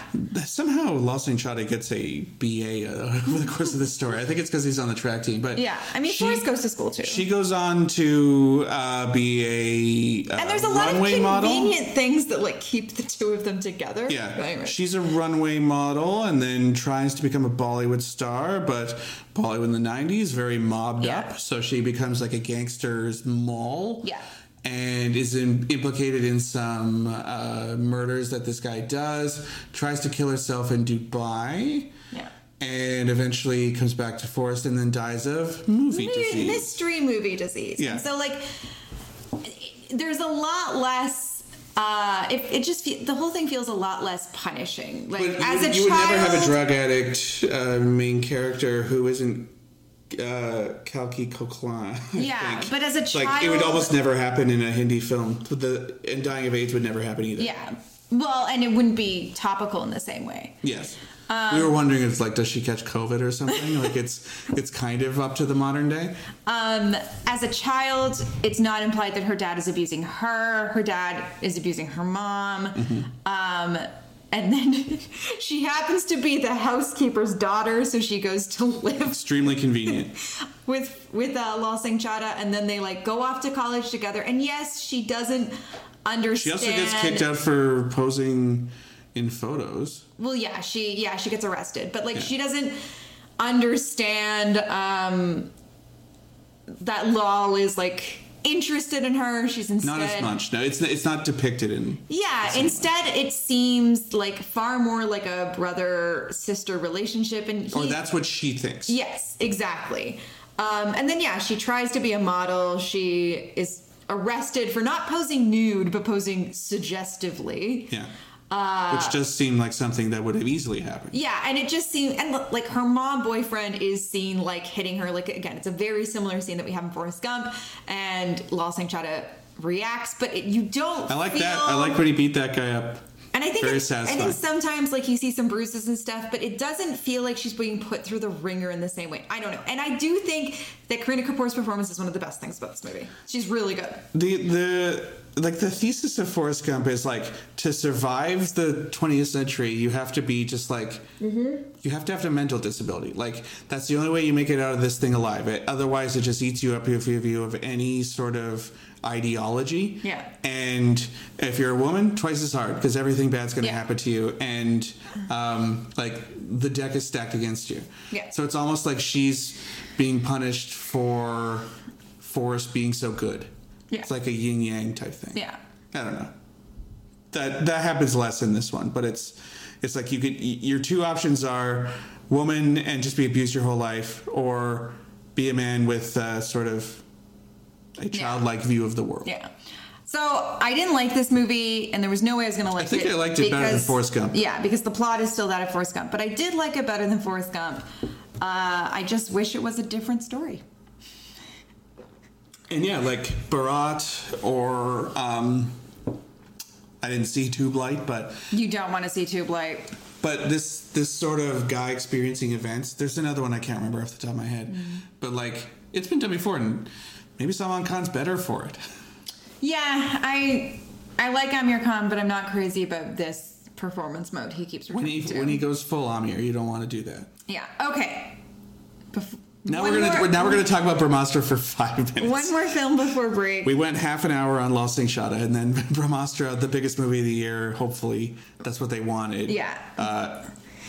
S2: Somehow, Los Enchada gets a BA uh, over the course of this story. I think it's because he's on the track team, but
S1: Yeah, I mean, Forrest goes to school, too.
S2: She goes on to uh, be a uh,
S1: and there's a lot of
S2: runway
S1: convenient
S2: model.
S1: things that like keep the two of them together
S2: Yeah,
S1: Anyway.
S2: she's a runway model and then tries to become a Bollywood star, but Bollywood in the 90s, very mobbed
S1: Yeah.
S2: up. So she becomes like a gangster's mole.
S1: Yeah.
S2: And is in, implicated in some uh, murders that this guy does, tries to kill herself in Dubai.
S1: Yeah.
S2: And eventually comes back to Forest and then dies of movie
S1: Maybe
S2: disease.
S1: mystery movie disease.
S2: Yeah.
S1: And so like, there's a lot less. Uh, it, it just fe- the whole thing feels a lot less punishing. Like
S2: But
S1: as
S2: you,
S1: a
S2: you would
S1: child,
S2: never have a drug addict uh, main character who isn't uh, Kalki Koklan. I
S1: Yeah,
S2: think.
S1: but as a
S2: like it would
S1: child-
S2: almost never happen in a Hindi film. But The and dying of AIDS would never happen either.
S1: Yeah. Well, and it wouldn't be topical in the same way.
S2: Yes. we were wondering, it's like, does she catch COVID or something? like, it's it's kind of up to the modern day.
S1: Um, as a child, it's not implied that her dad is abusing her. Her dad is abusing her mom.
S2: Mm-hmm.
S1: Um, and then she happens to be the housekeeper's daughter, so she goes to live
S2: Extremely convenient.
S1: with with uh, Law Sing Chada, and then they like go off to college together. And yes, she doesn't
S2: She
S1: understand.
S2: also gets kicked out for posing in photos.
S1: Well, yeah, she yeah she gets arrested, but like
S2: Yeah.
S1: she doesn't understand um, that Law is like interested in her. She's instead
S2: Not as much. No, it's it's not depicted in.
S1: Yeah,
S2: way.
S1: instead it seems like far more like a brother sister relationship, and
S2: Or
S1: he-
S2: Oh, that's what she thinks.
S1: Yes, exactly. Um, and then, yeah, she tries to be a model. She is arrested for not posing nude, but posing suggestively.
S2: Yeah. Which does seem like something that would have easily happened.
S1: Yeah, and it just seemed, and like her mom boyfriend is seen like hitting her. Like, again, it's a very similar scene that we have in Forrest Gump, and Law Sang Chada reacts, but it, you don't.
S2: I like
S1: feel,
S2: that. I like when he beat that guy up.
S1: And I think
S2: Very
S1: it's, I
S2: satisfying.
S1: think sometimes like you see some bruises and stuff, but it doesn't feel like she's being put through the ringer in the same way. I don't know. And I do think that Karina Kapoor's performance is one of the best things about this movie. She's really good.
S2: The the like the thesis of Forrest Gump is like to survive the 20th century, you have to be just like
S1: Mm-hmm.
S2: you have to have a mental disability. Like that's the only way you make it out of this thing alive. It, otherwise, it just eats you up if you if you have any sort of ideology.
S1: Yeah.
S2: And if you're a woman, twice as hard because everything bad's going to
S1: Yeah.
S2: happen to you, and um, like the deck is stacked against you.
S1: Yeah.
S2: So it's almost like she's being punished for Forrest being so good.
S1: Yeah.
S2: It's like a yin yang type thing.
S1: Yeah.
S2: I don't know. That that happens less in this one, but it's it's like you could y- your two options are woman and just be abused your whole life, or be a man with uh, sort of a childlike view of the world.
S1: Yeah. So I didn't like this movie, and there was no way I was going to like it.
S2: think I liked it better than Forrest Gump.
S1: Yeah, because the plot is still that of Forrest Gump, but I did like it better than Forrest Gump. Uh, I just wish it was a different story.
S2: And yeah, like Barat or um, I didn't see Tube Light, but
S1: You don't want to see Tube Light.
S2: but this this sort of guy experiencing events. There's another one I can't remember off the top of my head,
S1: Mm-hmm.
S2: but like it's been done before, and maybe Salman Khan's better for it.
S1: Yeah, I I like Amir Khan, but I'm not crazy about this performance mode he keeps
S2: When
S1: referring
S2: he
S1: to.
S2: when he goes full Amir, you don't want to do that.
S1: yeah. Okay. Bef-
S2: Now
S1: one
S2: we're gonna
S1: more-
S2: now we're gonna talk about Brahmastra for five minutes.
S1: one more film before break.
S2: We went half an hour on Lost Shada, and then Brahmastra, the biggest movie of the year. Hopefully, that's what they wanted.
S1: Yeah.
S2: Uh,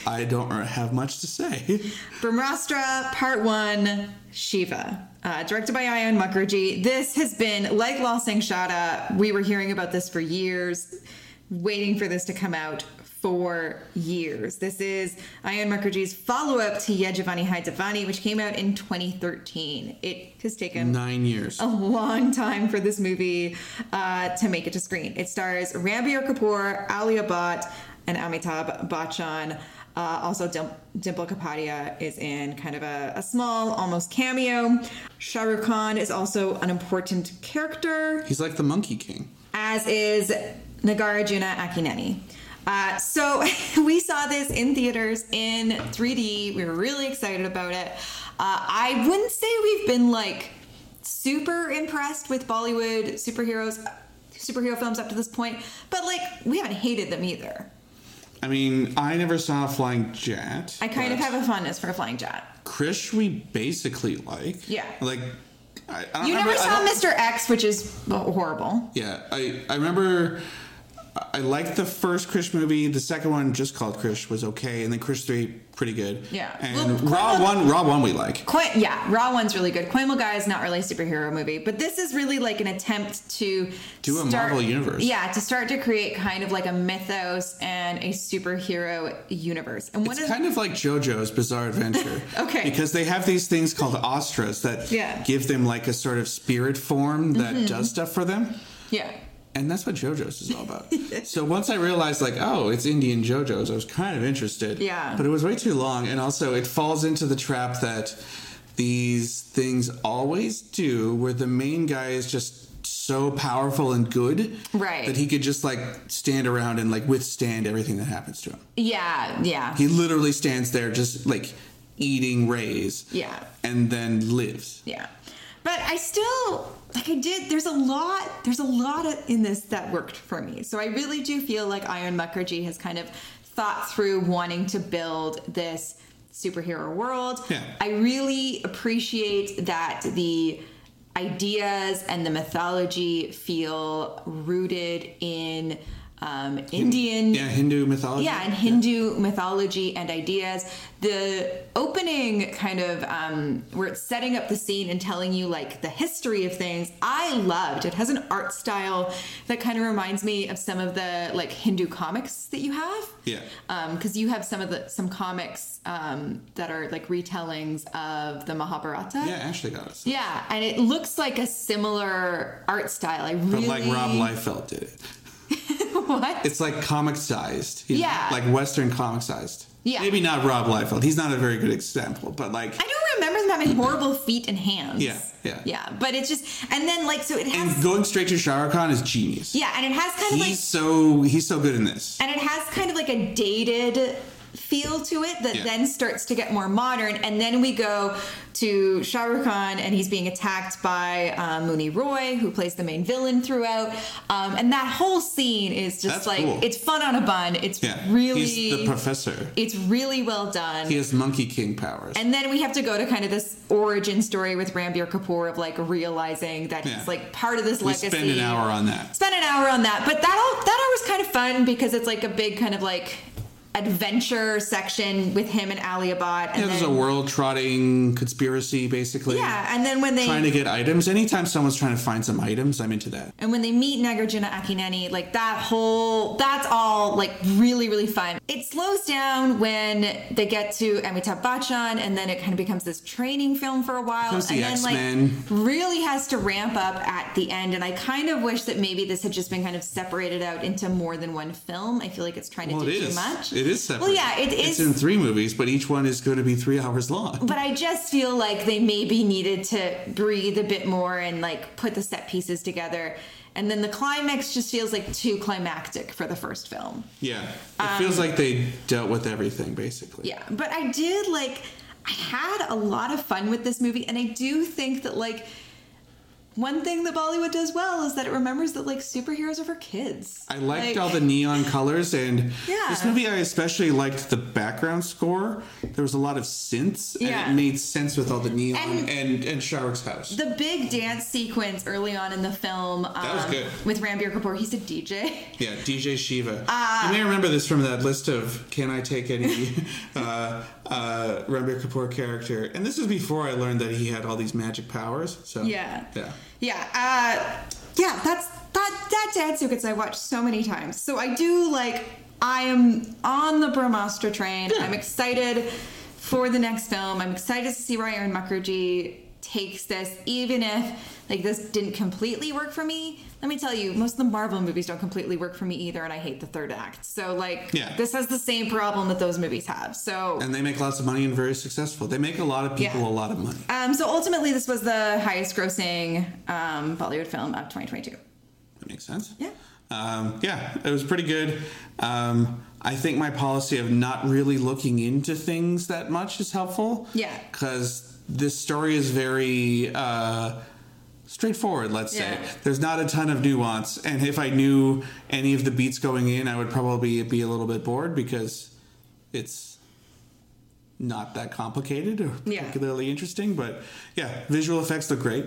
S2: I don't have much to say.
S1: Brahmastra Part 1 Shiva. Uh, directed by Ayan Mukherjee. This has been, like La Sangshada, we were hearing about this for years, waiting for this to come out for years. This is Ayan Mukherjee's follow up to Ye Giovanni Hai Devani, which came out in 2013. It has taken
S2: Nine years.
S1: a long time for this movie uh, to make it to screen. It stars Ranbir Kapoor, Alia Bhatt, and Amitabh Bachchan. Uh, also, Dim- Dimple Kapadia is in kind of a, a small, almost cameo. Shah Rukh Khan is also an important character
S2: He's like the Monkey King.
S1: as is Nagarjuna Akineni. Uh, so we saw this in theaters in 3D. We were really excited about it. Uh, I wouldn't say we've been like super impressed with Bollywood superheroes, superhero films up to this point, but like we haven't hated them either.
S2: I mean, I never saw a flying jet.
S1: I kind of
S2: but
S1: have a fondness for Flying Jet.
S2: Krish. We basically like.
S1: Yeah.
S2: Like, I, I don't
S1: You
S2: remember,
S1: never
S2: I
S1: saw
S2: don't-
S1: Mr. X, which is horrible.
S2: Yeah, I I remember. I liked the first Krish movie. The second one, just called Krish, was okay, and then Krish three, pretty good.
S1: Yeah.
S2: and
S1: Well,
S2: Raw
S1: Quantum-
S2: one, Raw one, we like.
S1: Coin, yeah, Raw One's really good. Coin Guy is not really a superhero movie, but this is really like an attempt to
S2: Do a Marvel universe.
S1: Yeah, to start to create kind of like a mythos and a superhero universe. And one
S2: It's
S1: of
S2: kind of like JoJo's Bizarre Adventure.
S1: Okay.
S2: Because they have these things called ostras that
S1: Yeah. Mm-hmm.
S2: give them like a sort of spirit form that does stuff for them.
S1: yeah,
S2: And that's what JoJo's is all about. so once I realized, like, oh, it's Indian JoJo's, I was kind of interested.
S1: Yeah.
S2: But it was way too long. And also, it falls into the trap that these things always do, where the main guy is just so powerful and good
S1: Right.
S2: that he could just like stand around and like withstand everything that happens to him.
S1: yeah, yeah,
S2: He literally stands there just like eating rays.
S1: Yeah.
S2: And then lives.
S1: yeah. But I still like I did. There's a lot. There's a lot of, in this that worked for me. So I really do feel like Iron Mukherjee has kind of thought through wanting to build this superhero world.
S2: Yeah.
S1: I really appreciate that the ideas and the mythology feel rooted in um, Indian.
S2: Yeah, Hindu mythology.
S1: Yeah, and Hindu mythology and ideas. The opening kind of um, where it's setting up the scene and telling you like the history of things. I loved. It has an art style that kind of reminds me of some of the like Hindu comics that you have.
S2: Yeah.
S1: Because you have some of the some comics um, that are like retellings of the Mahabharata.
S2: Yeah, Ashley got us.
S1: Yeah, and it looks like a similar art style. I
S2: But
S1: really
S2: like Rob Liefeld did it.
S1: what?
S2: It's like comic sized. you know?
S1: Yeah.
S2: Like Western comic sized.
S1: Yeah.
S2: Maybe not Rob Liefeld. He's not a very good example, but like.
S1: I don't remember them having horrible feet and hands.
S2: Yeah, yeah.
S1: Yeah, but it's just, and then like, so it has,
S2: and going straight to Shah Rukh Khan is genius.
S1: yeah, and it has kind of
S2: He's
S1: like,
S2: so he's so good in this.
S1: and it has kind of like a dated feel to it that
S2: Yeah.
S1: then starts to get more modern. And then we go to Shah Rukh Khan and he's being attacked by uh, Mooney Roy, who plays the main villain throughout. Um, and that whole scene is just
S2: That's
S1: like,
S2: cool.
S1: it's fun on a bun. It's
S2: Yeah.
S1: really,
S2: He's the professor.
S1: it's really well done.
S2: He has Monkey King powers.
S1: And then we have to go to kind of this origin story with Rambir Kapoor of like realizing that
S2: Yeah.
S1: he's like part of this
S2: we
S1: legacy.
S2: spend an hour on that.
S1: Spend an hour on that, but that all, that hour was kind of fun because it's like a big kind of like adventure section with him and Aliabot. And
S2: Yeah, there's a world trotting conspiracy, basically.
S1: Yeah, and then when they
S2: Trying to get items. Anytime someone's trying to find some items, I'm into that.
S1: And when they meet Nagarjuna Akineni, like that whole, that's all like really, really fun. It slows down when they get to Amitabh Bachchan, and then it kind of becomes this training film for a while.
S2: Becomes the
S1: and then
S2: X-Men.
S1: like really has to ramp up at the end. And I kind of wish that maybe this had just been kind of separated out into more than one film. I feel like it's trying to
S2: Well,
S1: do
S2: it
S1: too
S2: is.
S1: much.
S2: It is separate.
S1: Well, yeah, it
S2: It's
S1: is.
S2: in three movies, but each one is going to be three hours long.
S1: but I just feel like they maybe needed to breathe a bit more and like put the set pieces together. And then the climax just feels like too climactic for the first film.
S2: Yeah. It feels like they dealt with everything, basically.
S1: Yeah, but I did like I had a lot of fun with this movie and I do think that like one thing that Bollywood does well is that it remembers that like superheroes are for kids.
S2: I liked
S1: Like-
S2: all the neon colors, and
S1: Yeah.
S2: this movie I especially liked the background score. There was a lot of synths,
S1: Yeah.
S2: and it made sense with all the neon
S1: And-
S2: and and, Shahruk's house.
S1: the big dance sequence early on in the film um,
S2: was good.
S1: with Ranbir Kapoor. He's a DJ.
S2: yeah, DJ Shiva.
S1: Uh,
S2: you may remember this from that list of "Can I take any?" uh, uh, Ranbir Kapoor character, and this is before I learned that he had all these magic powers. So
S1: Yeah.
S2: Oh, yeah.
S1: Yeah. Uh, yeah. That's that. That dad sequence I watched so many times. So I do like. I am on the Brahmastra train.
S2: Yeah.
S1: I'm excited for the next film. I'm excited to see where Aaron Mukherjee takes this, even if like this didn't completely work for me. Let me tell you, most of the Marvel movies don't completely work for me either, and I hate the third act. So like,
S2: Yeah.
S1: this has the same problem that those movies have. So
S2: And they make lots of money and very successful. They make a lot of people
S1: Yeah.
S2: a lot of money.
S1: um, so ultimately, this was the highest grossing um, Bollywood film of 2022.
S2: That makes sense.
S1: Yeah.
S2: Um, yeah, it was pretty good. Um, I think my policy of not really looking into things that much is helpful.
S1: Yeah.
S2: Because this story is very uh, straightforward, let's
S1: Yeah.
S2: say. There's not a ton of nuance. And if I knew any of the beats going in, I would probably be a little bit bored because it's not that complicated or
S1: Yeah.
S2: particularly interesting. But yeah, visual effects look great.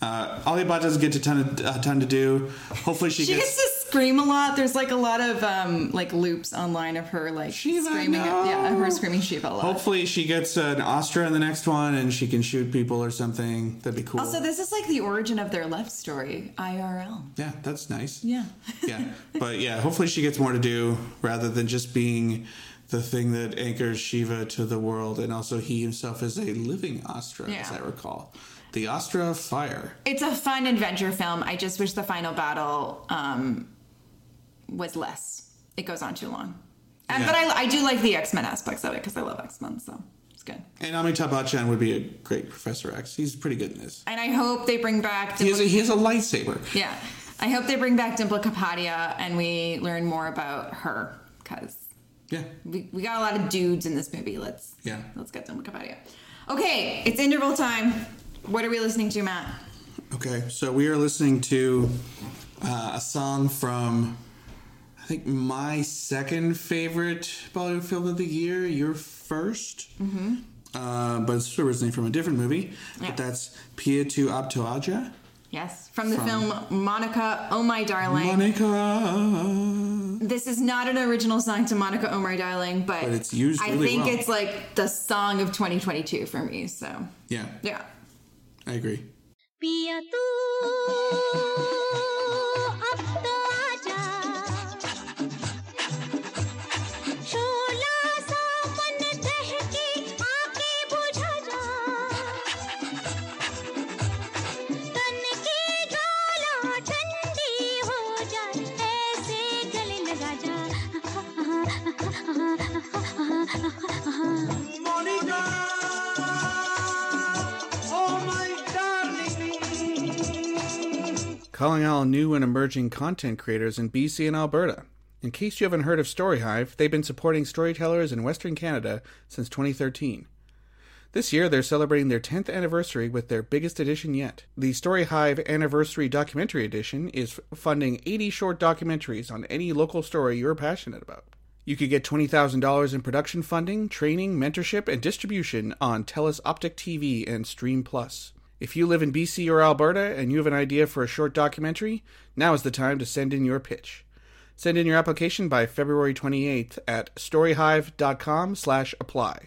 S2: Uh, Alibaba doesn't get a ton, of, a ton to do. Hopefully she,
S1: She
S2: gets
S1: gets to scream a lot. There's like a lot of um like loops online of her like
S2: Shiva,
S1: screaming.
S2: no.
S1: Yeah, of her screaming Shiva a lot.
S2: Hopefully, she gets an Astra in the next one, and she can shoot people or something. That'd be cool.
S1: Also, this is like the origin of their love story, IRL.
S2: yeah, that's nice.
S1: Yeah.
S2: yeah, but yeah, hopefully she gets more to do rather than just being the thing that anchors Shiva to the world, and also he himself is a living Astra, as
S1: Yeah.
S2: I recall. The Astra of Fire.
S1: It's a fun adventure film. I just wish the final battle um was less. It goes on too long. And,
S2: Yeah.
S1: But I, I do like the X Men aspects of it because I love X Men, so it's good.
S2: And Amitabh Bachchan would be a great Professor X. He's pretty good in this.
S1: And I hope they bring back.
S2: He has a, he has a lightsaber.
S1: Yeah. I hope they bring back Dimple Kapadia and we learn more about her because
S2: Yeah,
S1: we, we got a lot of dudes in this movie. Let's
S2: Yeah.
S1: Let's get some Kapadia. Okay, it's interval time. What are we listening to, Matt?
S2: Okay, so we are listening to uh, a song from, I think, my second favorite Bollywood film of the year, your 1st Mm-hmm. Uh, but it's originally from a different movie.
S1: Yeah.
S2: But that's Pia Tu Abtoaja.
S1: Yes, from the
S2: From-
S1: film Monica, Oh My Darling.
S2: Monica.
S1: this is not an original song to Monica, Oh My Darling, but,
S2: But it's used
S1: I
S2: really
S1: think
S2: well.
S1: it's like the song of 2022 for me. So
S2: Yeah,
S1: yeah,
S2: I agree.
S3: पिया तू अब तो आजा शोला सा मन दहके आके बुझा जा तन की ज्वाला ठंडी हो जाए ऐसे गले लगा जा
S4: Monica, oh my darling.
S2: Calling all new and emerging content creators in BC and Alberta. In case you haven't heard of Storyhive, they've been supporting storytellers in Western Canada since 2013. This year, they're celebrating their 10th anniversary with their biggest edition yet. The Storyhive Anniversary Documentary Edition is f- funding 80 short documentaries on any local story you're passionate about. You could get $20,000 in production funding, training, mentorship, and distribution on TELUS Optic TV and Stream Plus. If you live in BC or Alberta and you have an idea for a short documentary, now is the time to send in your pitch.
S5: Send in your application by February 28th at storyhive.com slash apply.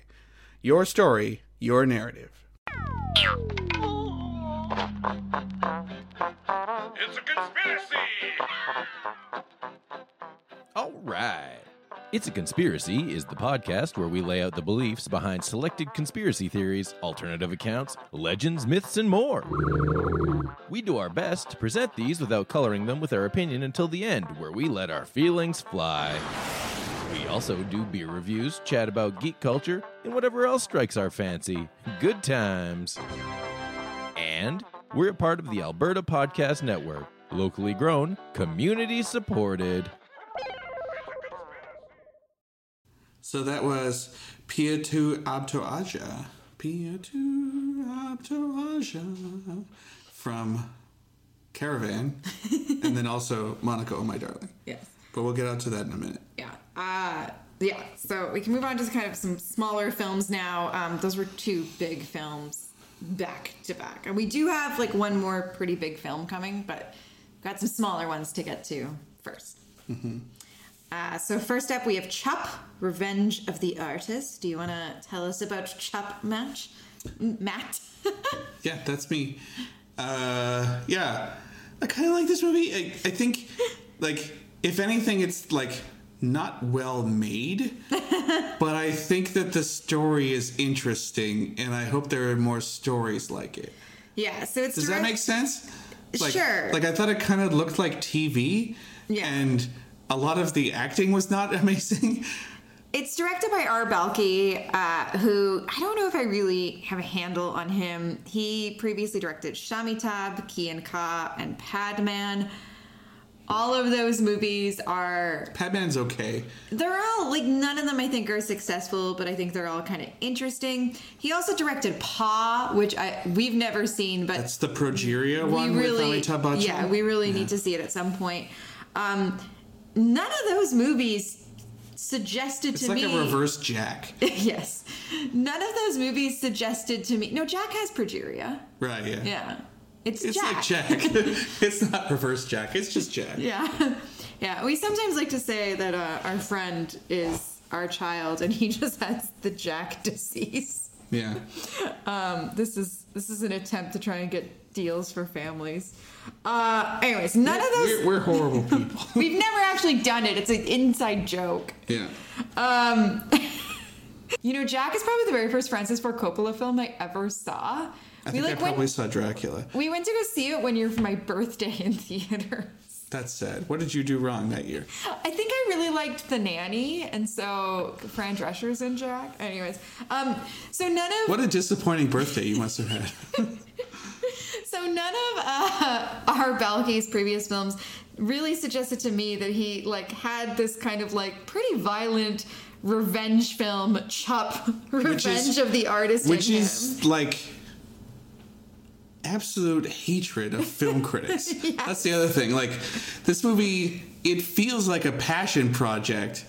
S5: Your story, your narrative.
S6: It's a conspiracy!
S7: All right. It's a Conspiracy is the podcast where we lay out the beliefs behind selected conspiracy theories, alternative accounts, legends, myths, and more. We do our best to present these without coloring them with our opinion until the end, where we let our feelings fly. We also do beer reviews, chat about geek culture, and whatever else strikes our fancy. Good times. And we're a part of the Alberta Podcast Network, locally grown, community supported.
S2: So that was Pia tu abto aja. Pia tu abto aja from Caravan and then also Monica Oh My Darling.
S1: Yes.
S2: But we'll get out to that in a minute.
S1: Yeah. Uh, yeah. So we can move on to kind of some smaller films now. Um, those were two big films back to back. And we do have like one more pretty big film coming, but we've got some smaller ones to get to 1st
S2: Mm-hmm.
S1: Uh, so first up, we have Chup, Revenge of the Artist. Do you want to tell us about Chup, Match? M- Matt?
S2: Yeah, that's me. Uh, yeah, I kind of like this movie. I, I think, like, if anything, it's like not well made, but I think that the story is interesting, and I hope there are more stories like it.
S1: yeah. So it's
S2: Does that
S1: direct-
S2: make sense? Like,
S1: Sure.
S2: Like I thought it kind of looked like TV,
S1: Yeah.
S2: and a lot of the acting was not amazing.
S1: It's directed by R. Balki, uh, who I don't know if I really have a handle on him. He previously directed Shamitab, Key and Ka, and Padman. All of those movies are
S2: Padman's okay.
S1: they're all like none of them I think are successful, but I think they're all kind of interesting. He also directed Paw, which I we've never seen, but
S2: That's the Progeria one
S1: we
S2: with Amitabh Bachchan.
S1: yeah, we really need to see it at some point. Um, none of those movies suggested
S2: It's
S1: to
S2: like
S1: me
S2: a reverse Jack,
S1: yes. None of those movies suggested to me. No, Jack has progeria.
S2: right? Yeah.
S1: Yeah. It's,
S2: It's
S1: Jack.
S2: like Jack. it's not reverse Jack. It's just Jack.
S1: Yeah. Yeah. We sometimes like to say that uh, our friend is our child and he just has the Jack disease.
S2: Yeah.
S1: Um, this is this is an attempt to try and get deals for families. Uh, anyways, none of those
S2: We're, we're horrible people.
S1: we've never actually done it. It's an inside joke.
S2: yeah.
S1: Um, you know, Jack is probably the very first Francis Ford Coppola film I ever saw.
S2: I think I probably saw Dracula.
S1: We went to go see it one year for my birthday in theaters.
S2: That's sad. What did you do wrong that year?
S1: I think I really liked The Nanny, and so Fran Drescher's in Jack. Anyways, um, so none of
S2: What a disappointing birthday you must have had.
S1: so none of uh, our Balki's previous films really suggested to me that he like had this kind of like pretty violent revenge film chop
S2: Which is-
S1: revenge of the artist
S2: Which
S1: in him.
S2: is like absolute hatred of film critics. That's the other thing. Like this movie, it feels like a passion project,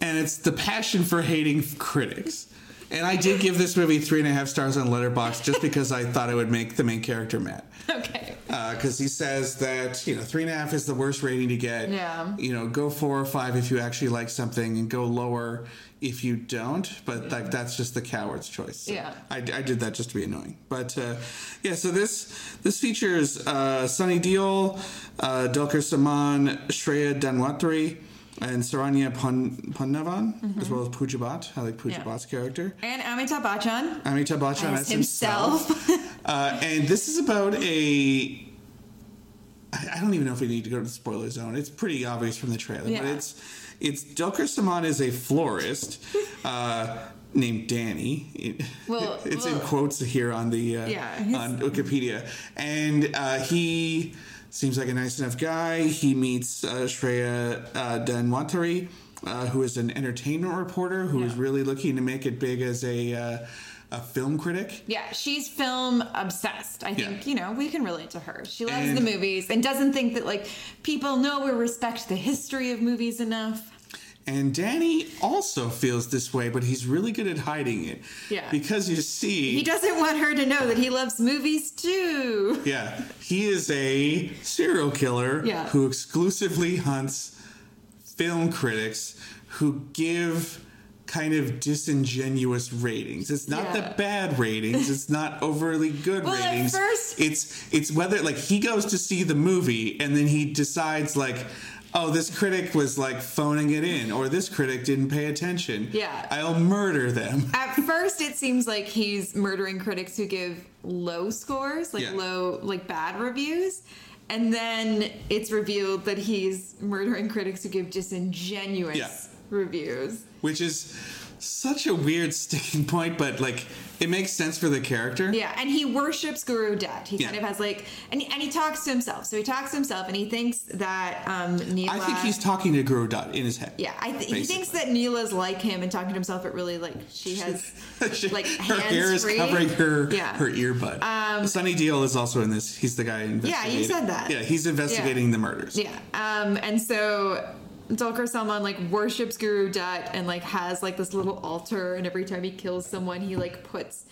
S2: and it's the passion for hating critics. And I did give this movie three and a half stars on Letterbox just because I thought it would make the main character mad.
S1: okay
S2: because Uh, he says that you know three and a half is the worst rating to get.
S1: Yeah.
S2: You know, go four or five if you actually like something, and go lower if you don't. But like that's just the coward's choice. So
S1: Mm-hmm. Yeah.
S2: I, I did that just to be annoying. But uh, yeah, so this this features uh, Sunny Deol, uh, Dulker Saman, Shreya Danwatri, and Saranya Pon- Ponnavan, as
S1: Mm-hmm.
S2: well as Pujabat. I like Pujabat's character.
S1: and Amitabh Bachchan
S2: Amitabh Bachchan
S1: As
S2: as himself. uh, and this is about a. I I don't even know if we need to go to the spoiler zone. It's pretty obvious from the trailer, but
S1: Yeah.
S2: it's it's Dulker Saman is a florist uh, named Danny. It-
S1: Well,
S2: it's in
S1: well-
S2: quotes here on the uh,
S1: Yeah, his-
S2: on Wikipedia, and uh, he seems like a nice enough guy. He meets uh, Shreya uh, Danwantari, uh, who is an entertainment reporter who is really looking to make it big as a uh, a film critic.
S1: Yeah, she's film obsessed. I think,
S2: Yeah.
S1: you know, we can relate to her. She loves
S2: And-
S1: the movies and doesn't think that like people know or respect the history of movies enough.
S2: And Danny also feels this way, but he's really good at hiding it.
S1: Yeah.
S2: because you see,
S1: He doesn't want her to know that he loves movies too.
S2: Yeah, he is a serial killer
S1: Yeah.
S2: who exclusively hunts film critics who give kind of disingenuous ratings. It's not
S1: Yeah.
S2: the bad ratings. It's not overly good
S1: Well, at
S2: ratings.
S1: first-
S2: it's it's whether like he goes to see the movie and then he decides like oh this critic was like phoning it in or this critic didn't pay attention.
S1: Yeah.
S2: I'll murder them.
S1: At first, it seems like he's murdering critics who give low scores, like
S2: Yeah.
S1: low, like bad reviews. And then it's revealed that he's murdering critics who give disingenuous
S2: Yeah.
S1: reviews.
S2: Which is such a weird sticking point but like it makes sense for the character.
S1: Yeah, and he worships Guru Dad. He kind
S2: Yeah.
S1: of has like, and he, and he talks to himself. So he talks to himself, and he thinks that um, Neela.
S2: I think he's talking to Guru Dot in his head.
S1: yeah, I th- he
S2: basically.
S1: thinks that Neela's like him and talking to himself. It really like she has like
S2: her hair is
S1: hands-free.
S2: covering her
S1: Yeah.
S2: her earbud. Um, Sunny Deal is also in this. He's the guy investigating.
S1: said that.
S2: Yeah, he's investigating
S1: Yeah.
S2: the murders.
S1: Yeah. Um, and so Dulkar Salman like worships Guru Dutt and like has like this little altar, and every time he kills someone, he like puts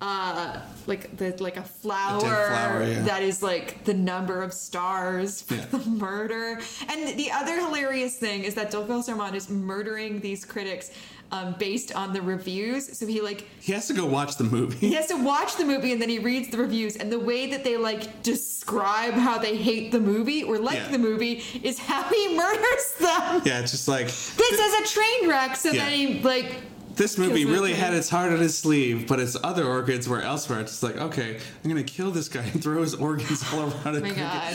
S1: uh like the like a flower,
S2: flower, yeah.
S1: that is like the number of stars for
S2: Yeah.
S1: the murder. And the other hilarious thing is that Dulkar Salman is murdering these critics um, based on the reviews. So he like
S2: He has to go watch the movie.
S1: he has to watch the movie and then he reads the reviews and the way that they like describe how they hate the movie or like
S2: Yeah.
S1: the movie is how he murders them
S2: Yeah, it's just like
S1: this is a train wreck so
S2: Yeah.
S1: then he like
S2: this movie
S1: Kills my
S2: really
S1: kid.
S2: had its heart on its sleeve, but its other organs were elsewhere. It's just like, okay, I'm gonna kill this guy and throw his organs all around.
S1: Oh my God.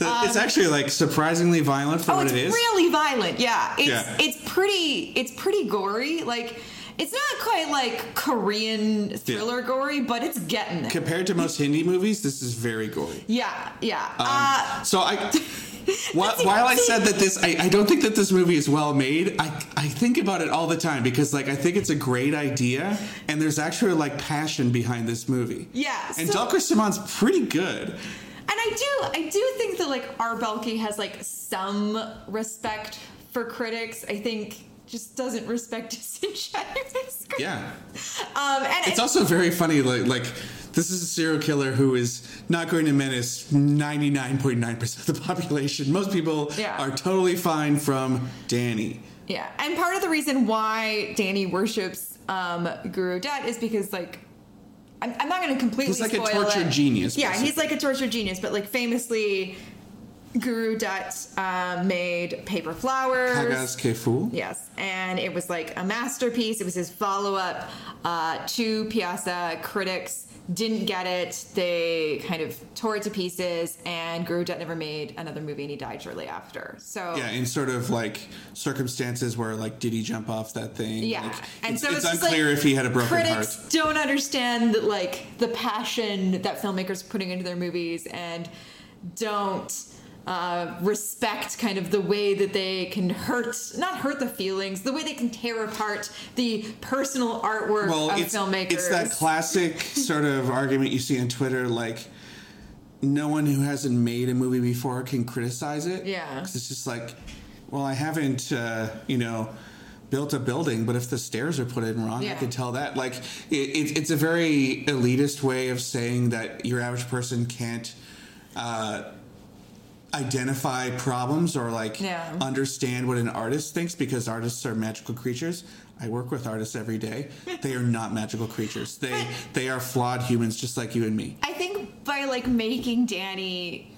S1: Um,
S2: it's actually like surprisingly violent for
S1: oh
S2: what
S1: it's
S2: it is.
S1: really violent yeah it's
S2: Yeah.
S1: it's pretty it's pretty gory like it's not quite like korean thriller gory but it's getting there
S2: Compared to most Hindi movies, this is very gory.
S1: yeah yeah
S2: Um,
S1: uh,
S2: So I, while, while I said that this, I, I don't think that this movie is well made. I, I think about it all the time because like I think it's a great idea, and there's actually like passion behind this movie.
S1: Yeah,
S2: and
S1: so-
S2: Dulquer Simon's pretty good.
S1: And I do, I do think that like Arbelke has like some respect for critics. I think just doesn't respect disingenuous. critics.
S2: Yeah,
S1: Um, and
S2: it's also very funny. Like like this is a serial killer who is not going to menace 99.9 percent of the population. Most people
S1: Yeah.
S2: are totally fine from Danny.
S1: yeah, and part of the reason why Danny worships um, Guru Dad is because like. I'm, I'm not going to completely.
S2: He's like a
S1: spoil
S2: tortured
S1: it.
S2: genius,
S1: Yeah,
S2: basically.
S1: he's like a tortured genius, but like famously, Guru Dutt uh, made paper flowers.
S2: Kagas K fool.
S1: Yes, and it was like a masterpiece. It was his follow up uh, to Piazza. Critics didn't get it. They kind of tore it to pieces, and Guru Dutt never made another movie, and he died shortly after. So
S2: Yeah, in sort of like circumstances where like did he jump off that thing?
S1: Yeah,
S2: Like,
S1: and
S2: it's,
S1: so
S2: it's,
S1: it's, just,
S2: unclear
S1: like,
S2: if he had a broken
S1: critics
S2: heart.
S1: don't understand that, like the passion that filmmakers are putting into their movies and don't uh, respect kind of the way that they can hurt, not hurt the feelings, the way they can tear apart the personal artwork
S2: Well,
S1: of
S2: it's
S1: filmmakers.
S2: it's that classic sort of argument you see on Twitter, like no one who hasn't made a movie before can criticize it.
S1: Yeah.
S2: 'Cause it's just like, well, I haven't, uh, you know. Built a building, but if the stairs are put in wrong, I
S1: Yeah.
S2: can tell that. Like, it, it, it's a very elitist way of saying that your average person can't identify problems or like
S1: Yeah.
S2: understand what an artist thinks because artists are magical creatures. I work with artists every day. They are not magical creatures. They they are flawed humans just like you and me.
S1: I think by like making Danny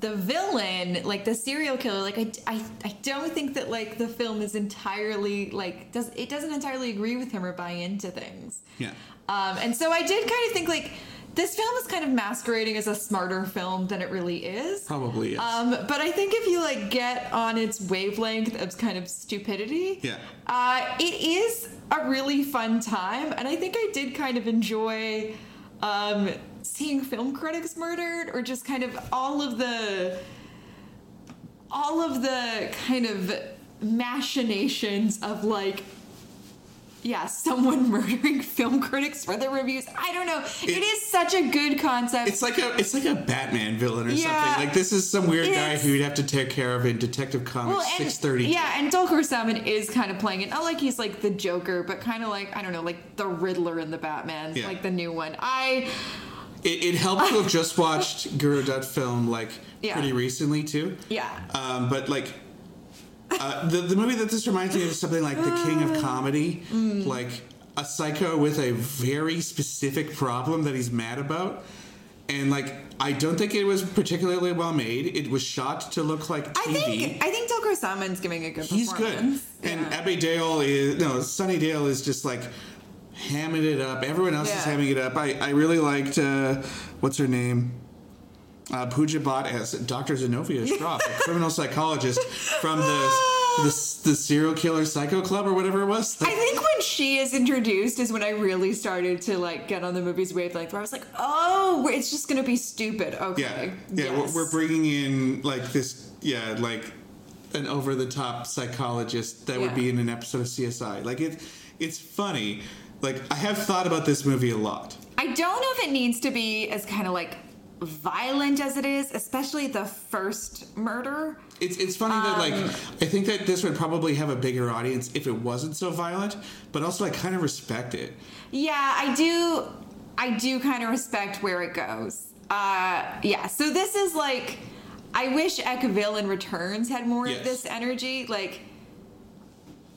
S1: the villain, like the serial killer, like I, I, I don't think that like the film is entirely like does it doesn't entirely agree with him or buy into things.
S2: Yeah.
S1: Um, and so I did kind of think like this film is kind of masquerading as a smarter film than it really is.
S2: Probably is.
S1: Um, but I think if you like get on its wavelength of kind of stupidity,
S2: Yeah.
S1: uh, it is a really fun time, and I think I did kind of enjoy um, seeing film critics murdered, or just kind of all of the all of the kind of machinations of like. Yeah, someone murdering film critics for their reviews. I don't know. it
S2: It-
S1: is such a good concept.
S2: it's like a it's like a Batman villain or
S1: Yeah.
S2: something. Like this is some weird guy
S1: It's-
S2: who you'd have to take care of in Detective Comics
S1: and,
S2: six thirty.
S1: Yeah, and Dolcor Salmon is kind of playing it. Not like he's like the Joker, but kind of like I don't know, like the Riddler in the Batman,
S2: Yeah.
S1: like the new one. I
S2: It, it helps to have just watched Guru Dutt film like
S1: Yeah.
S2: pretty recently too.
S1: yeah,
S2: Um, but like Uh, the, the movie that this reminds me of is something like The King of Comedy,
S1: Mm.
S2: like a psycho with a very specific problem that he's mad about. And like, I don't think it was particularly well made. It was shot to look like TV.
S1: I think I think Delco Salmon's giving a good
S2: He's good.
S1: performance.
S2: And
S1: Yeah.
S2: Abby Dale is no Sunny Dale is just like hamming it up. Everyone else is
S1: Yeah.
S2: hamming it up. I, I really liked uh, what's her name. Uh, Pooja Bhatt as Dr. Zenobia Shroff, a criminal psychologist from the, the the serial killer psycho club or whatever it was.
S1: I think when she is introduced is when I really started to like get on the movie's wavelength where I was like, oh, it's just gonna be stupid.
S2: yeah,
S1: Okay.
S2: yeah. we're-
S1: Yes.
S2: We're bringing in like this. Yeah, like an over the top psychologist that would
S1: Yeah.
S2: be in an episode of CSI. Like it, it's funny. Like I have thought about this movie a lot.
S1: I don't know if it needs to be as kind of like violent as it is, especially the first murder.
S2: It's it's funny that like
S1: Um.
S2: I think that this would probably have a bigger audience if it wasn't so violent, but also I kind of respect it.
S1: Yeah, I do. I do kind of respect where it goes. Uh, yeah. So this is like, I wish Ekaville in Returns had more
S2: Yes.
S1: of this energy. Like,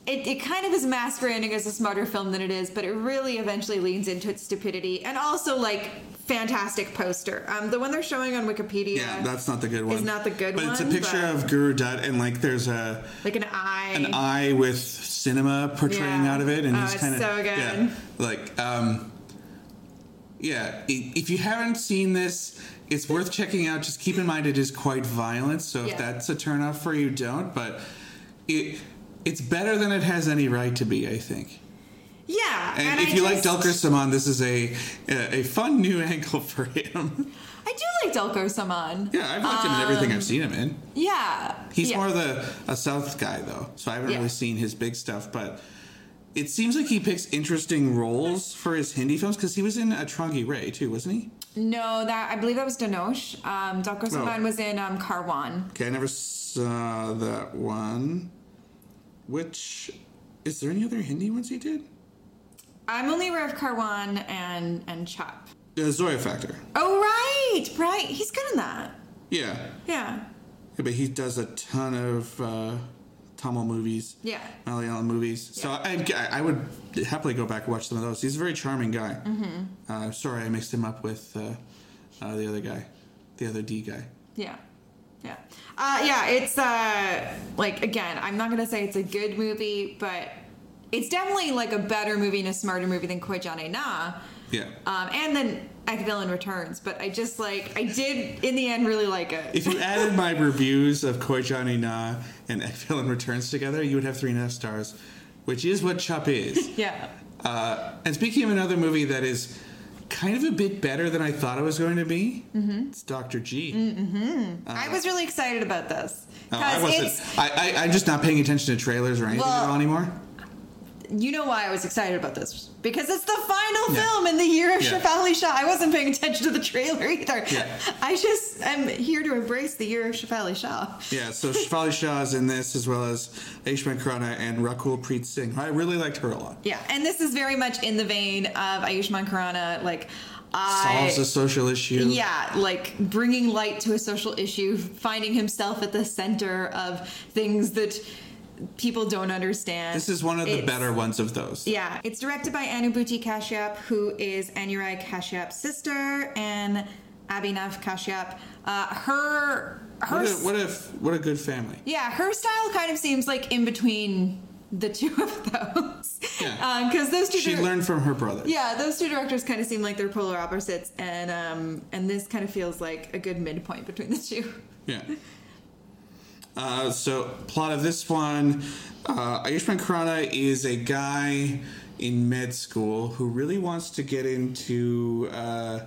S1: it, it kind of is masquerading as a smarter film than it is, but it really eventually leans into its stupidity and also like fantastic poster. Um, the one they're showing on Wikipedia.
S2: that's not the good one.
S1: It's not the good
S2: but But
S1: one,
S2: it's a picture
S1: but-
S2: of Guru Dutt and like there's a
S1: like an eye.
S2: an eye with cinema portraying
S1: Yeah.
S2: out of it, and
S1: Oh,
S2: he's
S1: it's
S2: kind of
S1: so good.
S2: yeah, like um, yeah. i- If you haven't seen this, it's worth checking out. Just keep in mind it is quite violent, so if
S1: Yeah.
S2: that's a turnoff for you, don't. But it it's better than it has any right to be, I think.
S1: yeah.
S2: And, if
S1: I
S2: you
S1: just-
S2: like Delker Simon, this is a a fun new angle for him.
S1: I do like Delco Saman.
S2: yeah, I've liked him in everything I've seen him in.
S1: Yeah.
S2: He's
S1: Um, yeah.
S2: more of the a South guy though, so I haven't
S1: Yeah.
S2: really seen his big stuff. But it seems like he picks interesting roles for his Hindi films because he was in a Trangi Ray too, wasn't he?
S1: No, that I believe that was Danosh. Um, Dr.
S2: Oh.
S1: Saban was in um, Carwan.
S2: Okay, I never saw that one. Which is there any other Hindi ones he did?
S1: I'm only aware of Carwan and and Chop.
S2: Uh, Zoya Factor.
S1: Oh right, right. He's good in that.
S2: Yeah,
S1: Yeah,
S2: Yeah, but he does a ton of uh, Tamil movies.
S1: Yeah.
S2: Malayalam movies. So I, I would happily go back and watch some of those. He's a very charming guy. Mm-hmm. Uh, sorry, I mixed him up with uh, uh, the other guy, the other D guy.
S1: yeah, yeah. Uh, yeah, it's uh, like again, I'm not gonna say it's a good movie, but it's definitely like a better movie and a smarter movie than Koi Jane Na.
S2: Yeah.
S1: Um, and then Ekvillain Returns. But I just like I did in the end really like it.
S2: if you added my reviews of Koi Johnny Na and Ek Villain Returns together, you would have three and a half stars, which is what Chup is.
S1: yeah.
S2: Uh, and speaking of another movie that is kind of a bit better than I thought it was going to be,
S1: Mm-hmm.
S2: it's Dr. G.
S1: I was really excited about this
S2: No, Uh, oh, I
S1: because it's
S2: wasn't. I, I, I'm just not paying attention to trailers or anything
S1: Well-
S2: at all anymore.
S1: you know why I was excited about this because it's the final
S2: Yeah.
S1: film in the year of
S2: Yeah.
S1: Shafali Shah. I wasn't paying attention to the trailer either.
S2: Yeah.
S1: I just am here to embrace the year of Shafali Shah.
S2: Yeah, so Shafali Shah is in this, as well as Aishman Khurana and Rakul Preet Singh. I really liked her a lot.
S1: Yeah, and this is very much in the vein of Ayushmann Khurrana, like I
S2: Solves a social issue.
S1: yeah, like bringing light to a social issue, finding himself at the center of things that people don't understand.
S2: This is one of the
S1: It's-
S2: better ones of those.
S1: Yeah, it's directed by Anubhuti Kashyap, who is Anurai Kashyap's sister, and Abhinav Kashyap. Uh, her, her,
S2: What a, what a what a good family.
S1: yeah, her style kind of seems like in between the two of those, because
S2: Yeah.
S1: those two.
S2: She
S1: dir-
S2: learned from her brother.
S1: yeah, those two directors kind of seem like they're polar opposites, and um, and this kind of feels like a good midpoint between the two.
S2: Yeah. Uh, so, plot of this one uh, Ayushman Khurrana is a guy in med school who really wants to get into uh,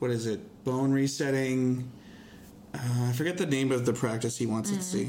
S2: what is it? Bone resetting. Uh, I forget the name of the practice he wants it to see.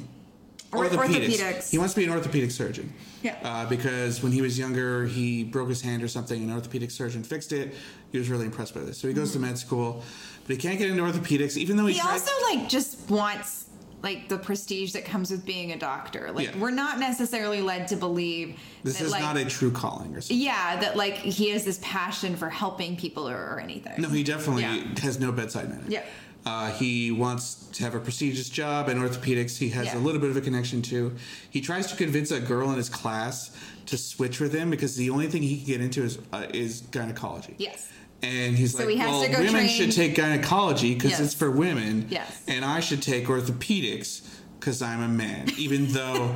S1: Mm-hmm. Or- orthopedics.
S2: He wants to be an orthopedic surgeon.
S1: Yeah.
S2: Uh, because when he was younger, he broke his hand or something, and an orthopedic surgeon fixed it. He was really impressed by this. So he goes to med school, but he can't get into orthopedics, even though he,
S1: Mm-hmm. He
S2: tried-
S1: also like just wants like the prestige that comes with being a doctor. Like
S2: Yeah.
S1: we're not necessarily led to believe
S2: This
S1: that,
S2: is
S1: like,
S2: not a true calling or something.
S1: yeah that like he has this passion for helping people or, or anything.
S2: No, he definitely
S1: Yeah.
S2: has no bedside manner.
S1: Yeah.
S2: Uh, he wants to have a prestigious job in orthopedics. He has
S1: Yeah.
S2: a little bit of a connection to. He tries to convince a girl in his class to switch with him because the only thing he can get into is uh, is gynecology.
S1: Yes.
S2: And he's
S1: So
S2: like,
S1: he has
S2: well,
S1: to go
S2: women
S1: train-
S2: should take gynecology because
S1: Yes.
S2: it's for women.
S1: Yes.
S2: And I should take orthopedics because I'm a man, even though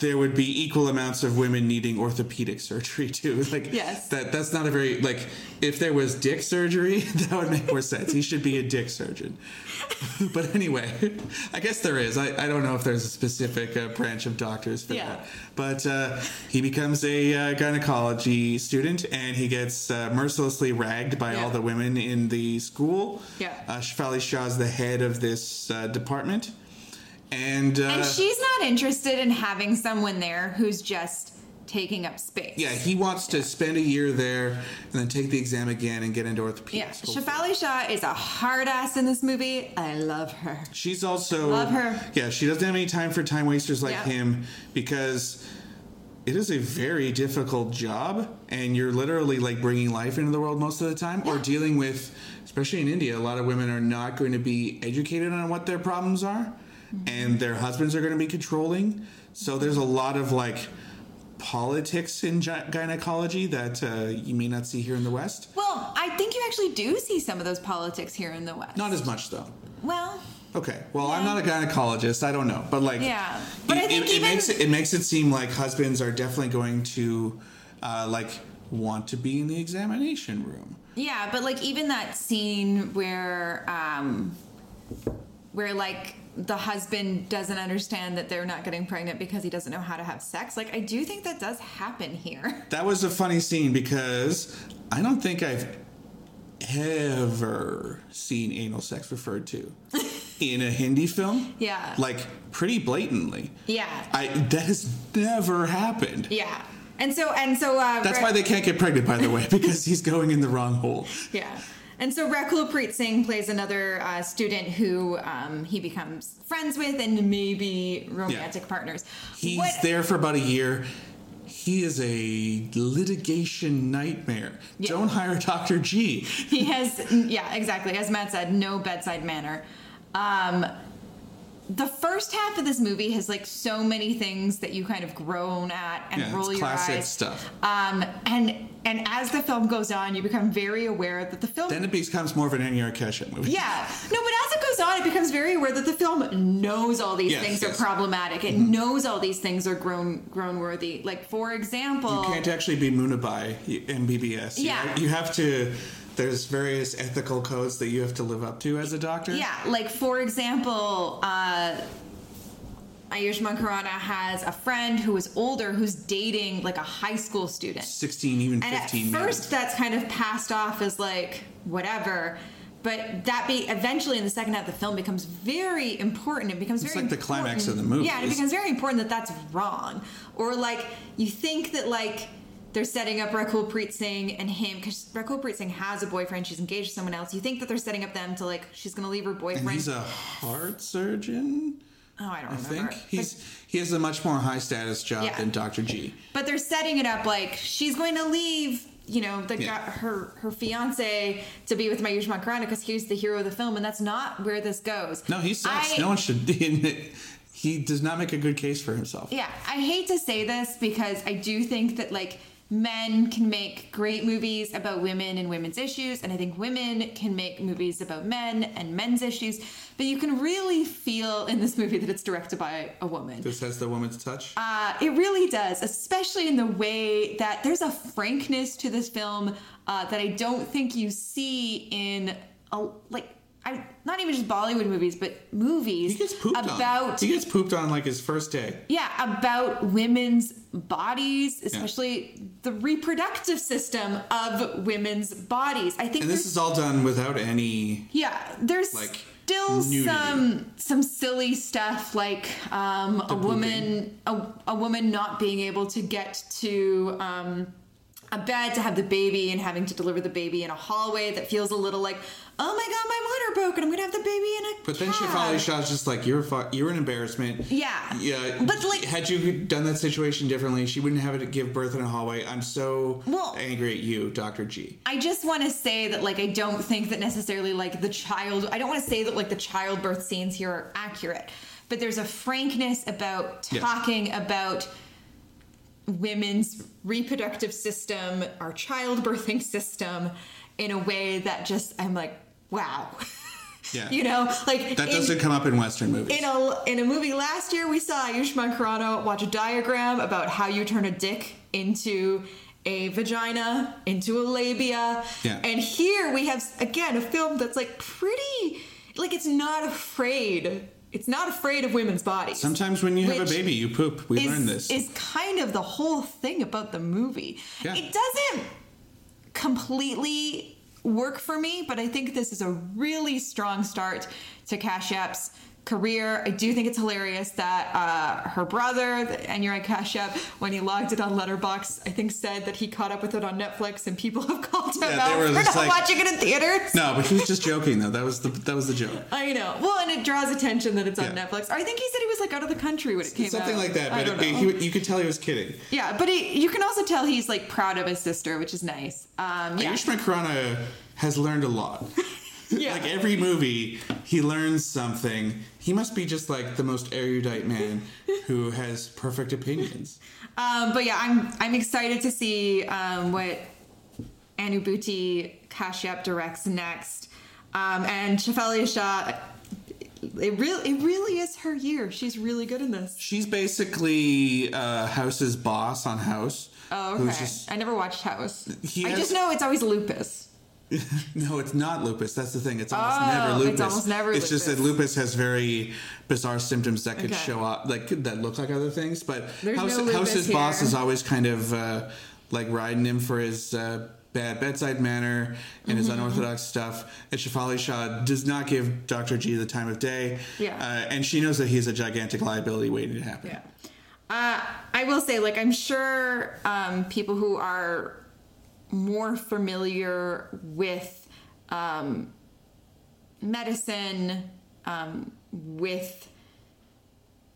S2: there would be equal amounts of women needing orthopedic surgery too. Like,
S1: Yes.
S2: that that's not a very like. If there was dick surgery, that would make more sense. He should be a dick surgeon. but anyway, I guess there is. I, I don't know if there's a specific uh, branch of doctors for
S1: Yeah.
S2: that. But uh, he becomes a uh, gynecology student, and he gets uh, mercilessly ragged by
S1: Yeah.
S2: all the women in the school.
S1: Yeah.
S2: uh, Shafali Shah's the head of this uh, department, and uh,
S1: And she's not interested in having someone there who's just taking up space.
S2: Yeah, he wants to spend a year there and then take the exam again and get into orthopedics.
S1: Yeah,
S2: hopefully.
S1: Shafali Shah is a hard ass in this movie. I love her.
S2: She's also
S1: Love her.
S2: Yeah, she doesn't have any time for time wasters like
S1: Yeah.
S2: him because it is a very difficult job, and you're literally like bringing life into the world most of the time, or dealing with, especially in India, a lot of women are not going to be educated on what their problems are,
S1: Mm-hmm.
S2: and their husbands are going to be controlling. So there's a lot of like politics in gy- gynecology that uh, you may not see here in the West.
S1: Well, I think you actually do see some of those politics here in the West.
S2: Not as much though.
S1: well.
S2: Okay. Well, I'm not a gynecologist. I don't know, but like,
S1: Yeah. But
S2: it,
S1: I think
S2: it,
S1: even-
S2: it makes it, it makes it seem like husbands are definitely going to uh, like want to be in the examination room.
S1: Yeah, but like even that scene where um where like the husband doesn't understand that they're not getting pregnant because he doesn't know how to have sex. Like I do think that does happen here.
S2: That was a funny scene because I don't think I've ever seen anal sex referred to in a Hindi film.
S1: Yeah.
S2: Like pretty blatantly.
S1: Yeah.
S2: I that has never happened.
S1: Yeah. And so and so uh
S2: That's
S1: Ra-
S2: why they can't get pregnant, by the way, because he's going in the wrong hole.
S1: Yeah. And so Rakul Preet Singh plays another uh, student who um, he becomes friends with and maybe romantic partners.
S2: He's
S1: What-
S2: there for about a year. He is a litigation nightmare.
S1: Yeah.
S2: Don't hire Dr. G.
S1: he has yeah exactly as matt said no bedside manner um the first half of this movie has like so many things that you kind of groan at and
S2: Yeah,
S1: roll
S2: it's
S1: your
S2: classic
S1: eyes
S2: stuff.
S1: um and and as the film goes on you become very aware that the film
S2: Then it becomes more of an Annie Keshet movie.
S1: yeah. No, but as it goes on, it becomes very aware that the film knows all these
S2: Yes,
S1: things
S2: yes. Mm-hmm.
S1: are problematic. It knows all these things are grown grown worthy. Like for example,
S2: You can't actually be Munabai in BBS. You-
S1: Yeah.
S2: You, have to, there's various ethical codes that you have to live up to as a doctor.
S1: Yeah, like for example, uh, Ayushmann Khurrana has a friend who is older who's dating like a high school student.
S2: 16, even
S1: And at
S2: 15
S1: first,
S2: minutes.
S1: that's kind of passed off as like whatever. But that be eventually in the second half of the film becomes very important. It becomes
S2: It's
S1: very
S2: like the climax
S1: important-
S2: of the movie,
S1: Yeah, and it
S2: isn't
S1: becomes very important that that's wrong. Or like you think that like they're setting up Rakul Preet Singh and him because Rakul Preet Singh has a boyfriend. She's engaged to someone else. You think that they're setting up them to like she's going to leave her boyfriend.
S2: And he's a heart surgeon,
S1: Oh, I don't
S2: I
S1: remember.
S2: think.
S1: But-
S2: He's He has a much more high status job
S1: Yeah.
S2: than Dr. G.
S1: but they're setting it up like she's going to leave. You know, the
S2: Yeah.
S1: guy, her her fiance to be with Mayush Makarana because he's the hero of the film, and that's not where this goes.
S2: No, he sucks.
S1: I-
S2: no one should. He does not make a good case for himself.
S1: Yeah, I hate to say this because I do think that like men can make great movies about women and women's issues, and I think women can make movies about men and men's issues. But you can really feel in this movie that it's directed by a woman.
S2: This has the woman's touch.
S1: Uh, it really does, especially in the way that there's a frankness to this film uh, that I don't think you see in a, like I not even just Bollywood movies, but movies
S2: he gets pooped on.
S1: about
S2: He gets pooped on like his first day.
S1: yeah about women's bodies, especially the reproductive system of women's bodies. I think
S2: And this
S1: there's-
S2: is all done without any.
S1: yeah, there's
S2: Like,
S1: still
S2: nudity.
S1: some some silly stuff like um, a woman a, a woman not being able to get to um, a bed to have the baby and having to deliver the baby in a hallway that feels a little like, oh my god, my water broke and I'm gonna have the baby in a.
S2: But then she
S1: cab."
S2: finally shouts, just like you're, fu- you're an embarrassment.
S1: Yeah.
S2: Yeah.
S1: But, like-
S2: had you done that situation differently, she wouldn't have it give birth in a hallway. I'm so
S1: Well-
S2: angry at you, Doctor G.
S1: I just want to say that, like, I don't think that necessarily, like, the child, I don't want to say that, like, the childbirth scenes here are accurate, but there's a frankness about
S2: Yes.
S1: talking about women's reproductive system, our childbirthing system, in a way that just, I'm like, wow.
S2: Yeah.
S1: you know, like,
S2: That
S1: in-
S2: doesn't come up in Western movies.
S1: in a, in a movie last year, we saw Ayush Makarano watch a diagram about how you turn a dick into a vagina, into a labia.
S2: Yeah.
S1: And here we have, again, a film that's like pretty, like it's not afraid. It's not afraid of women's bodies.
S2: Sometimes when you have
S1: Which
S2: a baby, you poop. We
S1: is,
S2: learned this.
S1: is kind of the whole thing about the movie.
S2: Yeah.
S1: It doesn't completely work for me, but I think this is a really strong start to Cash App's career. I do think it's hilarious that uh, her brother, the Enurai Cash App, when he logged it on Letterbox, I think said that he caught up with it on Netflix and people have called him
S2: Yeah, they
S1: out
S2: were
S1: for
S2: just
S1: not
S2: like-
S1: watching it in theaters.
S2: no, but he was just joking though. That was the that was the joke.
S1: I know. Well, and it draws attention that it's on
S2: Yeah.
S1: Netflix. Or I think he said he was like out of the country when it came out.
S2: Something like that.
S1: I
S2: But
S1: don't
S2: it-
S1: know.
S2: he- you could tell he was kidding.
S1: Yeah, but he, you can also tell he's like proud of his sister, which is nice. Um, yeah.
S2: Ayush Makarana has learned a lot.
S1: Yeah.
S2: like every movie, he learns something. He must be just like the most erudite man who has perfect opinions.
S1: Um, but yeah, I'm I'm excited to see um, what Anubuti Kashyap directs next, um, and Shafali Shah. It really it really is her year. She's really good in this.
S2: She's basically uh, House's boss on House.
S1: Oh,
S2: who's
S1: okay. I never watched House.
S2: He
S1: I
S2: has-
S1: just know it's always lupus.
S2: No, it's not lupus. That's the thing. It's almost
S1: Oh,
S2: never
S1: it's
S2: lupus.
S1: almost never
S2: It's just that
S1: lupus.
S2: lupus has very bizarre symptoms that could
S1: Okay.
S2: show up, like that look like other things. But
S1: There's
S2: House,
S1: no lupus
S2: House's boss
S1: here.
S2: is always kind of uh, like riding him for his uh, bad bedside manner and
S1: Mm-hmm,
S2: his unorthodox stuff. And Shafali Shah does not give Dr. G the time of day.
S1: Yeah.
S2: Uh, and she knows that he's a gigantic liability waiting to happen.
S1: Yeah. Uh, I will say, like, I'm sure um, people who are more familiar with um, medicine, um, with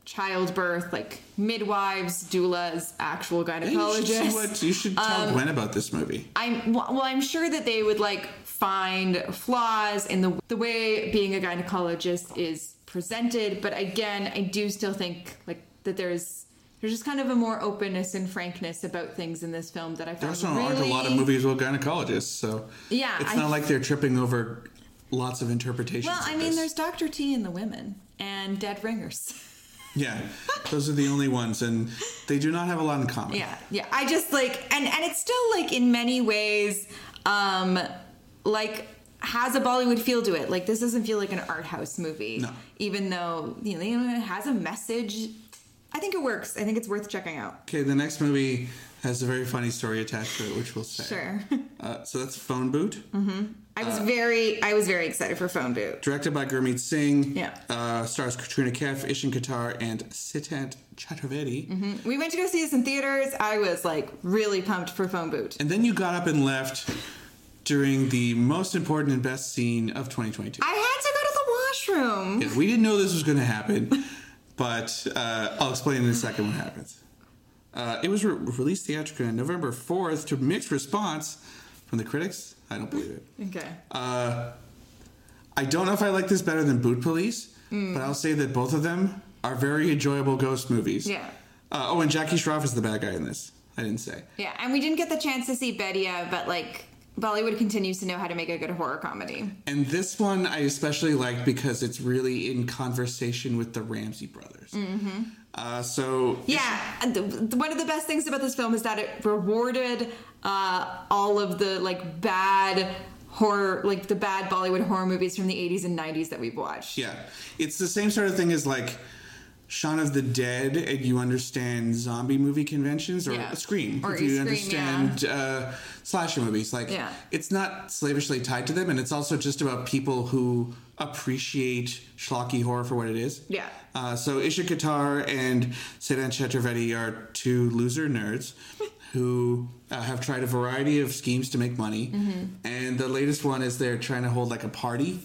S1: childbirth, like midwives, doulas, actual
S2: You should, see
S1: gynecologists.
S2: what, you should
S1: Um,
S2: tell Gwen about this movie.
S1: I'm well. well, I'm sure that they would like find flaws in the the way being a gynecologist is presented. But again, I do still think like that there's there's just kind of a more openness and frankness about things in this film that I
S2: There
S1: found
S2: also
S1: really
S2: aren't a lot of movies with gynecologists, so
S1: Yeah,
S2: it's
S1: I-
S2: not like they're tripping over lots of interpretations.
S1: Well,
S2: of
S1: I mean,
S2: this.
S1: there's Doctor T and the women and Dead Ringers.
S2: yeah, those are the only ones, and they do not have a lot in common.
S1: Yeah, yeah. I just like and and it's still like in many ways, um, like has a Bollywood feel to it. Like this doesn't feel like an art house movie,
S2: No.
S1: even though you know it has a message. I think it works. I think it's worth checking out.
S2: Okay, the next movie has a very funny story attached to it, which we'll say.
S1: Sure. Mm-hmm.
S2: Uh, so that's Phone Boot,
S1: I was very I was very excited for Phone Boot.
S2: directed by Gurmeet Singh.
S1: Yeah.
S2: Uh, stars Katrina Kaif, Ishan Katar, and Sitant Chaturvedi.
S1: We went to go see this in theaters. I was like really pumped for Phone Boot.
S2: And then you got up and left during the most important and best scene of 2022.
S1: I had to go to the washroom.
S2: Yeah, we didn't know this was going to happen, but uh, I'll explain in a second what happens. Uh, it was re- released theatrically on November 4th to mixed response from the critics. I don't believe it.
S1: Okay.
S2: I don't know if I like this better than Boot Police, but I'll say that both of them are very enjoyable ghost movies.
S1: Yeah.
S2: Uh, oh, and Jackie Shroff is the bad guy in this. I didn't say.
S1: yeah, and we didn't get the chance to see Bedia, but like Bollywood continues to know how to make a good horror comedy.
S2: And this one I especially liked because it's really in conversation with the Ramsey brothers. Mm-hmm. Uh, so
S1: Yeah, and the, one of the best things about this film is that it rewarded uh, all of the like bad horror, like the bad Bollywood horror movies from the '80s and '90s that we've watched.
S2: Yeah, it's the same sort of thing as like Shaun of the Dead, and you understand zombie movie conventions, or
S1: Yeah.
S2: Scream,
S1: Or
S2: if you
S1: Scream,
S2: understand uh, slasher movies. Like,
S1: Yeah.
S2: it's not slavishly tied to them, and it's also just about people who appreciate schlocky horror for what it is.
S1: Yeah.
S2: Uh, so Isha Katar and Sedan Chaturvedi are two loser nerds who uh, have tried a variety of schemes to make money, and the latest one is they're trying to hold like a party.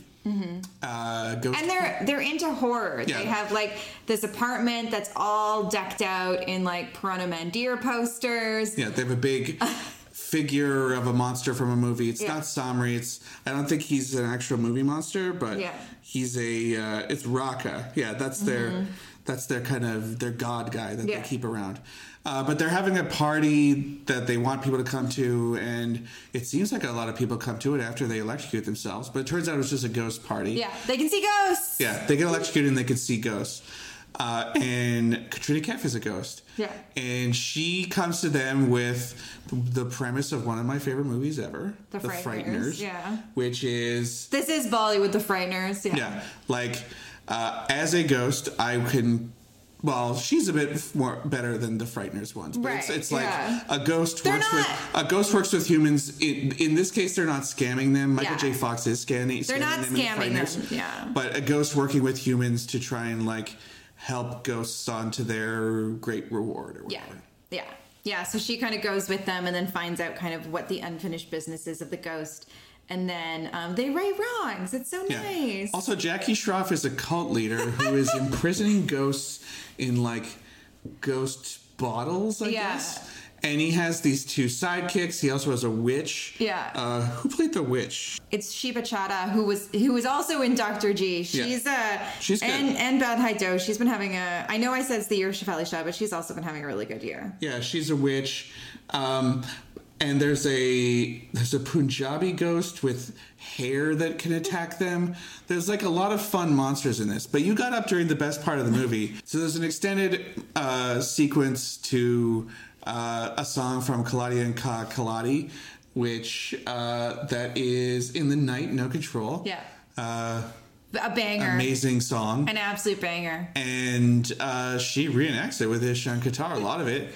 S2: Uh, ghost
S8: And they're they're into horror.
S2: Yeah.
S8: They have like this apartment that's all decked out in like Piranha Mandir posters.
S2: Yeah, they have a big figure of a monster from a movie. It's
S8: Yeah.
S2: not Samri. It's I don't think he's an actual movie monster, but
S8: Yeah.
S2: he's a uh, it's Raka. Yeah, that's their that's their kind of their god guy that
S8: Mm-hmm. Yeah.
S2: they keep around. Uh, but they're having a party that they want people to come to, and it seems like a lot of people come to it after they electrocute themselves. But it turns out it was just a ghost party.
S8: Yeah, they can see ghosts.
S2: Yeah, they get electrocuted and they can see ghosts. Uh, and Katrina Kaif is a ghost.
S8: Yeah.
S2: And she comes to them with the premise of one of my favorite movies ever
S8: The Frighteners, yeah.
S2: Which is,
S8: This is Bollywood, the Frighteners. Yeah.
S2: yeah, like uh, as a ghost, I can. Well, she's a bit more better than the Frighteners ones, but it's,
S8: Right,
S2: it's like
S8: yeah.
S2: a ghost
S8: They're
S2: works
S8: not-
S2: with a ghost works with humans. In, in this case, they're not scamming them. Michael
S8: Yeah.
S2: J. Fox is scanning.
S8: They're not scamming them, yeah.
S2: But a ghost working with humans to try and like help ghosts onto their great reward or
S8: Yeah.
S2: whatever.
S8: Yeah. Yeah. So she kind of goes with them and then finds out kind of what the unfinished business is of the ghost. And then um, they right wrongs. It's so nice.
S2: Also, Jackie Schroff is a cult leader who is imprisoning ghosts in like ghost bottles, I
S8: Yeah.
S2: guess. And he has these two sidekicks. He also has a witch.
S8: Yeah.
S2: Uh, who played the witch?
S8: It's Shiba Chada, who was who was also in Doctor G. She's uh
S2: She's good.
S8: and and Bad Haido. She's been having a. I know I said it's the year of Shafali Shah, but she's also been having a really good year.
S2: Yeah, she's a witch. Um, and there's a there's a Punjabi ghost with hair that can attack them. There's like a lot of fun monsters in this. But you got up during the best part of the movie. So there's an extended uh, sequence to uh, a song from Kaladi and Ka Kaladi, which uh, that is in the night, no control.
S8: Yeah.
S2: Uh,
S8: A banger,
S2: amazing song
S8: an absolute banger.
S2: and uh, she reenacts it with Ishan Qatar. A lot of it,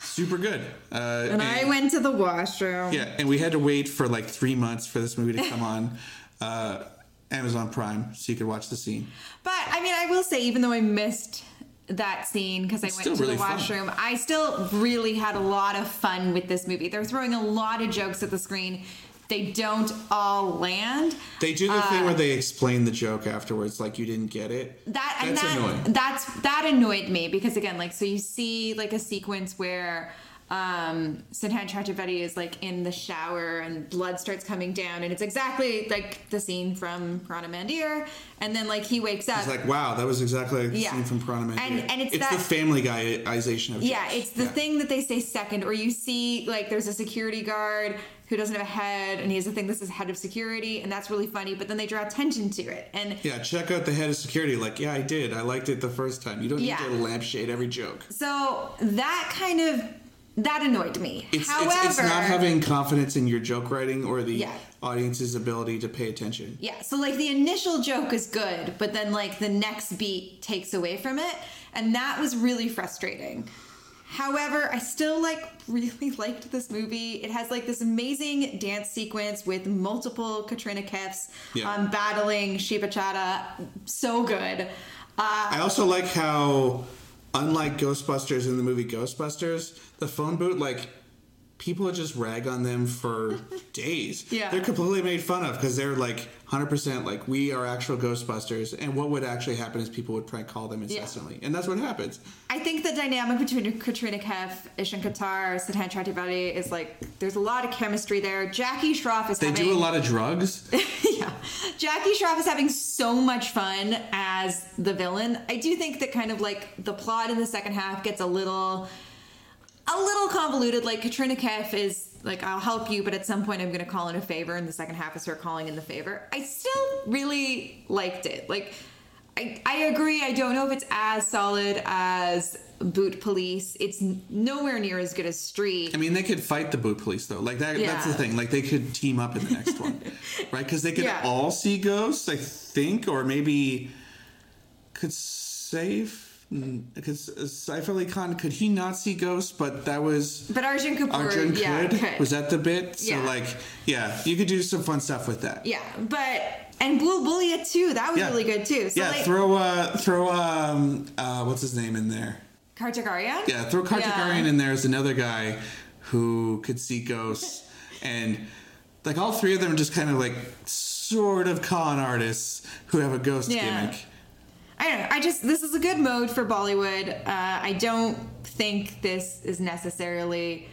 S2: super good. Uh,
S8: And I went to the washroom.
S2: Yeah, and we had to wait for like three months for this movie to come on uh, Amazon Prime, so you could watch the scene.
S8: But I mean, I will say, even though I missed that scene because I
S2: still
S8: went to
S2: really
S8: the
S2: fun.
S8: washroom, I still really had a lot of fun with this movie. They're throwing a lot of jokes at the screen. They don't all land.
S2: They do the thing where they explain the joke afterwards, like you didn't get it.
S8: Uh, that and
S2: That's
S8: that
S2: annoying.
S8: that's that annoyed me because again like so you see like a sequence where um Sinhan Chakravarti is like in the shower and blood starts coming down and it's exactly like the scene from Piranha Mandir and then like he wakes up
S2: It's like wow, that was exactly the
S8: Yeah.
S2: scene from Piranha Man.
S8: And- and it's
S2: it's
S8: that-
S2: the Family Guyization of
S8: Yeah,
S2: jokes.
S8: it's the thing that they say second, or you see like there's a security guard who doesn't have a head, and he has a thing that says head of security, and that's really funny. But then they draw attention to it, and
S2: Yeah, check out the head of security. Like, yeah, I did. I liked it the first time. You don't need
S8: Yeah.
S2: to lampshade every joke.
S8: so that kind of that annoyed me.
S2: It's,
S8: However,
S2: it's, it's not having confidence in your joke writing or the
S8: Yeah.
S2: audience's ability to pay attention.
S8: yeah, so like the initial joke is good, but then like the next beat takes away from it, and that was really frustrating. However, I still like really liked this movie. It has like this amazing dance sequence with multiple Katrina Keffs
S2: Yeah.
S8: um, battling Shiba Chada. So good.
S2: I also like how, unlike Ghostbusters in the movie Ghostbusters, the phone boot, like, people just rag on them for days.
S8: Yeah.
S2: They're completely made fun of because they're like 100% like, we are actual Ghostbusters. And what would actually happen is people would prank call them incessantly. And that's what happens.
S8: I think the dynamic between Katrina Kef, Ishan Qatar, Satan Chakrabarty is like there's a lot of chemistry there. Jackie Shroff is
S2: They
S8: having
S2: do a lot of drugs.
S8: yeah. Jackie Schroff is having so much fun as the villain. I do think that kind of like the plot in the second half gets a little a little convoluted. Like Katrina Kef is like, I'll help you, but at some point I'm gonna call in a favor, and the second half is her calling in the favor. I still really liked it. Like I, I agree. I don't know if it's as solid as Boot Police. It's n- nowhere near as good as Street.
S2: I mean, they could fight the boot police though. Like that, that's the
S8: Yeah.
S2: thing. Like they could team up in the next one, right? Because they could
S8: Yeah.
S2: all see ghosts, I think, or maybe could mm, save. Because uh, Saif Ali Khan could he not see ghosts? But that was
S8: But Arjun Kapoor,
S2: Arjun
S8: yeah,
S2: could.
S8: could.
S2: Was that the bit? So
S8: Yeah.
S2: like, yeah, you could do some fun stuff with that.
S8: Yeah, but and Blue Bullia too. That was
S2: Yeah.
S8: really good too. So
S2: yeah,
S8: like,
S2: throw uh, throw um, uh, what's his name in there?
S8: Kartagarian?
S2: Yeah, throw Kartikarian
S8: Yeah.
S2: in there as another guy who could see ghosts, and like all three of them are just kind of like sort of con artists who have a ghost
S8: Yeah.
S2: gimmick.
S8: I don't know. I just this is a good mode for Bollywood. Uh, I don't think this is necessarily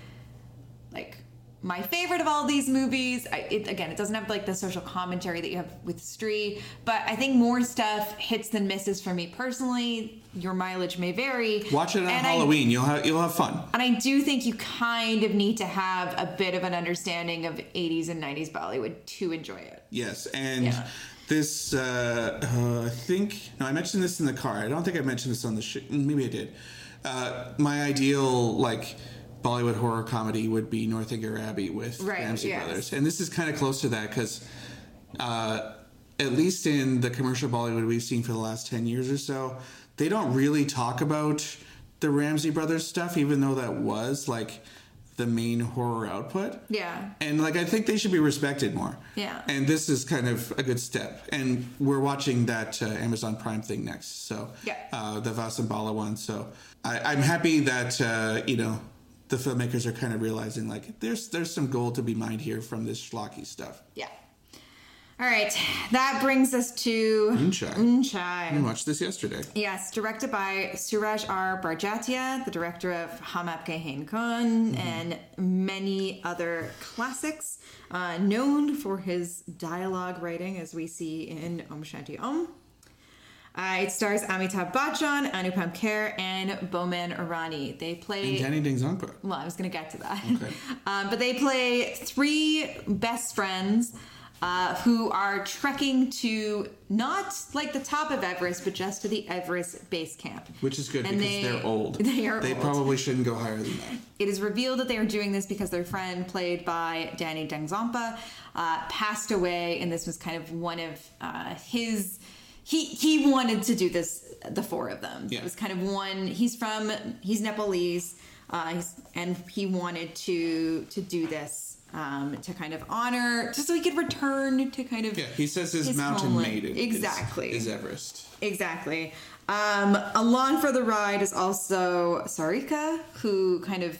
S8: like my favorite of all these movies. I, it, again, it doesn't have like the social commentary that you have with Stree, but I think more stuff hits than misses for me personally. Your mileage may vary.
S2: Watch it on
S8: And I-
S2: Halloween. you'll have you'll have fun.
S8: and I do think you kind of need to have a bit of an understanding of 80s and 90s Bollywood to enjoy it.
S2: Yes, and
S8: Yeah.
S2: this uh, uh, I think no, I mentioned this in the car. I don't think I mentioned this on the sh- maybe I did. Uh, my ideal like Bollywood horror comedy would be Northanger Abbey with
S8: Right,
S2: Ramsey
S8: yes.
S2: Brothers, and this is kind of close to that because. Uh, at least in the commercial Bollywood we've seen for the last 10 years or so, they don't really talk about the Ramsey Brothers stuff, even though that was like the main horror output.
S8: Yeah.
S2: And like I think they should be respected more.
S8: Yeah.
S2: And this is kind of a good step. And we're watching that uh, Amazon Prime thing next. So
S8: Yeah.
S2: uh, the Vasambala one. So I, I'm happy that uh, you know the filmmakers are kind of realizing like there's there's some gold to be mined here from this schlocky stuff.
S8: Yeah. All right. That brings us to
S2: Moonshine.
S8: Moonshine.
S2: I watched this yesterday.
S8: Yes, directed by Suraj R. Barjatia, the director of Hum Apke Hain Khan
S2: Mm-hmm.
S8: and many other classics, uh, known for his dialogue writing, as we see in Om Shanti Om. Uh, it stars Amitabh Bachchan, Anupam Kher, and Bowman Irani. They play.
S2: And Danny Ding Zongpa.
S8: Well, I was going to get to that.
S2: Okay.
S8: Um, but they play three best friends uh, who are trekking to not like the top of Everest, but just to the Everest base camp.
S2: Which is good
S8: And
S2: because
S8: they-
S2: they, are old.
S8: they are old.
S2: probably shouldn't go higher than that.
S8: It is revealed that they are doing this because their friend, played by Danny Dengzampa, uh, passed away, and this was kind of one of uh, his. He he wanted to do this. The four of them.
S2: Yeah.
S8: It was kind of one. He's from. He's Nepalese, uh, he's, and he wanted to to do this um, to kind of honor, just so he could return to kind of.
S2: Yeah, he says his, mountain
S8: homeland.
S2: maiden is-
S8: Exactly.
S2: is Everest.
S8: Exactly. Um, along for the ride is also Sarika, who kind of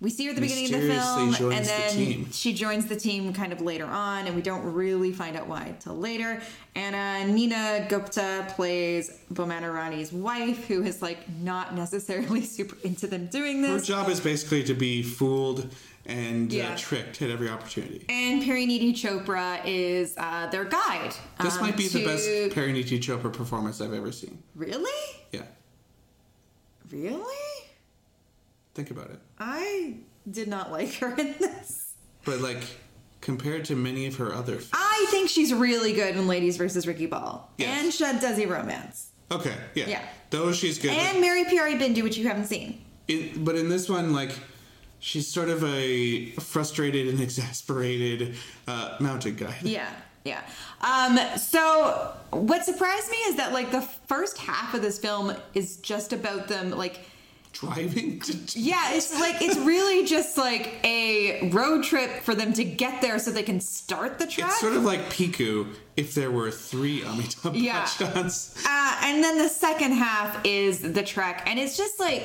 S8: we see her at the beginning of the
S2: Mysteriously
S8: film,
S2: joins
S8: and
S2: the
S8: then
S2: team.
S8: she joins the team kind of later on, and we don't really find out why till later. And uh, Nina Gupta plays Bomanarani's wife, who is like not necessarily super into them doing
S2: Her
S8: this.
S2: job is basically to be fooled and
S8: Yeah.
S2: uh, tricked at every opportunity.
S8: And Pariniti Chopra is uh, their guide.
S2: This
S8: um,
S2: might be the
S8: to-
S2: best Pariniti Chopra performance I've ever seen.
S8: Really?
S2: Yeah,
S8: Really?
S2: think about it.
S8: I did not like her in this.
S2: But like compared to many of her other, f-
S8: I think she's really good in Ladies versus Ricky Ball
S2: Yes.
S8: and Shad Desi Romance
S2: okay, yeah,
S8: Yeah.
S2: Those she's good,
S8: and Mary Piari Bindu, which you haven't seen.
S2: in, but in this one, like, she's sort of a frustrated and exasperated uh, mountain guide.
S8: Yeah, yeah. Um, so what surprised me is that like the first half of this film is just about them like.
S2: Driving to
S8: Yeah, it's like it's really just like a road trip for them to get there so they can start the track.
S2: It's sort of like Piku if there were three Amitabh
S8: Yeah.
S2: Bachchans.
S8: Uh, and then the second half is the trek, and it's just like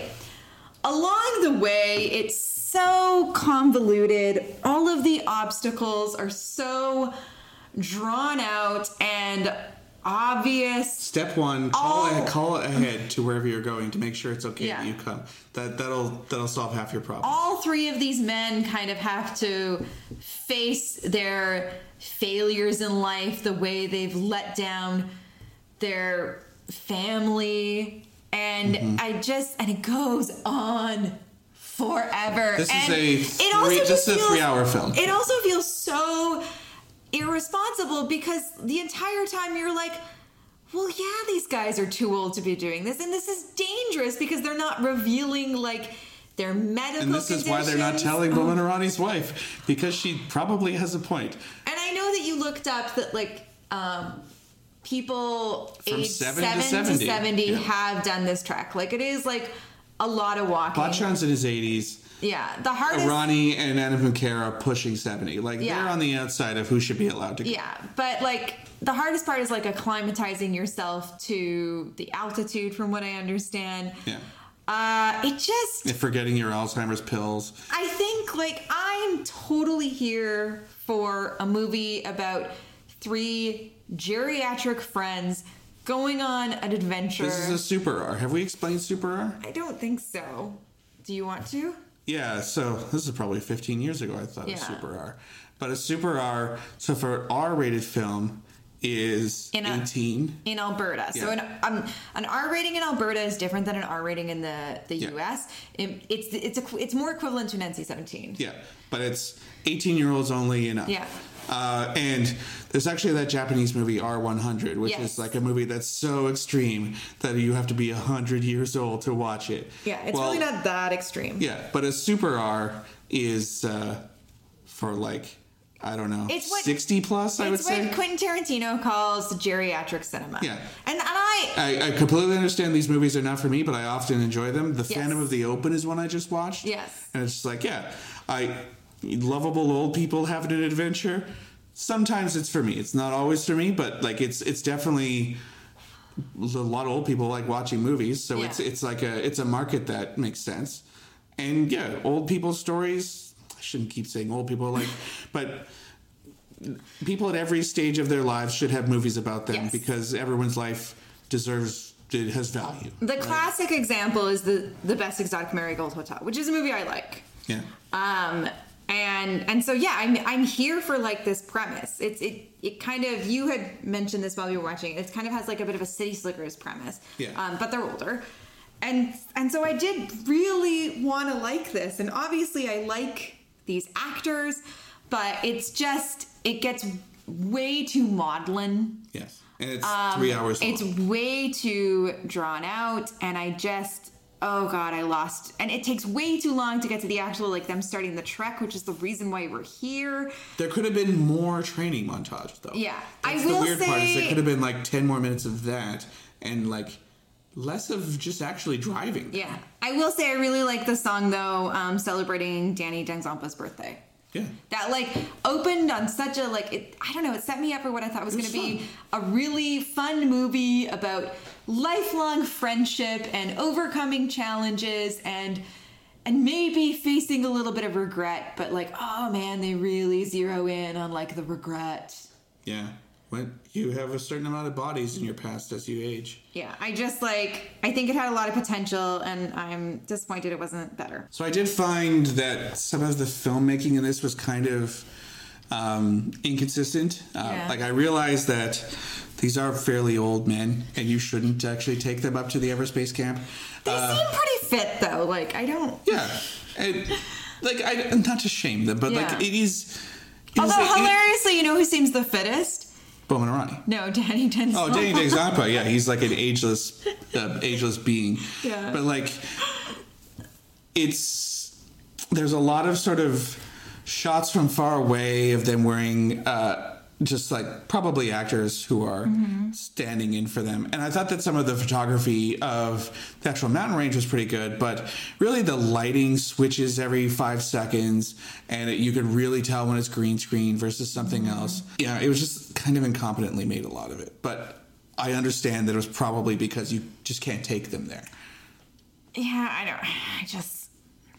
S8: along the way, it's so convoluted. All of the obstacles are so drawn out and obvious.
S2: Step one: call
S8: Oh.
S2: a- call ahead to wherever you're going to make sure it's okay
S8: Yeah.
S2: that you come. That that'll that'll solve half your problem.
S8: All three of these men kind of have to face their failures in life, the way they've let down their family, and
S2: Mm-hmm.
S8: I just and it goes on forever.
S2: This is
S8: And
S2: a
S8: it also
S2: three- this
S8: just
S2: is a
S8: feels-
S2: three-hour film.
S8: It also feels so irresponsible because the entire time you're like, well, yeah, these guys are too old to be doing this, and this is dangerous because they're not revealing like their medical.
S2: and this is why they're not
S8: conditions.
S2: telling Bomanarani's wife because she probably has a point.
S8: And I know that you looked up that like um, people
S2: From
S8: age
S2: seven
S8: seven,
S2: to
S8: to
S2: 70,
S8: seventy
S2: yeah.
S8: have done this trek. Like it is like a lot of walking.
S2: Bachchan's in his 80s.
S8: Yeah, the hardest.
S2: Ronnie and Anupam are pushing 70. Like
S8: Yeah.
S2: they're on the outside of who should be allowed to go.
S8: Yeah, but like the hardest part is like acclimatizing yourself to the altitude, from what I understand.
S2: Yeah.
S8: Uh, it just
S2: Forgetting your Alzheimer's pills.
S8: I think like I'm totally here for a movie about three geriatric friends going on an adventure.
S2: This is a super R. Have we explained super R?
S8: I don't think so. Do you want to?
S2: Yeah, so this is probably 15 years ago I thought of
S8: Yeah.
S2: super R. But a super R, so for an R rated film is
S8: In a-
S2: 18.
S8: In Alberta. So an
S2: Yeah.
S8: um, an R rating in Alberta is different than an R rating in the, the
S2: Yeah.
S8: US. It- it's it's a, it's more equivalent to an NC-17.
S2: Yeah, but it's 18 year olds only and up.
S8: Yeah.
S2: Uh, and there's actually that Japanese movie R100, which
S8: Yes.
S2: is like a movie that's so extreme that you have to be 100 years old to watch it.
S8: Yeah, it's
S2: Well,
S8: really not that extreme.
S2: Yeah, but a super R is uh, for like, I don't know,
S8: It's what-
S2: 60 plus, I would
S8: It's
S2: say.
S8: what Quentin Tarantino calls geriatric cinema.
S2: Yeah.
S8: And, and I,
S2: I, I completely understand these movies are not for me, but I often enjoy them. The
S8: Yes.
S2: Phantom of the Open is one I just watched.
S8: Yes.
S2: And it's just like, yeah, I lovable old people having an adventure. Sometimes it's for me. It's not always for me, but like it's it's definitely a lot of old people like watching movies, so it's
S8: Yeah.
S2: it's like a it's a market that makes sense. And yeah, old people stories. I shouldn't keep saying old people like, but people at every stage of their lives should have movies about them
S8: Yes.
S2: because everyone's life deserves it has value.
S8: The classic example is the the best exotic marigold hotel, which is a movie I like.
S2: Yeah.
S8: Um, and and so yeah, I'm I'm here for like this premise. It's it it kind of you had mentioned this while we were watching. It kind of has like a bit of a city slickers premise.
S2: Yeah.
S8: Um, but they're older, and and so I did really want to like this, and obviously I like these actors, but it's just it gets way too maudlin
S2: Yes. And it's three hours long.
S8: Um, it's way too drawn out, and I just oh god, I lost. And it takes way too long to get to the actual like them starting the trek, which is the reason why we're here.
S2: there could have been more training montage though.
S8: Yeah. I
S2: That's
S8: will
S2: the weird part is there
S8: say-
S2: could have been like ten more minutes of that and like less of just actually driving.
S8: Yeah, I will say I really like the song though, um, celebrating Danny Dengzampa's birthday.
S2: Yeah.
S8: That like opened on such a like it, I don't know it set me up for what I thought was going
S2: was
S8: to be a really fun movie about lifelong friendship and overcoming challenges and and maybe facing a little bit of regret but like oh man they really zero in on like the regret
S2: Yeah. When you have a certain amount of bodies in your past as you age.
S8: yeah I just like I think it had a lot of potential and I'm disappointed it wasn't better
S2: So I did find that some of the filmmaking in this was kind of um, inconsistent. Uh,
S8: Yeah.
S2: Like I realized that these are fairly old men, and you shouldn't actually take them up to the Everspace camp.
S8: they
S2: Uh,
S8: seem pretty fit though like I don't
S2: yeah, and, like I not to shame them, but
S8: Yeah.
S2: like it is. it is
S8: although
S2: a- it-
S8: hilariously you know who seems the fittest
S2: Bowman Arani.
S8: no Danny Dengzampa
S2: Oh, Danny Dexampa, yeah, he's like an ageless, uh, ageless being.
S8: Yeah.
S2: But like, it's there's a lot of sort of shots from far away of them wearing uh, just like probably actors who are standing in for them. And I thought that some of the photography of the actual mountain range was pretty good, but really the lighting switches every five seconds, and it, you could really tell when it's green screen versus something else. Yeah, it was just kind of incompetently made a lot of it, but. I understand that it was probably because you just can't take them there.
S8: Yeah, I don't. I just.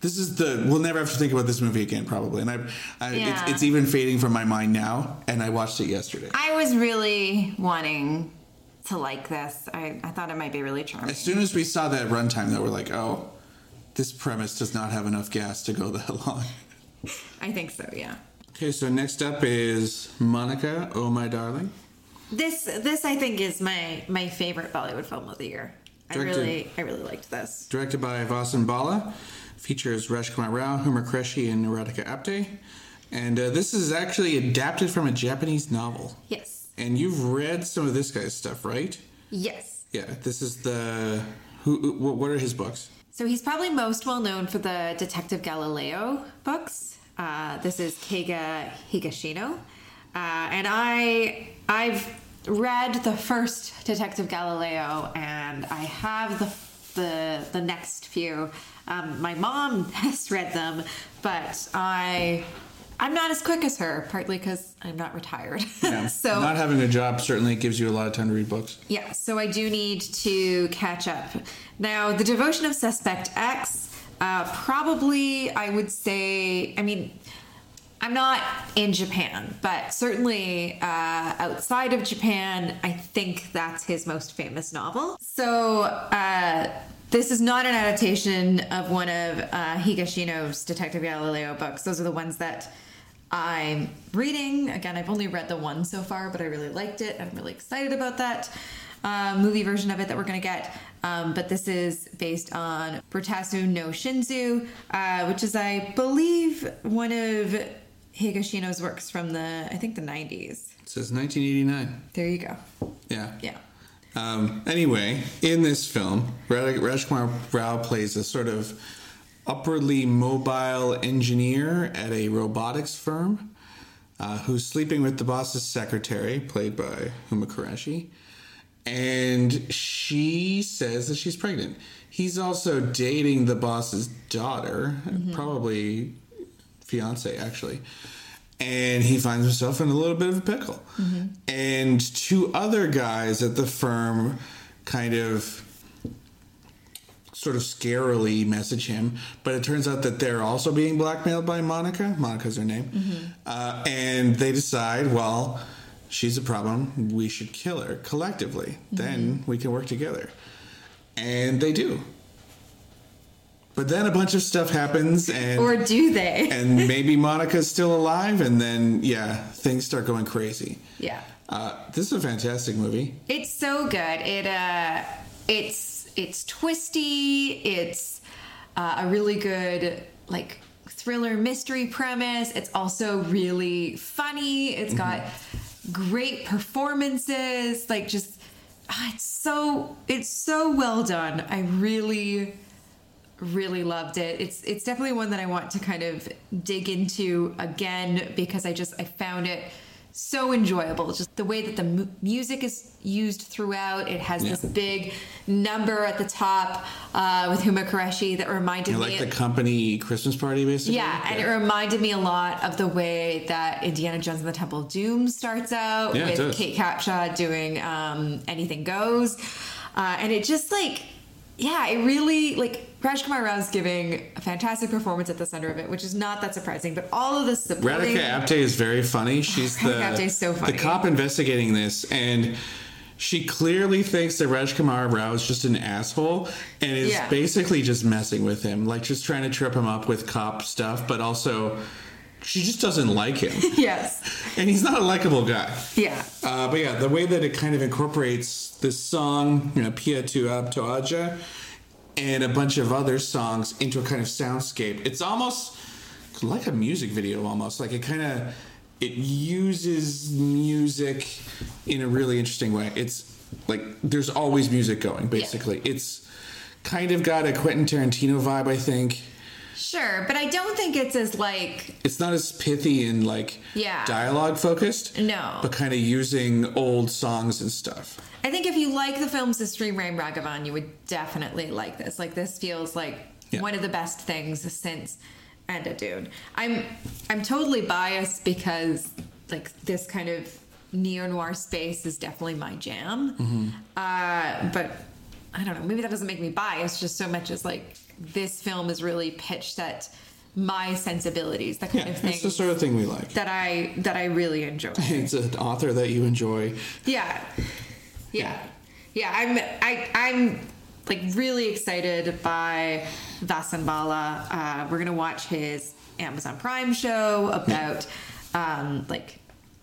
S2: This is the we'll never have to think about this movie again probably, and I, I
S8: Yeah.
S2: it's, it's even fading from my mind now. And I watched it yesterday.
S8: I was really wanting to like this. I, I thought it might be really charming.
S2: As soon as we saw that runtime, though, we're like, oh, this premise does not have enough gas to go that long.
S8: I think so. Yeah.
S2: Okay, so next up is Monica. Oh my darling.
S8: This this I think is my my favorite Bollywood film of the year. I
S2: Directed-
S8: really I really liked this.
S2: directed by Vasan Bala, features Rajkumar Rao, Humar Kreshi, and Radhika Apte. And uh, this is actually adapted from a Japanese novel.
S8: Yes.
S2: And you've read some of this guy's stuff, right?
S8: Yes.
S2: Yeah, this is the who. wh- What are his books?
S8: So he's probably most well known for the Detective Galileo books. Uh, this is Keiga Higashino, uh, and I I've read the first Detective Galileo, and I have the the the next few. Um, my mom has read them, but I I'm not as quick as her, partly because I'm not retired. so
S2: not having a job certainly gives you a lot of time to read books.
S8: Yeah, so I do need to catch up. Now, The Devotion of Suspect X, uh, probably, I would say, I mean, I'm not in Japan, but certainly uh, outside of Japan, I think that's his most famous novel. So, uh, this is not an adaptation of one of uh, Higashino's Detective Galileo books. Those are the ones that I'm reading. Again, I've only read the one so far, but I really liked it. I'm really excited about that uh, movie version of it that we're going to get. Um, but this is based on Brutasu no Shinzu, uh, which is, I believe, one of Higashino's works from the, I think, the 90s.
S2: It says 1989.
S8: There you go.
S2: Yeah.
S8: Yeah.
S2: Um, anyway, in this film, Ra- Rajkumar Rao plays a sort of upwardly mobile engineer at a robotics firm uh, who's sleeping with the boss's secretary, played by Huma Qureshi, and she says that she's pregnant. He's also dating the boss's daughter,
S8: Mm-hmm.
S2: probably fiance actually and he finds himself in a little bit of a pickle and two other guys at the firm kind of sort of scarily message him but it turns out that they're also being blackmailed by monica monica's her name uh, and they decide well she's a problem we should kill her collectively then we can work together and they do but then a bunch of stuff happens and
S8: Or do they?
S2: and maybe Monica's still alive, and then yeah, things start going crazy.
S8: yeah.
S2: Uh, this is a fantastic movie.
S8: It's so good. It uh, it's it's twisty. It's uh, a really good like thriller mystery premise. It's also really funny. It's got great performances. Like just ah, it's so it's so well done. I really really loved it. It's it's definitely one that I want to kind of dig into again because I just I found it so enjoyable. Just the way that the mu- music is used throughout. It has this
S2: Yeah.
S8: big number at the top uh, with Huma Qureshi that reminded
S2: I
S8: me.
S2: like the company Christmas party, basically.
S8: yeah, and it reminded me a lot of the way that Indiana Jones and the Temple of Doom starts out
S2: Yeah, it
S8: with
S2: does.
S8: Kate Capshaw doing um, Anything Goes. Uh, and it just like, yeah, it really, like, Rajkumar Rao's giving a fantastic performance at the center of it, which is not that surprising, but all of the supporting.
S2: Radhika Apte is very funny. She's the
S8: Radhika Apte is so funny.
S2: the cop investigating this, and she clearly thinks that Rajkumar Rao is just an asshole and is
S8: Yeah.
S2: basically just messing with him, like just trying to trip him up with cop stuff, but also she just doesn't like him,
S8: Yes.
S2: and he's not a likable guy.
S8: Yeah.
S2: Uh, but yeah, the way that it kind of incorporates this song, you know, Pia Tu Ab To Aja, and a bunch of other songs into a kind of soundscape. It's almost like a music video, almost like it kind of it uses music in a really interesting way. It's like there's always music going. Basically, it's kind of got a Quentin Tarantino vibe. I think
S8: Sure. But I don't think it's as, like,
S2: it's not as pithy and like
S8: Yeah.
S2: dialogue focused.
S8: No.
S2: but kind of using old songs and stuff.
S8: I think if you like the films The Stream Rain Ragavan, you would definitely like this. Like this feels like
S2: Yeah.
S8: one of the best things since and a dude. I'm I'm totally biased because like this kind of neo noir space is definitely my jam.
S2: Mm-hmm.
S8: Uh, but I don't know, maybe that doesn't make me biased just so much as like this film is really pitched at my sensibilities, that kind
S2: Yeah,
S8: of thing
S2: it's the sort of thing we like.
S8: that I that I really enjoy.
S2: It's an author that you enjoy.
S8: Yeah. Yeah. Yeah, I'm I I'm like really excited by Vasanbala. Uh we're going to watch his Amazon Prime show about um like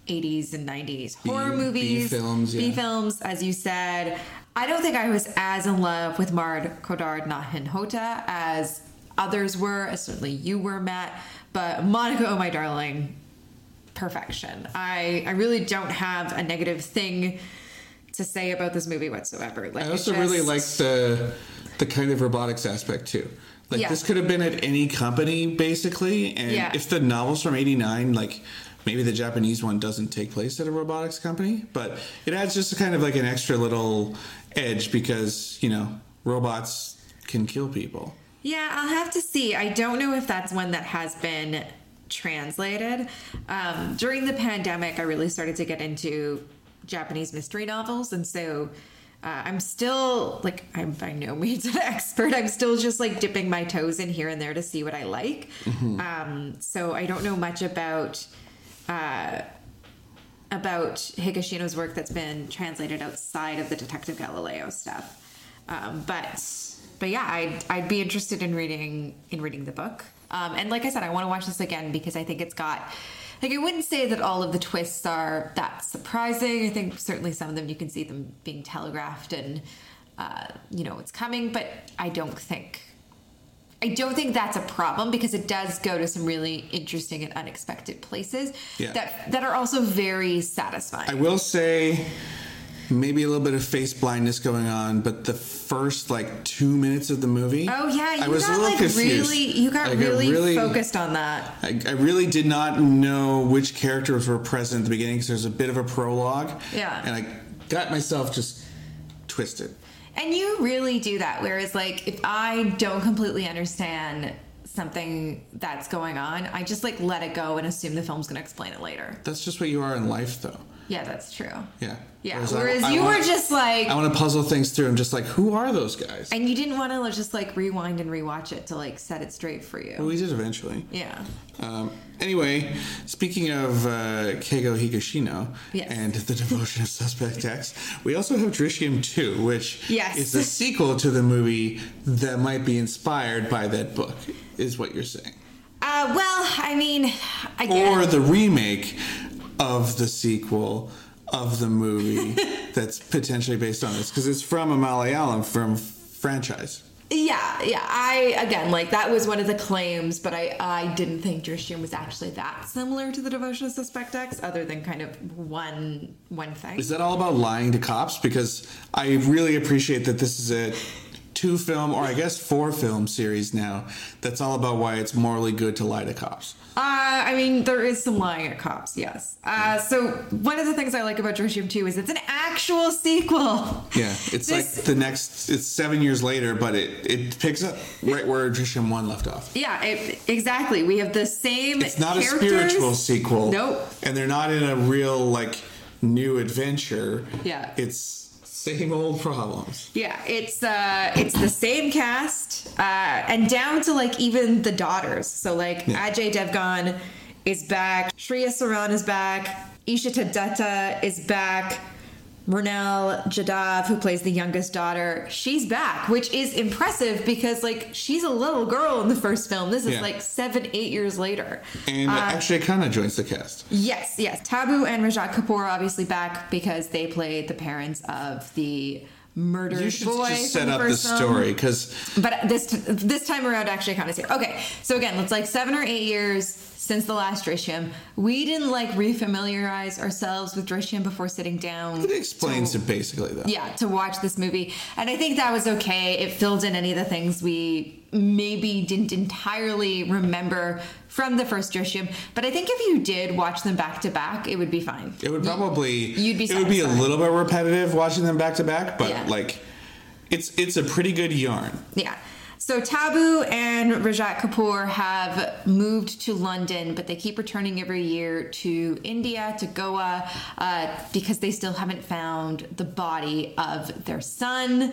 S8: 80s and 90s horror
S2: B-
S8: movies,
S2: B-films, yeah.
S8: B films as you said. I don't think I was as in love with Mard Kodard Nahinhota as others were, as certainly you were, Matt, but Monica, oh my darling, perfection. I I really don't have a negative thing to say about this movie whatsoever. Like
S2: I
S8: it
S2: also really
S8: just-
S2: like the the kind of robotics aspect too. Like
S8: Yeah.
S2: this could have been at any company basically, and
S8: Yeah.
S2: if the novels from '89, like maybe the Japanese one doesn't take place at a robotics company, but it adds just a kind of like an extra little edge because you know robots can kill people.
S8: Yeah, I'll have to see. I don't know if that's one that has been translated. Um, during the pandemic, I really started to get into Japanese mystery novels, and so uh, I'm still like I'm by no means an expert. I'm still just like dipping my toes in here and there to see what I like.
S2: Mm-hmm.
S8: Um, so I don't know much about about Higashino's work that's been translated outside of the Detective Galileo stuff. Um, but but yeah, I'd, I'd be interested in reading in reading the book. Um, and like I said, I want to watch this again because I think it's got like I wouldn't say that all of the twists are that surprising. I think certainly some of them you can see them being telegraphed and uh, you know it's coming. But I don't think I don't think that's a problem because it does go to some really interesting and unexpected places
S2: Yeah.
S8: that that are also very satisfying.
S2: I will say maybe a little bit of face blindness going on, but the first like two minutes of the movie.
S8: oh yeah, you
S2: I was
S8: got
S2: a little
S8: like
S2: confused.
S8: really you got
S2: Like, I
S8: really, focused on that.
S2: I, I really did not know which characters were present at the beginning because there's a bit of a prologue.
S8: Yeah.
S2: And I got myself just twisted.
S8: And you really do that. Whereas like if I don't completely understand something that's going on, I just like let it go and assume the film's gonna explain it later.
S2: That's just what you are in life, though.
S8: Yeah, that's true.
S2: Yeah.
S8: Yeah.
S2: I-
S8: Whereas
S2: I
S8: you
S2: wanna-
S8: were just like
S2: I want to puzzle things through. I'm just like, who are those guys?
S8: and you didn't want to just like rewind and rewatch it to like set it straight for you.
S2: we did eventually.
S8: yeah.
S2: Um, anyway, speaking of uh, Keigo Higashino
S8: Yes.
S2: and the devotion of suspect X, we also have Drishium 2, which
S8: Yes.
S2: is the sequel to the movie that might be inspired by that book, is what you're saying.
S8: Uh, well, I mean, I
S2: Or
S8: guess.
S2: the remake of the sequel of the movie that's potentially based on this, because it's from a Malayalam from franchise.
S8: yeah, yeah. I again, like that was one of the claims, but I I didn't think Drishtium was actually that similar to the Devotion of Suspect X, other than kind of one one thing.
S2: Is that all about lying to cops? Because I really appreciate that this is a two film or I guess four film series now that's all about why it's morally good to lie to cops.
S8: Uh, I mean, there is some lying at cops, yes. Uh, so one of the things I like about Drishtium 2 is it's an actual sequel.
S2: Yeah, it's
S8: This-
S2: like the next. It's seven years later, but it it picks up right where Drisham One left off.
S8: Yeah, it, exactly. We have the same.
S2: It's not
S8: characters.
S2: a spiritual sequel.
S8: Nope.
S2: And they're not in a real like new adventure.
S8: Yeah.
S2: It's same old problems.
S8: Yeah, it's uh, it's the same cast, uh, and down to like even the daughters. So like
S2: Yeah.
S8: Ajay Devgan is back, Shreya Saran is back, Isha Tadatta is back, Ronelle Jadav, who plays the youngest daughter, she's back, which is impressive because like she's a little girl in the first film. This is
S2: Yeah.
S8: like seven, eight years later.
S2: And actually, kind of joins the cast.
S8: Yes, yes. Tabu and Rajat Kapoor are obviously back because they played the parents of the murdered
S2: You should
S8: boy.
S2: just
S8: from
S2: set up the
S8: first film.
S2: story because
S8: But this this time around, actually, kind of here. Okay, so again, it's like seven or eight years since the last Drishium. We didn't like refamiliarize ourselves with Drishium before sitting down.
S2: it explains it basically though.
S8: Yeah, to watch this movie, and I think that was okay. It filled in any of the things we maybe didn't entirely remember from the first Drishium. But I think if you did watch them back to back, it would be fine.
S2: It would probably
S8: you'd be
S2: it would be a
S8: satisfied.
S2: little bit repetitive watching them back to back, but
S8: Yeah.
S2: like it's it's a pretty good yarn.
S8: Yeah. So Tabu and Rajat Kapoor have moved to London, but they keep returning every year to India, to Goa, uh, because they still haven't found the body of their son.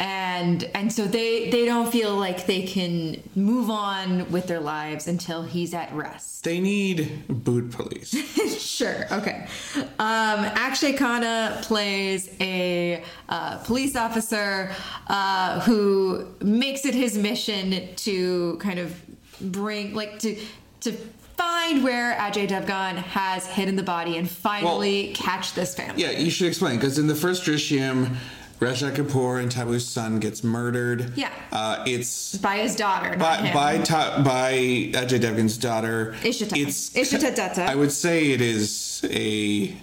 S8: And and so they they don't feel like they can move on with their lives until he's at rest.
S2: They need boot police.
S8: Sure. Okay. Um, Akshay Khanna plays a uh, police officer uh, who makes it his mission to kind of bring, like, to to find where Ajay Devgan has hidden the body and finally catch this family.
S2: yeah, you should explain because in the first Drishium, Rajat Kapoor and Tabu's son gets murdered.
S8: Yeah.
S2: uh, it's
S8: By his daughter. Not
S2: by
S8: him.
S2: by, ta- by Ajay Devgan's daughter.
S8: Ishita.
S2: It's
S8: Ishita Dutta.
S2: I would say it is a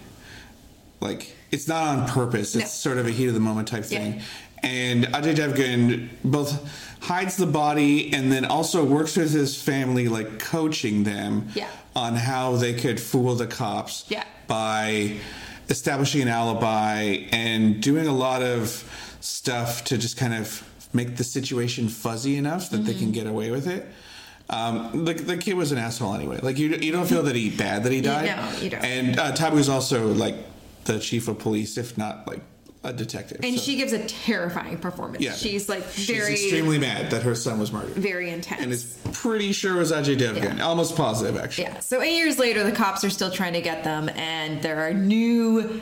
S2: like it's not on purpose. It's
S8: No.
S2: sort of a heat of the moment type
S8: Yeah.
S2: thing. And Ajay Devgan both hides the body and then also works with his family, like coaching them
S8: Yeah.
S2: on how they could fool the cops
S8: Yeah.
S2: by establishing an alibi and doing a lot of
S8: Mm-hmm.
S2: stuff to just kind of make the situation fuzzy enough that they can get away with it. Um, the, the kid was an asshole anyway. Like you, you don't feel that he bad that he died.
S8: no, you don't.
S2: And uh, Tabu's also like the chief of police, if not like a detective.
S8: And
S2: So,
S8: she gives a terrifying performance.
S2: yeah.
S8: She's like very,
S2: she's extremely mad that her son was murdered.
S8: very intense.
S2: and it's pretty sure it was Ajay Devgan.
S8: Yeah.
S2: Almost positive, actually.
S8: Yeah. So eight years later, the cops are still trying to get them, and there are new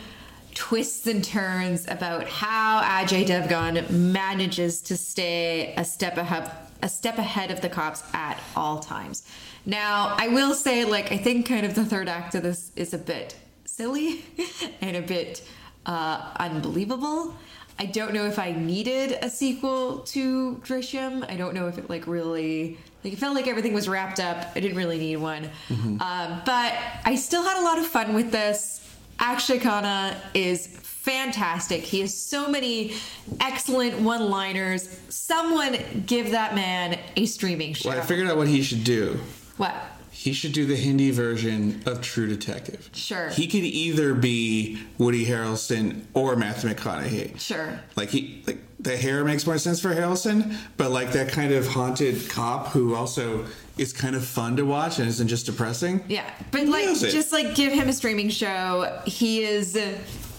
S8: twists and turns about how Ajay Devgan manages to stay a step ahead, a step ahead of the cops at all times. Now, I will say, like, I think kind of the third act of this is a bit silly and a bit uh, unbelievable. I don't know if I needed a sequel to Grisham. I don't know if it like really like it felt like everything was wrapped up. I didn't really need one, um, but I still had a lot of fun with this. Akshay Khanna is fantastic. He has so many excellent one-liners. Someone give that man a streaming show.
S2: Well, I figured out what he should do.
S8: what?
S2: He should do the Hindi version of True Detective.
S8: Sure.
S2: He could either be Woody Harrelson or Matthew McConaughey.
S8: Sure.
S2: Like he like the hair makes more sense for Harrelson, but like that kind of haunted cop who also is kind of fun to watch and isn't just depressing.
S8: Yeah, but like,
S2: Nails it.
S8: just like give him a streaming show. He is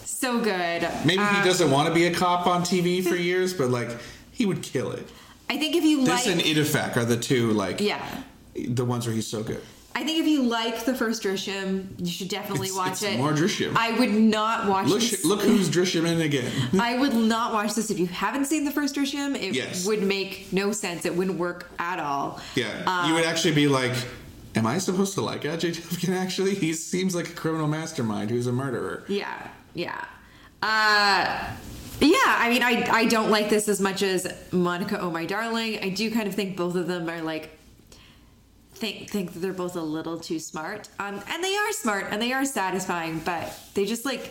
S8: so good.
S2: Maybe
S8: Um,
S2: he doesn't want to be a cop on TV for years, but like he would kill it.
S8: I think if you
S2: This
S8: like,
S2: and Idafek are the two like
S8: yeah,
S2: the ones where he's so good.
S8: I think if you like the first Drisham, you should definitely
S2: It's-
S8: watch
S2: it's
S8: it.
S2: more Drishyam.
S8: I would not watch
S2: Look,
S8: this.
S2: look who's Drisham in again.
S8: I would not watch this if you haven't seen the first Drisham. It
S2: Yes.
S8: would make no sense. It wouldn't work at all.
S2: Yeah, you would actually be like, "Am I supposed to like Ajay Devgan? Actually, he seems like a criminal mastermind who's a murderer."
S8: Yeah, yeah. Uh, yeah, I mean, I, I don't like this as much as Monica, Oh My Darling. I do kind of think both of them are like, think think that they're both a little too smart. Um, and they are smart and they are satisfying, but they just like,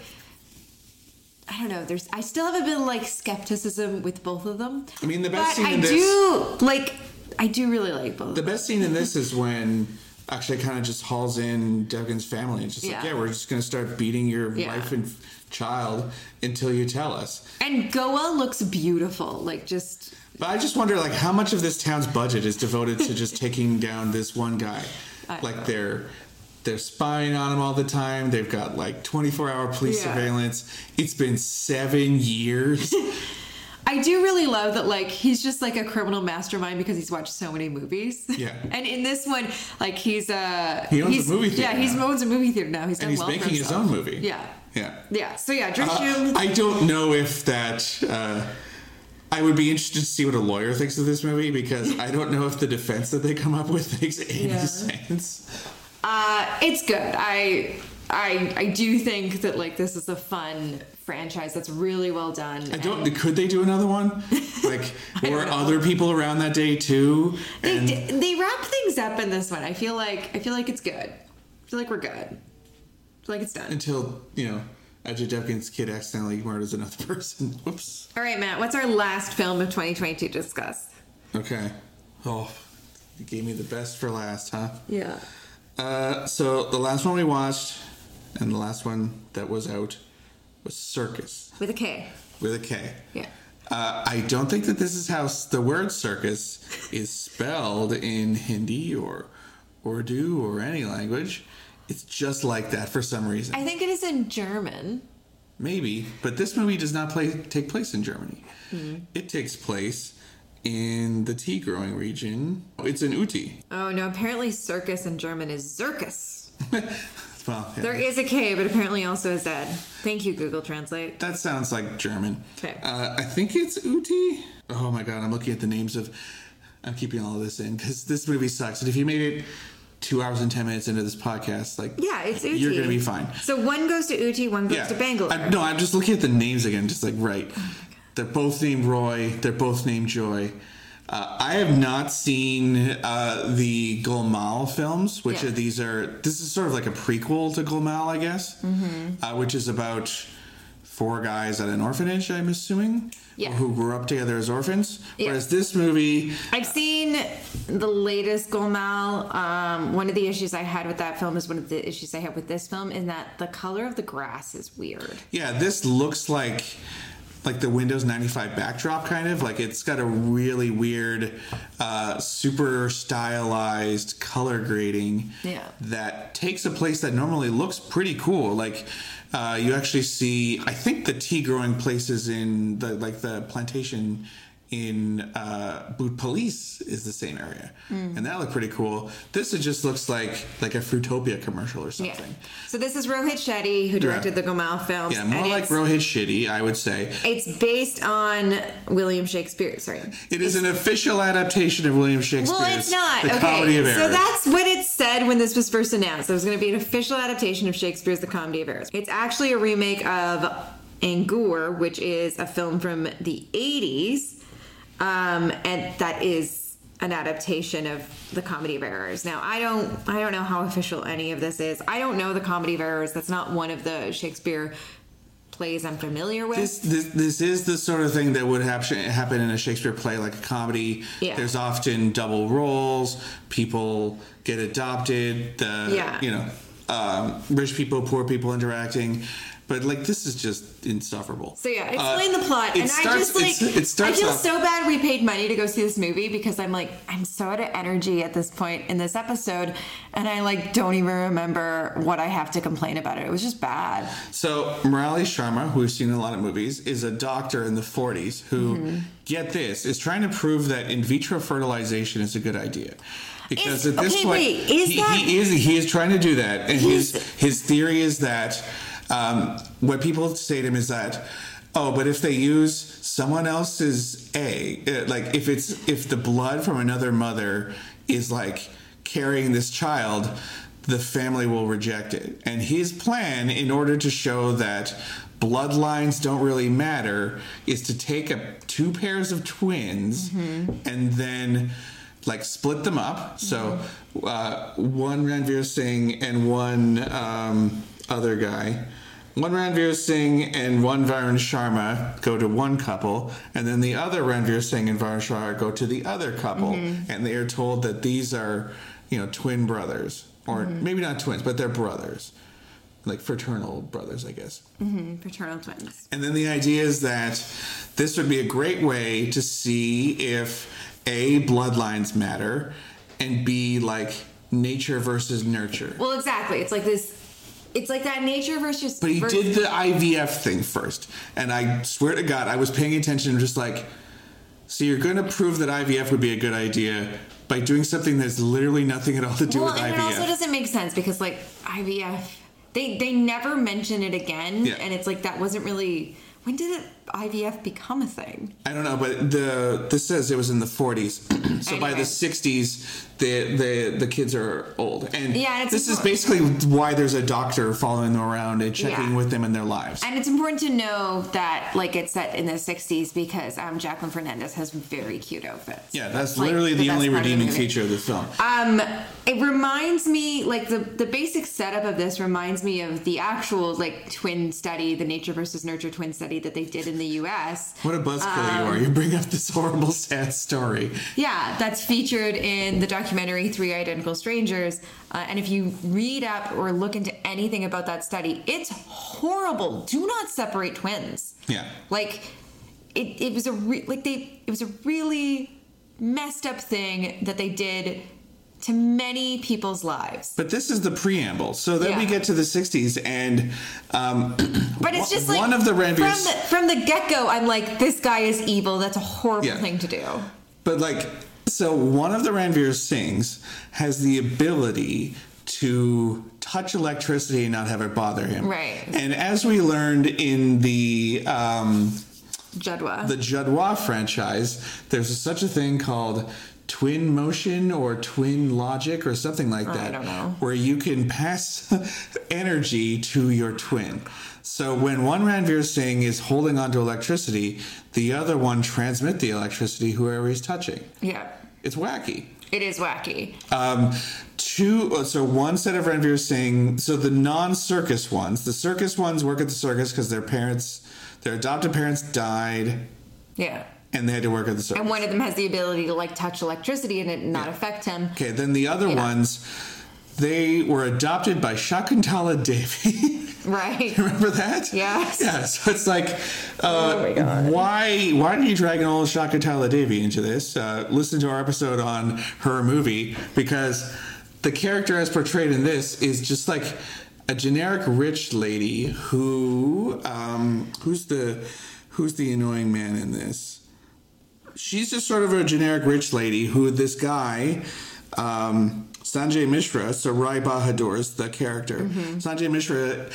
S8: I don't know. There's I still have a bit of like skepticism with both of them.
S2: I mean, the best
S8: but
S2: scene
S8: I
S2: in this-
S8: do like. I do really like both. of
S2: The
S8: them.
S2: best scene in this is when actually kind of just hauls in Devgan's family and just like,
S8: Yeah.
S2: "Yeah, we're just gonna start beating your
S8: Yeah.
S2: wife and child until you tell us."
S8: And Goa looks beautiful. Like just
S2: But I just wonder, like, how much of this town's budget is devoted to just taking down this one guy?
S8: I-
S2: Like, they're they're spying on him all the time. They've got like 24-hour police
S8: Yeah.
S2: surveillance. It's been seven years.
S8: I do really love that, like, he's just like a criminal mastermind because he's watched so many movies.
S2: Yeah.
S8: and in this one, like, he's a.
S2: He owns a
S8: he's,
S2: movie theater
S8: Yeah, he's
S2: now.
S8: owns a movie theater now. He's done
S2: and he's
S8: well for
S2: making his
S8: himself.
S2: own movie.
S8: Yeah.
S2: Yeah.
S8: Yeah. So, yeah,
S2: Uh,
S8: Drishum.
S2: I don't know if that. Uh, I would be interested to see what a lawyer thinks of this movie because I don't know if the defense that they come up with makes any
S8: Yeah.
S2: sense.
S8: uh, it's good. I. I, I do think that like this is a fun franchise that's really well done.
S2: I don't. Could they do another one? Like,
S8: don't
S2: were
S8: know.
S2: other people around that day too?
S8: They,
S2: And-
S8: d- they wrap things up in this one. I feel like I feel like it's good. I feel like we're good. I feel like it's done.
S2: until you know Ajay Devgan's kid accidentally murders another person. Whoops.
S8: All right, Matt. What's our last film of 2022 to discuss?
S2: Okay. Oh, you gave me the best for last, huh?
S8: Yeah.
S2: Uh, so the last one we watched, and the last one that was out, was Circus
S8: With a K.
S2: with a K.
S8: Yeah.
S2: Uh, I don't think that this is how s- the word circus is spelled in Hindi or Urdu or any language. It's just like that for some reason.
S8: I think it is in German.
S2: Maybe, but this movie does not play, take place in Germany.
S8: Mm-hmm.
S2: It takes place in the tea growing region. It's in Uti.
S8: Oh no, apparently circus in German is Zirkus.
S2: Well, yeah,
S8: There is a K, but apparently also a Z. Thank you, Google Translate.
S2: that sounds like German.
S8: Okay.
S2: Uh, I think it's Uti. Oh my god, I'm looking at the names of. I'm keeping all of this in because this movie sucks. And if you made it two hours and ten minutes into this podcast, like
S8: Yeah, it's Uti.
S2: you're gonna be fine.
S8: So one goes to Uti, one goes to Bangalore.
S2: I- no, I'm just looking at the names again, just like right.
S8: Oh
S2: they're both named Roy. They're both named Joy. Uh, I have not seen uh, the Golmal films, which
S8: Yeah.
S2: are these are this is sort of like a prequel to Golmal, I guess,
S8: Mm-hmm.
S2: uh, which is about four guys at an orphanage. I'm assuming,
S8: Yeah.
S2: who grew up together as orphans.
S8: Yeah.
S2: Whereas this movie,
S8: I've seen the latest Golmal. Um, one of the issues I had with that film is one of the issues I have with this film in that the color of the grass is weird.
S2: Yeah, this looks like like the Windows 95 backdrop kind of like it's got a really weird uh, super stylized color grading
S8: Yeah.
S2: that takes a place that normally looks pretty cool like uh, you actually see I think the tea growing places in the like the plantation in uh, Boot Police is the same area
S8: Mm.
S2: and that looked pretty cool this it just looks like like a Fruitopia commercial or
S8: Yeah.
S2: something
S8: So this is Rohit Shetty who directed the Gamal films.
S2: yeah, more
S8: and
S2: like
S8: it's-
S2: Rohit Shitty I would say
S8: It's based on William Shakespeare. Sorry.
S2: It is an official adaptation of William Shakespeare's
S8: Well, it's not.
S2: The
S8: okay.
S2: Comedy of
S8: So
S2: Errors.
S8: that's what it said when this was first announced. It was going to be an official adaptation of Shakespeare's The Comedy of Errors. It's actually a remake of Angoor, which is a film from the 80s, um, and that is an adaptation of The Comedy of Errors. Now, I don't, I don't know how official any of this is. I don't know The Comedy of Errors. That's not one of the Shakespeare plays I'm familiar with.
S2: this, this this is the sort of thing that would hap- happen in a Shakespeare play, like a comedy.
S8: Yeah.
S2: There's often double roles. People get adopted. The
S8: Yeah.
S2: you know, um, rich people, poor people interacting. But like this is just insufferable.
S8: So yeah,
S2: Uh,
S8: explain the plot,
S2: it
S8: and I
S2: starts-
S8: just like
S2: it's- it starts
S8: I feel
S2: off-
S8: so bad we paid money to go see this movie because I'm like I'm so out of energy at this point in this episode, and I like don't even remember what I have to complain about it. It was just bad.
S2: So Morales Sharma, who we've seen in a lot of movies, is a doctor in the 40s who,
S8: Mm-hmm.
S2: get this, is trying to prove that in vitro fertilization is a good idea. Because
S8: Is-
S2: at this
S8: okay,
S2: point,
S8: wait, is
S2: he,
S8: that-
S2: he is he is trying to do that, and his
S8: He's-
S2: his theory is that um, what people say to him is that. Oh, but if they use someone else's egg, uh, like if it's if the blood from another mother is like carrying this child, the family will reject it. And his plan, in order to show that bloodlines don't really matter, is to take a, two pairs of twins and then like split them up. So uh, one Ranveer Singh and one um, other guy. One Ranveer Singh and one Varun Sharma go to one couple, and then the other Ranveer Singh and Varun Sharma go to the other couple, and they are told that these are, you know, twin brothers, or maybe not twins, but they're brothers, like fraternal brothers, I guess.
S8: Paternal twins.
S2: And then the idea is that this would be a great way to see if A, bloodlines matter, and B, like nature versus nurture.
S8: Well, exactly. It's like this. It's like that nature versus.
S2: But he
S8: versus-
S2: did the IVF thing first. And I swear to God, I was paying attention and just like, so you're going to prove that IVF would be a good idea by doing something that's literally nothing at all to do
S8: Well,
S2: with
S8: and
S2: IVF.
S8: it also doesn't make sense because like IVF, they they never mention it again,
S2: Yeah.
S8: and it's like that wasn't really. When did it, IVF become a thing?
S2: I don't know, but the this says it was in the 40s. so by
S8: Anyway.
S2: the 60s, the the the kids are old, and
S8: Yeah, it's
S2: this is
S8: important.
S2: basically why there's a doctor following them around and checking
S8: Yeah.
S2: with them in their lives.
S8: And it's important to know that, like, it's set in the 60s because um, Jacqueline Fernandez has very cute outfits.
S2: yeah, that's
S8: like,
S2: literally the,
S8: best
S2: only
S8: part of
S2: redeeming
S8: movie.
S2: feature of the film.
S8: Um, it reminds me, like, the, the basic setup of this reminds me of the actual, like, twin study, the nature versus nurture twin study that they did in the US.
S2: what a buzzkill
S8: um,
S2: you are! You bring up this horrible, sad story.
S8: Yeah, that's featured in the documentary Three Identical Strangers. Uh, and if you read up or look into anything about that study, it's horrible. Do not separate twins.
S2: Yeah.
S8: Like it, it was a re- like they it was a really messed up thing that they did to many people's lives.
S2: But this is the preamble. So then we
S8: Yeah.
S2: get to the 60s, and um,
S8: But it's
S2: one-
S8: just like
S2: one of the Ranvirs.
S8: from the, from the get go. I'm like, this guy is evil. That's a horrible
S2: Yeah.
S8: thing to do.
S2: But like, so one of the Ranveer Singhs has the ability to touch electricity and not have it bother him.
S8: Right.
S2: And as we learned in the um,
S8: Jedwa.
S2: the Judois franchise, there's such a thing called twin motion or twin logic or something like that
S8: Oh, don't know.
S2: where you can pass energy to your twin so when one ranveer singh is holding onto electricity the other one transmit the electricity whoever he's touching
S8: yeah,
S2: it's wacky
S8: it is wacky.
S2: um, two, uh, so one set of Ranveer Singh, so the non-circus ones, the circus ones work at the circus because their parents, their adopted parents died,
S8: Yeah.
S2: and they had to work at the circus.
S8: And one of them has the ability to like touch electricity and it not affect him.
S2: okay, then the other
S8: Yeah.
S2: ones, they were adopted by Shakuntala Devi.
S8: Right.
S2: Remember that?
S8: Yes. Oh
S2: Yeah. So it's like, uh, why why are you dragging old Shaka Devi into this? Uh, listen to our episode on her movie because the character as portrayed in this is just like a generic rich lady who um, who's the who's the annoying man in this? she's just sort of a generic rich lady who this guy, um, Sanjay Mishra, so Rai Bahadur is the character.
S8: Mm-hmm.
S2: Sanjay Mishra,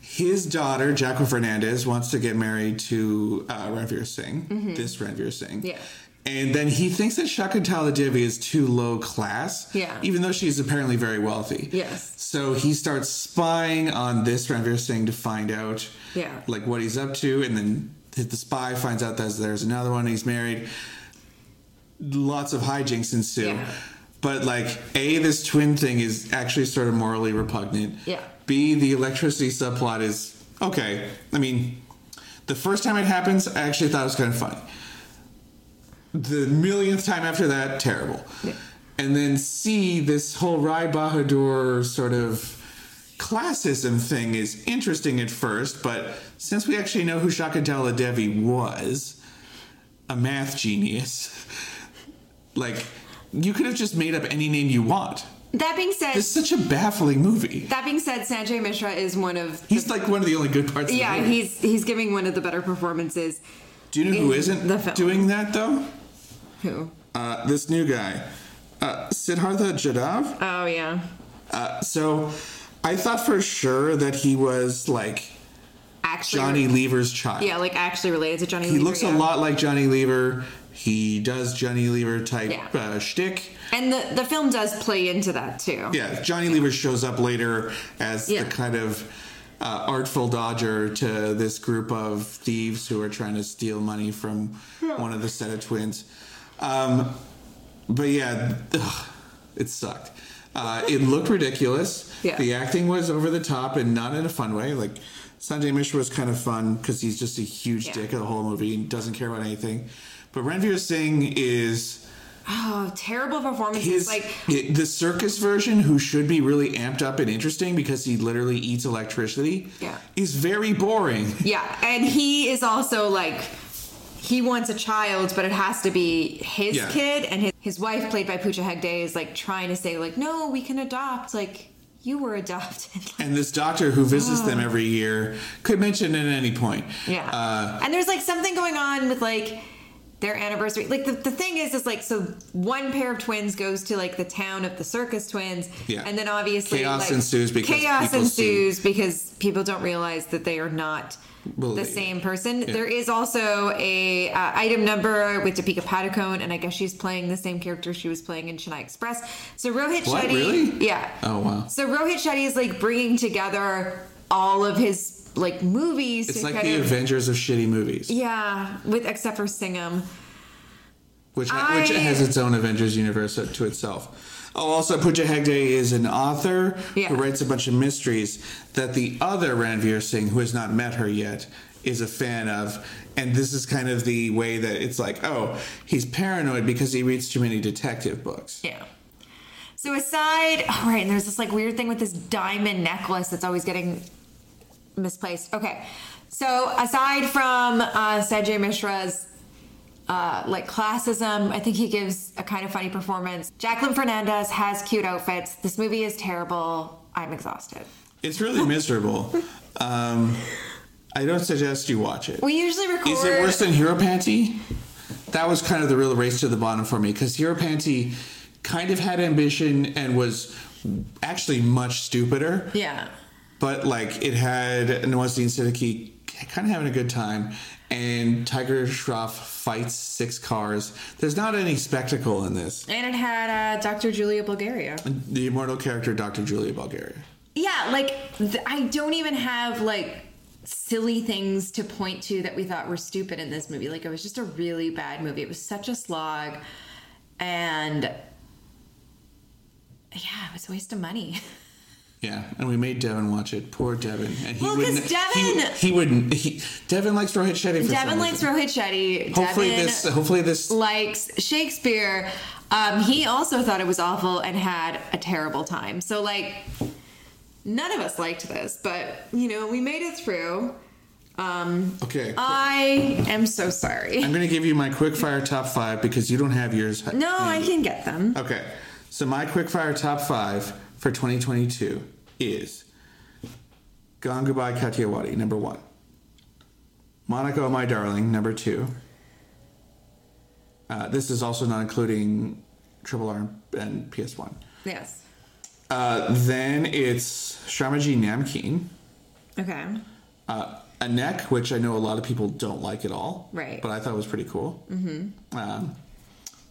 S2: his daughter, Jacqueline Fernandez, wants to get married to uh, Ranveer Singh, this Ranveer Singh.
S8: Mm-hmm. Yeah.
S2: And then he thinks that Shakuntala Devi is too low class,
S8: Yeah.
S2: even though she's apparently very wealthy.
S8: Yes.
S2: So he starts spying on this Ranveer Singh to find out,
S8: Yeah.
S2: like what he's up to, and then the spy finds out that there's another one. He's married. Lots of hijinks ensue.
S8: Yeah.
S2: But like, a this twin thing is actually sort of morally repugnant.
S8: Yeah.
S2: B the electricity subplot is okay. I mean, the first time it happens, I actually thought it was kind of funny. The millionth time after that, terrible. And then C, this whole Rai Bahadur sort of classism thing is interesting at first, but since we actually know who Shakuntala Devi was, a math genius, like, you could have just made up any name you want.
S8: That being said,
S2: It's such a baffling movie.
S8: that being said, Sanjay Mishra is one of the,
S2: He's like one of the only good parts
S8: yeah,
S2: of the movie.
S8: he's he's giving one of the better performances.
S2: Do you know who
S8: in
S2: isn't
S8: the film.
S2: doing that, though?
S8: Who?
S2: Uh, this new guy, uh, Siddhartha Jadav. Uh,
S8: Oh yeah,
S2: So I thought for sure that he was like
S8: actually
S2: Johnny Lever's child.
S8: Yeah, like actually related to Johnny.
S2: he looks a lot like Johnny Lever. He does Johnny Lever type
S8: Yeah.
S2: uh, shtick.
S8: and the the film does play into that too.
S2: Yeah, Johnny Lever shows up later as
S8: Yeah.
S2: the kind of uh, artful dodger to this group of thieves who are trying to steal money from one of the set of twins. Um, but yeah, ugh, it sucked. Uh, it looked ridiculous.
S8: Yeah.
S2: The acting was over the top and not in a fun way. Like Sanjay Mishra was kind of fun because he's just a huge
S8: Yeah.
S2: dick of the whole movie and doesn't care about anything. But Ranveer Singh is
S8: Oh, terrible performances.
S2: his
S8: like
S2: it- the circus version who should be really amped up and interesting because he literally eats electricity
S8: Yeah.
S2: is very boring
S8: yeah, and he is also like he wants a child, but it has to be his
S2: Yeah.
S8: kid. And his his wife, played by Pooja Hegde, is like trying to say like, no, we can adopt. Like you were adopted.
S2: and this doctor who visits them every year could mention at any point
S8: Ah. Yeah.
S2: uh,
S8: and there's like something going on with like their anniversary. Like the, the thing is, is like, so one pair of twins goes to like the town of the circus twins.
S2: Yeah.
S8: And then obviously
S2: Chaos
S8: like,
S2: ensues because
S8: chaos
S2: people see-
S8: ensues because people don't realize that they are not the
S2: Related.
S8: same person. There is also a uh, item number with Topeka Padukone, and I guess she's playing the same character she was playing in Chennai Express. So Rohit
S2: What,
S8: Shetty,
S2: really?
S8: yeah,
S2: oh wow
S8: so Rohit Shetty is like bringing together all of his like movies.
S2: it's
S8: to
S2: like
S8: kind
S2: the
S8: of-
S2: avengers of shitty movies
S8: Yeah, with except for Singham.
S2: which, ha which
S8: I-
S2: has its own Avengers universe to itself. Oh, also, Pooja Hegde is an author
S8: Yeah.
S2: who writes a bunch of mysteries that the other Ranveer Singh, who has not met her yet, is a fan of. And this is kind of the way that it's like, oh, he's paranoid because he reads too many detective books.
S8: Yeah. So aside, all right, and there's this like weird thing with this diamond necklace that's always getting misplaced. Okay. So aside from uh, Sanjay Mishra's uh, like classism, I think he gives a kind of funny performance. Jacqueline Fernandez has cute outfits. This movie is terrible. I'm exhausted.
S2: It's really miserable. um, I don't suggest you watch it.
S8: We usually record.
S2: Is it worse than Hero Panty? That was kind of the real race to the bottom for me because Hero Panty kind of had ambition and was actually much stupider,
S8: Yeah. but.
S2: but like it had Nawazuddin Siddiqui kind of having a good time, and Tiger Shroff fights six cars. There's not any spectacle in this.
S8: And it had uh, Dr. Julia Bulgaria.
S2: The immortal character Dr. Julia Bulgaria.
S8: Yeah, like th- I don't even have like silly things to point to that we thought were stupid in this movie. Like it was just a really bad movie. It was such a slog, and yeah, it was a waste of money.
S2: Yeah, and we made Devin watch it. Poor Devin. And he
S8: Well, 'cause
S2: wouldn't.
S8: Devin-
S2: He, he wouldn't. He, Devin likes Rohit Shetty. For
S8: Devin
S2: some
S8: likes
S2: reason.
S8: Rohit Shetty.
S2: Hopefully
S8: Devin
S2: this. Hopefully this.
S8: likes Shakespeare. Um, he also thought it was awful and had a terrible time. So like. None of us liked this, but you know, we made it through. Um,
S2: Okay.
S8: I am so
S2: I'm
S8: sorry.
S2: going to give you my quick fire top five because you don't have yours.
S8: No,
S2: Mm.
S8: I can get them.
S2: Okay. So my quick fire top five for 2022 is Gone Goodbye Katiawadi, number one. Monaco, My Darling, number two. Uh, this is also not including Triple R and PS1.
S8: Yes.
S2: Uh, then it's Sharmaji Namkeen.
S8: Okay.
S2: uh, a neck, which I know a lot of people don't like at all.
S8: Right.
S2: But I thought it was pretty cool. Mm-hmm. Um,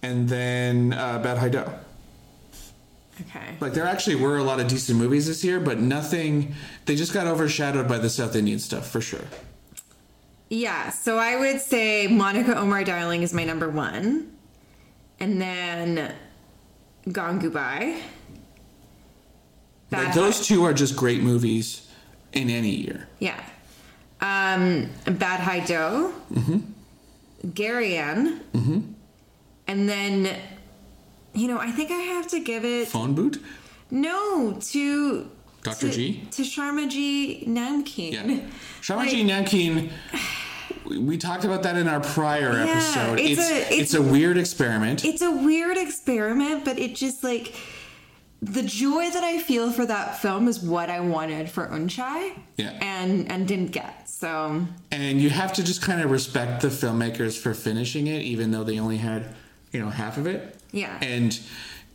S2: and then uh, Bad Haido.
S8: Okay.
S2: Like there actually were a lot of decent movies this year, but nothing. They just got overshadowed by the South Indian stuff for sure.
S8: Yeah, so I would say Monica Omar Darling is my number one. And then Gone Goodbye.
S2: Like
S8: Bad
S2: those
S8: Hi-
S2: two are just great movies in any year.
S8: Yeah. Um, Bad High Doe. Mm-hmm. Gary Ann. Mm-hmm. And then, you know, I think I have to give it
S2: Phone boot.
S8: no to
S2: Dr.
S8: to-
S2: G?
S8: to Sharma G Namkeen.
S2: Yeah. Shamaji Nankin. We talked about that in our prior
S8: Yeah,
S2: episode.
S8: it's
S2: it's,
S8: a-
S2: it's,
S8: it's-
S2: a weird experiment.
S8: it's a weird experiment, but it just like the joy that I feel for that film is what I wanted for Unchai.
S2: Yeah.
S8: And and didn't get. So
S2: and you have to just kind of respect the filmmakers for finishing it even though they only had you know half of it
S8: Yeah.
S2: and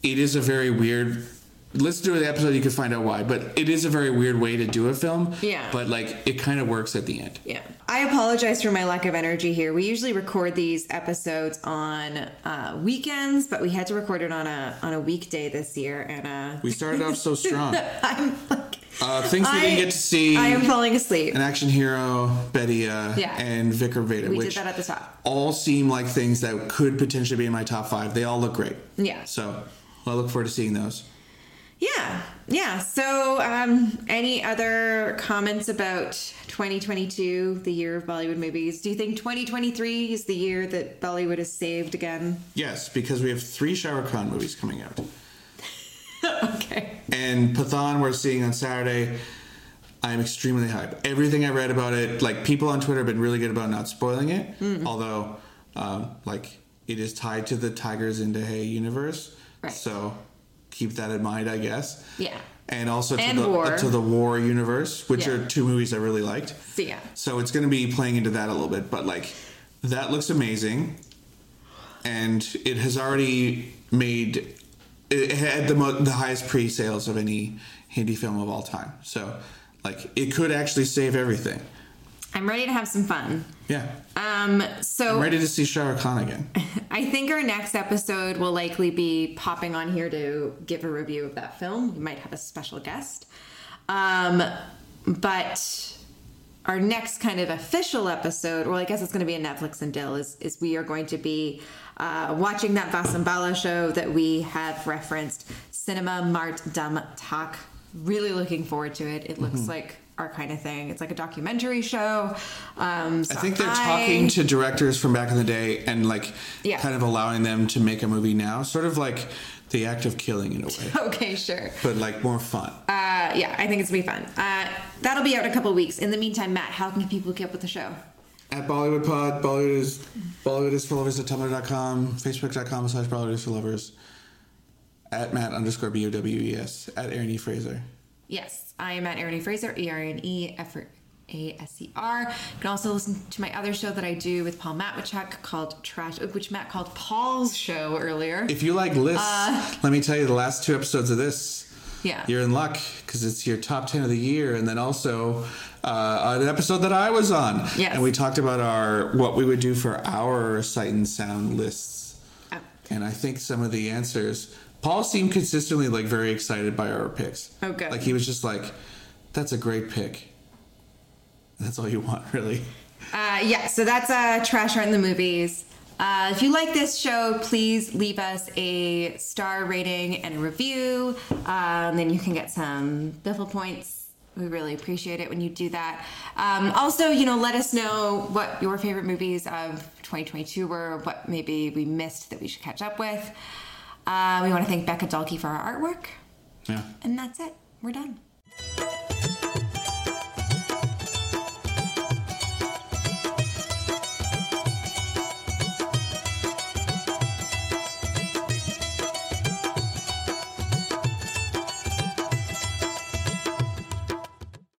S2: it is a very weird let's do the episode you can find out why but it is a very weird way to do a film
S8: Yeah.
S2: but like it kind of works at the end
S8: yeah. I apologize for my lack of energy here. We usually record these episodes on uh, weekends, but we had to record it on a on a weekday this year and uh
S2: we started off so strong
S8: I'm like
S2: uh, things we didn't
S8: I-
S2: get to see
S8: I am falling asleep.
S2: an action hero betty uh,
S8: Yeah.
S2: and vicar veda
S8: We did
S2: which
S8: that at the top.
S2: all seem like things that could potentially be in my top five they all look great
S8: Yeah.
S2: so i look forward to seeing those
S8: Yeah, yeah. So, um, any other comments about 2022, the year of Bollywood movies? Do you think 2023 is the year that Bollywood is saved again?
S2: yes because we have three shower khan movies coming out
S8: okay.
S2: and Pathan we're seeing on Saturday. I'm extremely hyped. Everything I read about it, like people on Twitter have been really good about not spoiling it.
S8: Mm-hmm.
S2: Although, um, like it is tied to the Tigers in Hay universe,
S8: Right.
S2: so keep that in mind, I guess.
S8: Yeah.
S2: And also to
S8: And
S2: the
S8: War.
S2: to the War universe, which
S8: Yeah.
S2: are two movies I really liked.
S8: So yeah.
S2: So it's going to be playing into that a little bit, but like that looks amazing, and it has already made it had the mo- the highest pre sales of any Hindi film of all time. So like it could actually save everything.
S8: I'm ready to have some fun.
S2: Yeah,
S8: Um, so
S2: I'm ready to see Shah Rukh Khan again.
S8: I think our next episode will likely be popping on here to give a review of that film. We might have a special guest. Um, but our next kind of official episode, well, I guess it's going to be a Netflix and Dill, is, is we are going to be uh, watching that Vasambala show that we have referenced, Cinema Mart Dum Tak. Really looking forward to it. It
S2: Mm-hmm.
S8: looks like our kind of thing. It's like a documentary show. Um,
S2: I think they're talking to directors from back in the day and like
S8: Yeah.
S2: kind of allowing them to make a movie now, sort of like the act of killing in a way,
S8: Okay, sure.
S2: but like more fun.
S8: uh, yeah, I think it's gonna be fun. Uh, that'll be out in a couple weeks. In the meantime, Matt, how can people keep up with the show?
S2: At Bollywood Pod, Bollywood is Bollywood is for lovers at tumblr.com, facebook.com slash Bollywood is for lovers, at Matt underscore B O W E S, at Aaron E. Fraser.
S8: Yes, I am at Erin E. Fraser, E R N E F R A S E R. You can also listen to my other show that I do with Paul Matwichak called Trash, which Matt called Paul's show earlier.
S2: If you like lists, let me tell you the last two episodes of this.
S8: Yeah.
S2: You're in luck because it's your top 10 of the year, and then also uh, an episode that I was on.
S8: Yes.
S2: And we talked about our what we would do for our sight and sound lists.
S8: Oh.
S2: And I think some of the answers, Paul seemed consistently like very excited by our picks.
S8: Oh, good.
S2: Like he was just like, "That's a great pick." That's all you want, really.
S8: Uh, yeah, so that's uh, Trash Art in the Movies. Uh, if you like this show, please leave us a star rating and a review. Um, then you can get some Biffle points. We really appreciate it when you do that. Um, also, you know, let us know what your favorite movies of 2022 were, what maybe we missed that we should catch up with. Uh, we want to thank Becca Dalkey for our artwork.
S2: Yeah.
S8: And that's it. We're done.